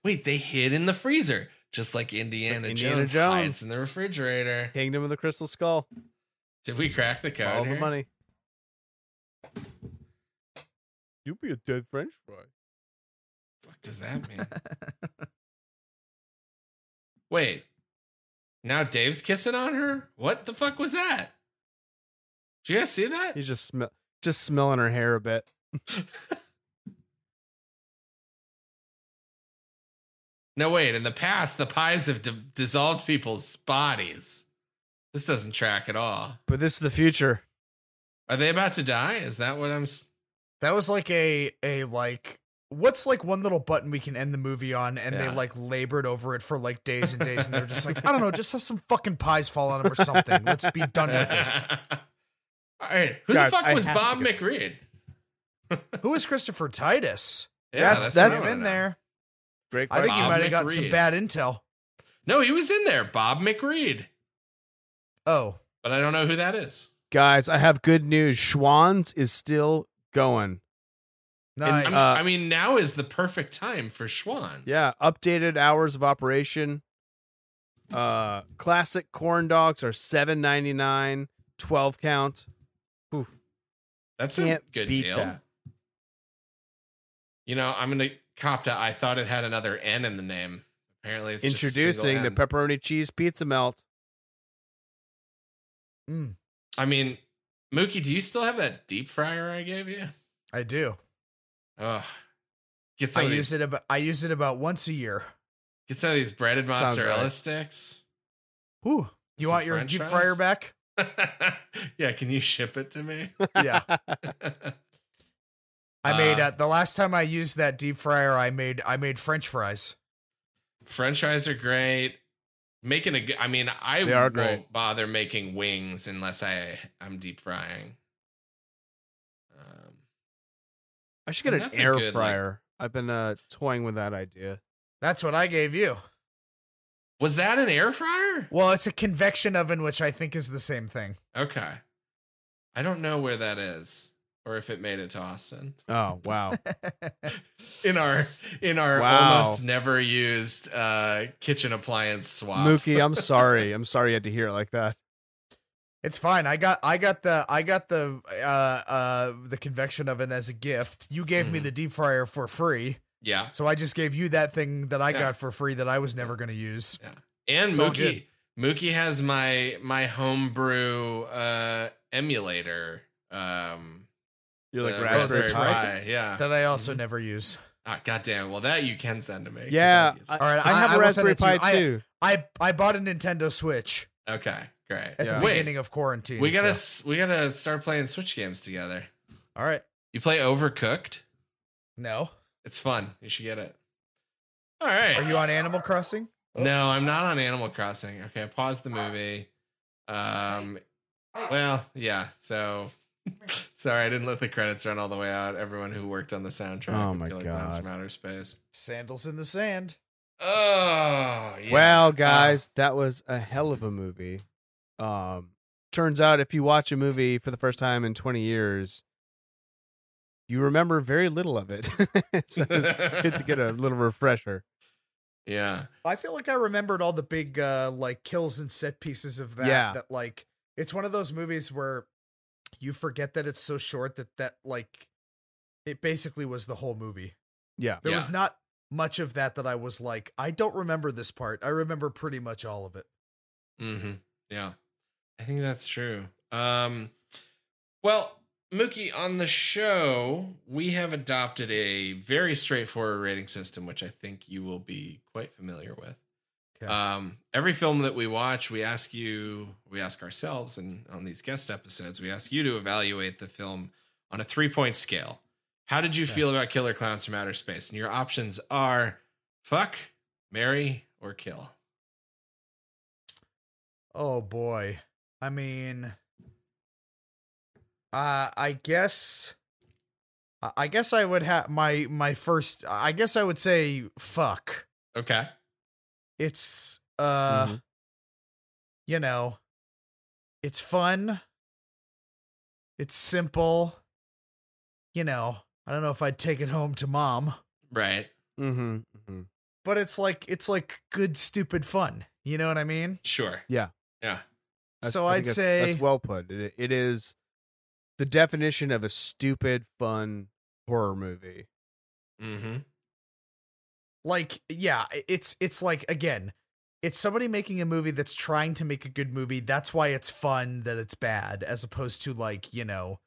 S2: Wait, they hid in the freezer, just like Indiana,
S1: Indiana
S2: Jones,
S1: Jones.
S2: hides in the refrigerator.
S1: Kingdom of the Crystal Skull.
S2: Did we crack the code?
S1: All the
S2: here?
S1: money. You'll be a dead French fry.
S2: What does that mean? Wait, now Dave's kissing on her. What the fuck was that? Did you guys see that?
S1: He's just smell, just smelling her hair a bit.
S2: No, wait. In the past, the pies have d- dissolved people's bodies. This doesn't track at all.
S1: But this is the future.
S2: Are they about to die? Is that what I'm? s-
S3: that was like a a like what's like one little button we can end the movie on, and they
S2: Yeah.
S3: like labored over it for like days and days, and they're just like, I don't know, just have some fucking pies fall on him or something. Let's be done with this.
S2: all right. Who
S1: Guys,
S2: the fuck
S1: I
S2: was
S1: have to
S2: Bob
S1: go.
S2: McReed?
S3: Who is Christopher Titus?
S1: That's-
S2: what I
S3: That's
S2: wanna
S3: in
S2: know.
S3: there.
S1: Great
S3: I think he
S2: Bob
S3: might have gotten
S2: McReed.
S3: some bad intel.
S2: No, he was in there. Bob McReed.
S3: Oh,
S2: But I don't know who that is.
S1: Guys, I have good news. Schwann's is still going.
S3: nice.
S2: I'm-
S1: Uh,
S2: I mean, now is the perfect time for Schwann's.
S1: Yeah, updated hours of operation. Uh classic corn dogs are 7.99, 12 count.
S2: That's a
S1: Can't
S2: good
S1: beat
S2: deal.
S1: that.
S2: You know, I'm gonna cop to. I thought it had another N in the name. Apparently, it's just a single
S1: Introducing the
S2: N.
S1: pepperoni cheese pizza melt.
S3: Mm,
S2: I mean, Mookie, do you still have that deep fryer I gave you?
S3: I do.
S2: Ugh. Get
S3: I
S2: some, of
S3: use
S2: these,
S3: it about. I use it about once a year.
S2: get some of these breaded
S1: Sounds
S2: mozzarella
S1: right.
S2: sticks.
S3: Whew. You
S2: Some
S3: want your
S2: french
S3: deep
S2: fries?
S3: fryer back?
S2: yeah, can you ship it to me?
S3: Yeah. I made
S2: Uh,
S3: uh, the last time I used that deep fryer. I made I made French fries.
S2: French fries are great. Making a, g- I mean, I
S1: They are
S2: won't
S1: great.
S2: bother making wings unless I I'm deep frying. Um,
S1: I should get an
S2: That's a
S1: air
S2: good, like-
S1: fryer. I've been uh toying with that idea.
S3: That's what I gave you.
S2: was that an air fryer?
S3: Well, it's a convection oven, which I think is the same thing.
S2: Okay, I don't know where that is or if it made it to Austin.
S1: Oh, wow.
S2: In our in our
S1: Wow.
S2: almost never used uh, kitchen appliance swap.
S1: Mookie, I'm sorry. I'm sorry you had to hear it like that.
S3: It's fine. I got I got the I got the uh uh the convection oven as a gift. You gave me
S2: Mhm.
S3: the deep fryer for free,
S2: yeah,
S3: so I just gave you that thing that I
S2: Yeah.
S3: got for free that I was never going to use.
S2: and
S3: It's all good.
S2: Mookie Mookie has my my homebrew uh, emulator. Um,
S1: You're like
S2: the
S1: raspberry,
S3: raspberry
S1: pie.
S2: pie, Yeah.
S3: That I also
S2: Mhm.
S3: never use.
S2: Ah, goddamn. Well, that you can send to me. 'cause
S1: Yeah,
S2: I'd use
S1: I,
S2: it.
S3: All right,
S1: I
S3: I-
S1: have
S3: I
S1: a
S3: will send
S1: raspberry
S3: it to you.
S1: pie
S3: I-
S1: too.
S3: I I bought a Nintendo Switch.
S2: okay. Great.
S3: at
S1: Yeah.
S3: the
S2: Wait.
S3: beginning of quarantine.
S2: We gotta
S3: so-
S2: s we gotta start playing Switch games together.
S3: All right.
S2: You play Overcooked?
S3: No.
S2: It's fun. You should get it. All right.
S3: Are you on Animal Crossing?
S6: Oh.
S2: No, I'm not on Animal Crossing. Okay, pause the
S6: Ah.
S2: movie. Um, well, yeah. So sorry, I didn't let the credits run all the way out. Everyone who worked on the soundtrack.
S6: Oh
S2: of
S6: my
S2: Killer Clowns
S6: God.
S2: from outer space.
S3: Sandals in the sand.
S2: Oh, yeah.
S1: Well, guys, that was a hell of a movie. Um, turns out if you watch a movie for the first time in 20 years, you remember very little of it. so it's good to get a little refresher.
S2: yeah.
S3: I feel like I remembered all the big uh like kills and set pieces of that.
S1: Yeah.
S3: That like it's one of those movies where you forget that it's so short that that like it basically was the whole movie.
S1: Yeah.
S3: There
S2: Yeah.
S3: was not much of that that I was like, I don't remember this part. I remember pretty much all of it.
S2: Mm-hmm. Yeah. I think that's true. Um, well, Mookie, on the show, we have adopted a very straightforward rating system, which I think you will be quite familiar with.
S3: Okay.
S2: Um, every film that we watch, we ask you, we ask ourselves, and on these guest episodes, we ask you to evaluate the film on a three point scale. How did you
S3: Okay.
S2: feel about Killer Clowns from Outer Space? And your options are fuck, marry, or kill.
S3: Oh boy. I mean uh I guess I- I guess I would have my my first I guess I would say fuck.
S2: Okay.
S3: It's uh
S1: Mhm.
S3: you know it's fun. It's simple. You know, I don't know if I'd take it home to mom,
S2: Right.
S1: Mm-hmm. mm-hmm.
S3: but it's like it's like good stupid fun. You know what I mean?
S2: Sure.
S1: Yeah.
S2: Yeah.
S1: That's-
S3: So
S1: I
S3: I'd
S1: think that's-
S3: say-
S1: that's well put. It, it is the definition of a stupid, fun horror movie.
S2: Mm-hmm.
S3: like yeah i- it's it's like again it's somebody making a movie that's trying to make a good movie that's why it's fun that it's bad as opposed to like you know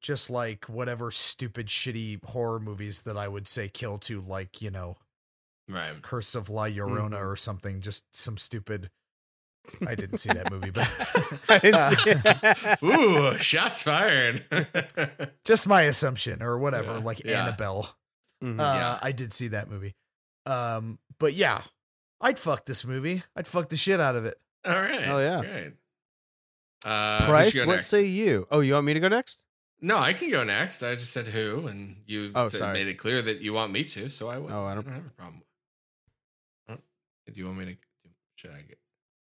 S3: just like whatever stupid shitty horror movies that i would say kill to like you know
S2: Right.
S3: curse of la llorona
S1: Mhm.
S3: or something just some stupid i didn't see that movie but
S1: I didn't
S3: Uh,
S1: see it.
S2: Ooh, shots fired.
S3: just my assumption or whatever
S2: Yeah,
S3: like
S2: yeah.
S3: annabelle
S1: Mhm.
S3: Uh,
S2: Yeah.
S3: I did see that movie. Um, but yeah, I'd fuck this movie. I'd fuck the shit out of it.
S2: All right.
S1: Hell yeah.
S2: Great. Uh, who should
S1: Price,
S2: go
S1: what
S2: next?
S1: say you? Oh, you want me to go next?
S2: No, I can go next. I just said who, and you
S1: Oh,
S2: said-
S1: sorry.
S2: made it clear that you want me to, so I would.
S1: Oh, I don't-
S2: have a problem. I don't- Do you want me to? Should I get?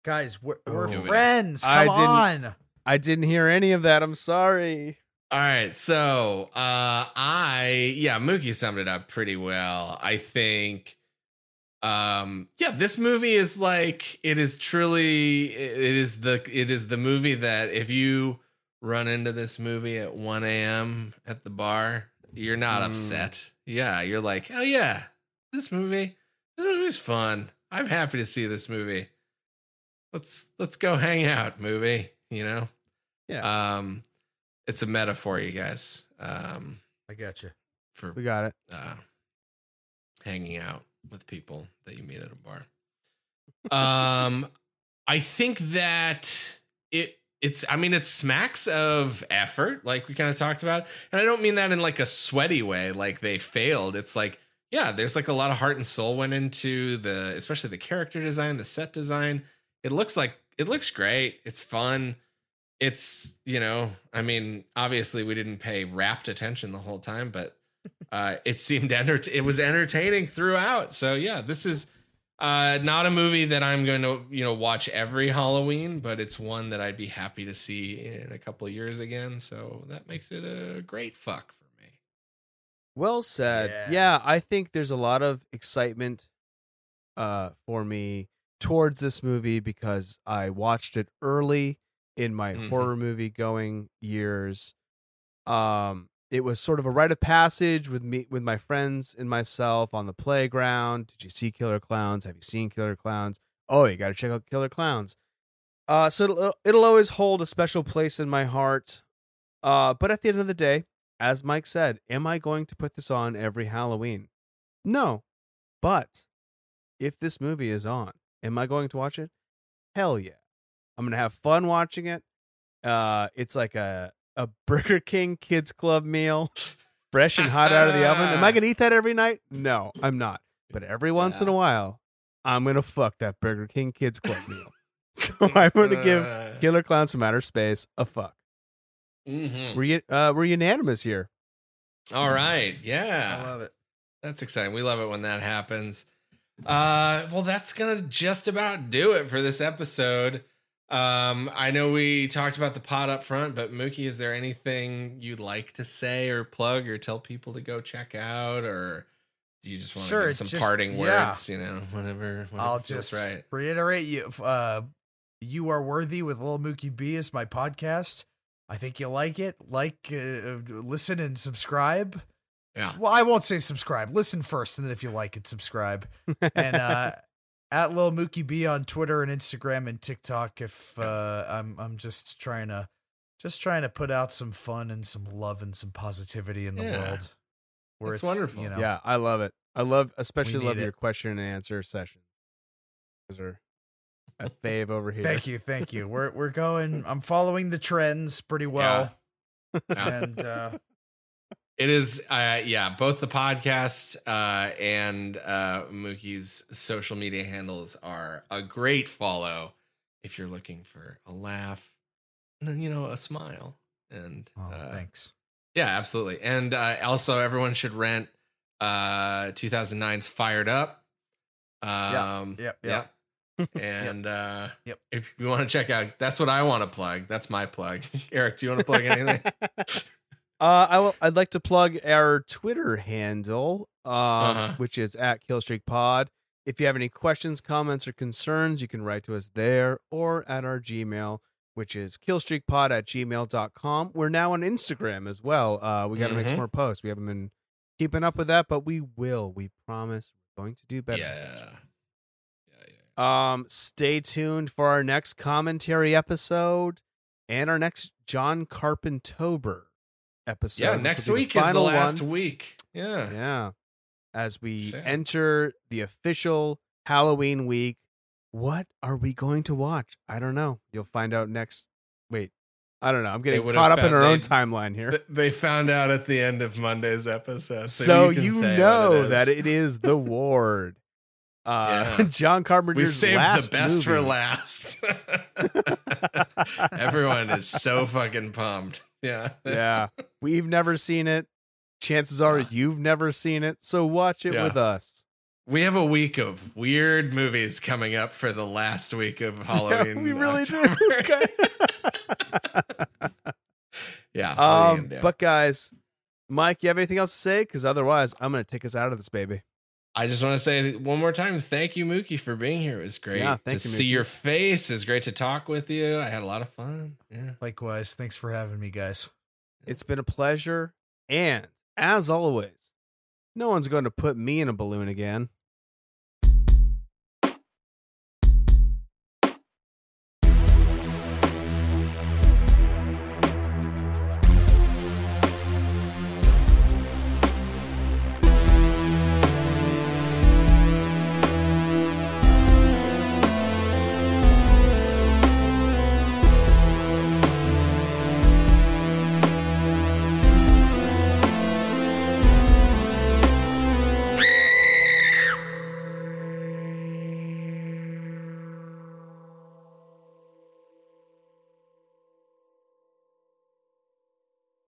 S3: Guys, we're, we're
S1: Oh.
S3: friends. Come
S1: I
S3: on.
S1: didn't- I didn't hear any of that. I'm sorry.
S2: All right, so uh I yeah, Mookie summed it up pretty well. I think um yeah, this movie is like it is truly it is the it is the movie that if you run into this movie at 1 a.m. at the bar, you're not
S1: Mm.
S2: upset. Yeah, you're like, "Oh yeah, this movie this movie's fun. I'm happy to see this movie. Let's let's go hang out, movie, you know?" Um, it's a metaphor, you guys, um,
S3: I got you.
S2: for
S1: We got it.
S2: uh, hanging out with people that you meet at a bar. Um, I think that it it's I mean it smacks of effort, like we kind of talked about, and I don't mean that in like a sweaty way, like they failed. It's like yeah, there's like a lot of heart and soul went into the especially the character design, the set design. It looks like it looks great. It's fun. It's you know, I mean, obviously we didn't pay rapt attention the whole time, but uh, it seemed enter- it was entertaining throughout. So yeah, this is uh, not a movie that I'm going to you know watch every Halloween, but it's one that I'd be happy to see in a couple of years again. So that makes it a great fuck for me.
S1: Well said.
S3: Yeah.
S1: Yeah. I think there's a lot of excitement uh for me towards this movie because I watched it early in my
S2: Mhm.
S1: horror movie going years. Um it was sort of a rite of passage with me with my friends and myself on the playground. Did you see Killer Clowns? Have you seen Killer Clowns? Oh, you got to check out Killer Clowns. Uh so it'll, it'll always hold a special place in my heart. Uh but at the end of the day, as Mike said, am I going to put this on every Halloween? No. But if this movie is on, am I going to watch it? Hell yeah. I'm gonna have fun watching it. Uh, it's like a a Burger King kids club meal, fresh and hot out of the oven. Am I gonna eat that every night? No, I'm not. But every once in a while, I'm gonna fuck that Burger King kids club meal. so I'm gonna
S3: Uh.
S1: give
S2: Uh,
S1: Killer Clowns from Outer Space a fuck.
S2: Mhm.
S1: We're, u- uh, we're unanimous here.
S2: All right.
S3: I
S2: Yeah.
S3: love it.
S2: That's exciting. We love it when that happens. Uh, well, that's gonna just about do it for this episode. Um, I know we talked about the pot up front, but Mookie, is there anything you'd like to say or plug or tell people to go check out, or do you just want to
S3: Sure,
S2: give some
S3: just-
S2: parting
S3: yeah.
S2: words? You know, whatever. whatever
S3: I'll
S2: feels
S3: just
S2: right.
S3: reiterate you. Uh, you are worthy with Lil Mookie B is my podcast. I think you like it. Like, uh, listen and subscribe.
S2: Yeah.
S3: Well, I won't say subscribe. Listen first, and then if you like it, subscribe. And uh, at Lil Mookie B on Twitter and Instagram and TikTok. If uh, I'm, I'm just trying to, just trying to put out some fun and some love and some positivity in the
S2: Yeah.
S3: world.
S2: That's wonderful.
S3: You know,
S1: Yeah, I love it. I love, especially
S3: need
S1: love
S3: it.
S1: your question and answer sessions. Those are a fave over here.
S3: Thank you, thank you. We're we're going. I'm following the trends pretty well,
S2: Yeah.
S3: and uh,
S2: It is, uh, yeah, both the podcast uh, and uh, Mookie's social media handles are a great follow if you're looking for a laugh and, then, you know, a smile. And
S3: oh,
S2: uh,
S3: thanks.
S2: yeah, absolutely. And uh, also, everyone should rent uh, 2009's Fired Up. Um,
S3: yep, yep.
S2: yep. And uh,
S3: Yep.
S2: if you want to check out, that's what I want to plug. That's my plug. Eric, do you want to plug anything?
S1: Uh, I will. I'd like to plug our Twitter handle, um,
S2: Uh-huh.
S1: which is at Killstreak Pod. If you have any questions, comments, or concerns, you can write to us there or at our Gmail, which is killstreakpod at gmail.com. We're now on Instagram as well. Uh, we got to make some
S2: Mhm.
S1: more posts. We haven't been keeping up with that, but we will. We promise we're going to do
S2: yeah.
S1: better.
S2: Yeah. Yeah.
S1: Um, stay tuned for our next commentary episode and our next John Carpentober episode.
S2: yeah,
S1: which
S2: next
S1: will be
S2: week is the
S1: final
S2: last
S1: one.
S2: week. Yeah.
S1: Yeah. As we
S2: Sad.
S1: enter the official Halloween week, what are we going to watch? I don't know. You'll find out next. Wait, I don't know. I'm getting
S2: would've
S1: caught up in
S2: found-
S1: our own
S2: they-
S1: timeline here.
S2: Th- They found out at the end of Monday's episode. So,
S1: so
S2: you, can
S1: you,
S2: say what
S1: know
S2: is.
S1: that it is The Ward. Uh,
S2: Yeah.
S1: John Carpenter's
S2: we saved
S1: last
S2: the best for
S1: movie.
S2: last. Everyone is so fucking pumped. Yeah.
S1: yeah. We've never seen it. Chances are
S2: Yeah.
S1: you've never seen it. So watch it
S2: Yeah.
S1: with us.
S2: We have a week of weird movies coming up for the last week of Halloween.
S1: we really do.
S2: October.
S1: Okay.
S2: yeah. what are you
S1: um,
S2: gonna do?
S1: but guys, Mike, you have anything else to say? Because otherwise, I'm going to take us out of this baby.
S2: I just want to say one more time, thank you, Mookie, for being here. It was great
S1: Yeah,
S2: to
S1: thank you,
S2: see
S1: Mookie.
S2: your face. It was great to talk with you. I had a lot of fun. Yeah.
S3: Likewise, thanks for having me, guys.
S1: It's been a pleasure, and as always, no one's going to put me in a balloon again.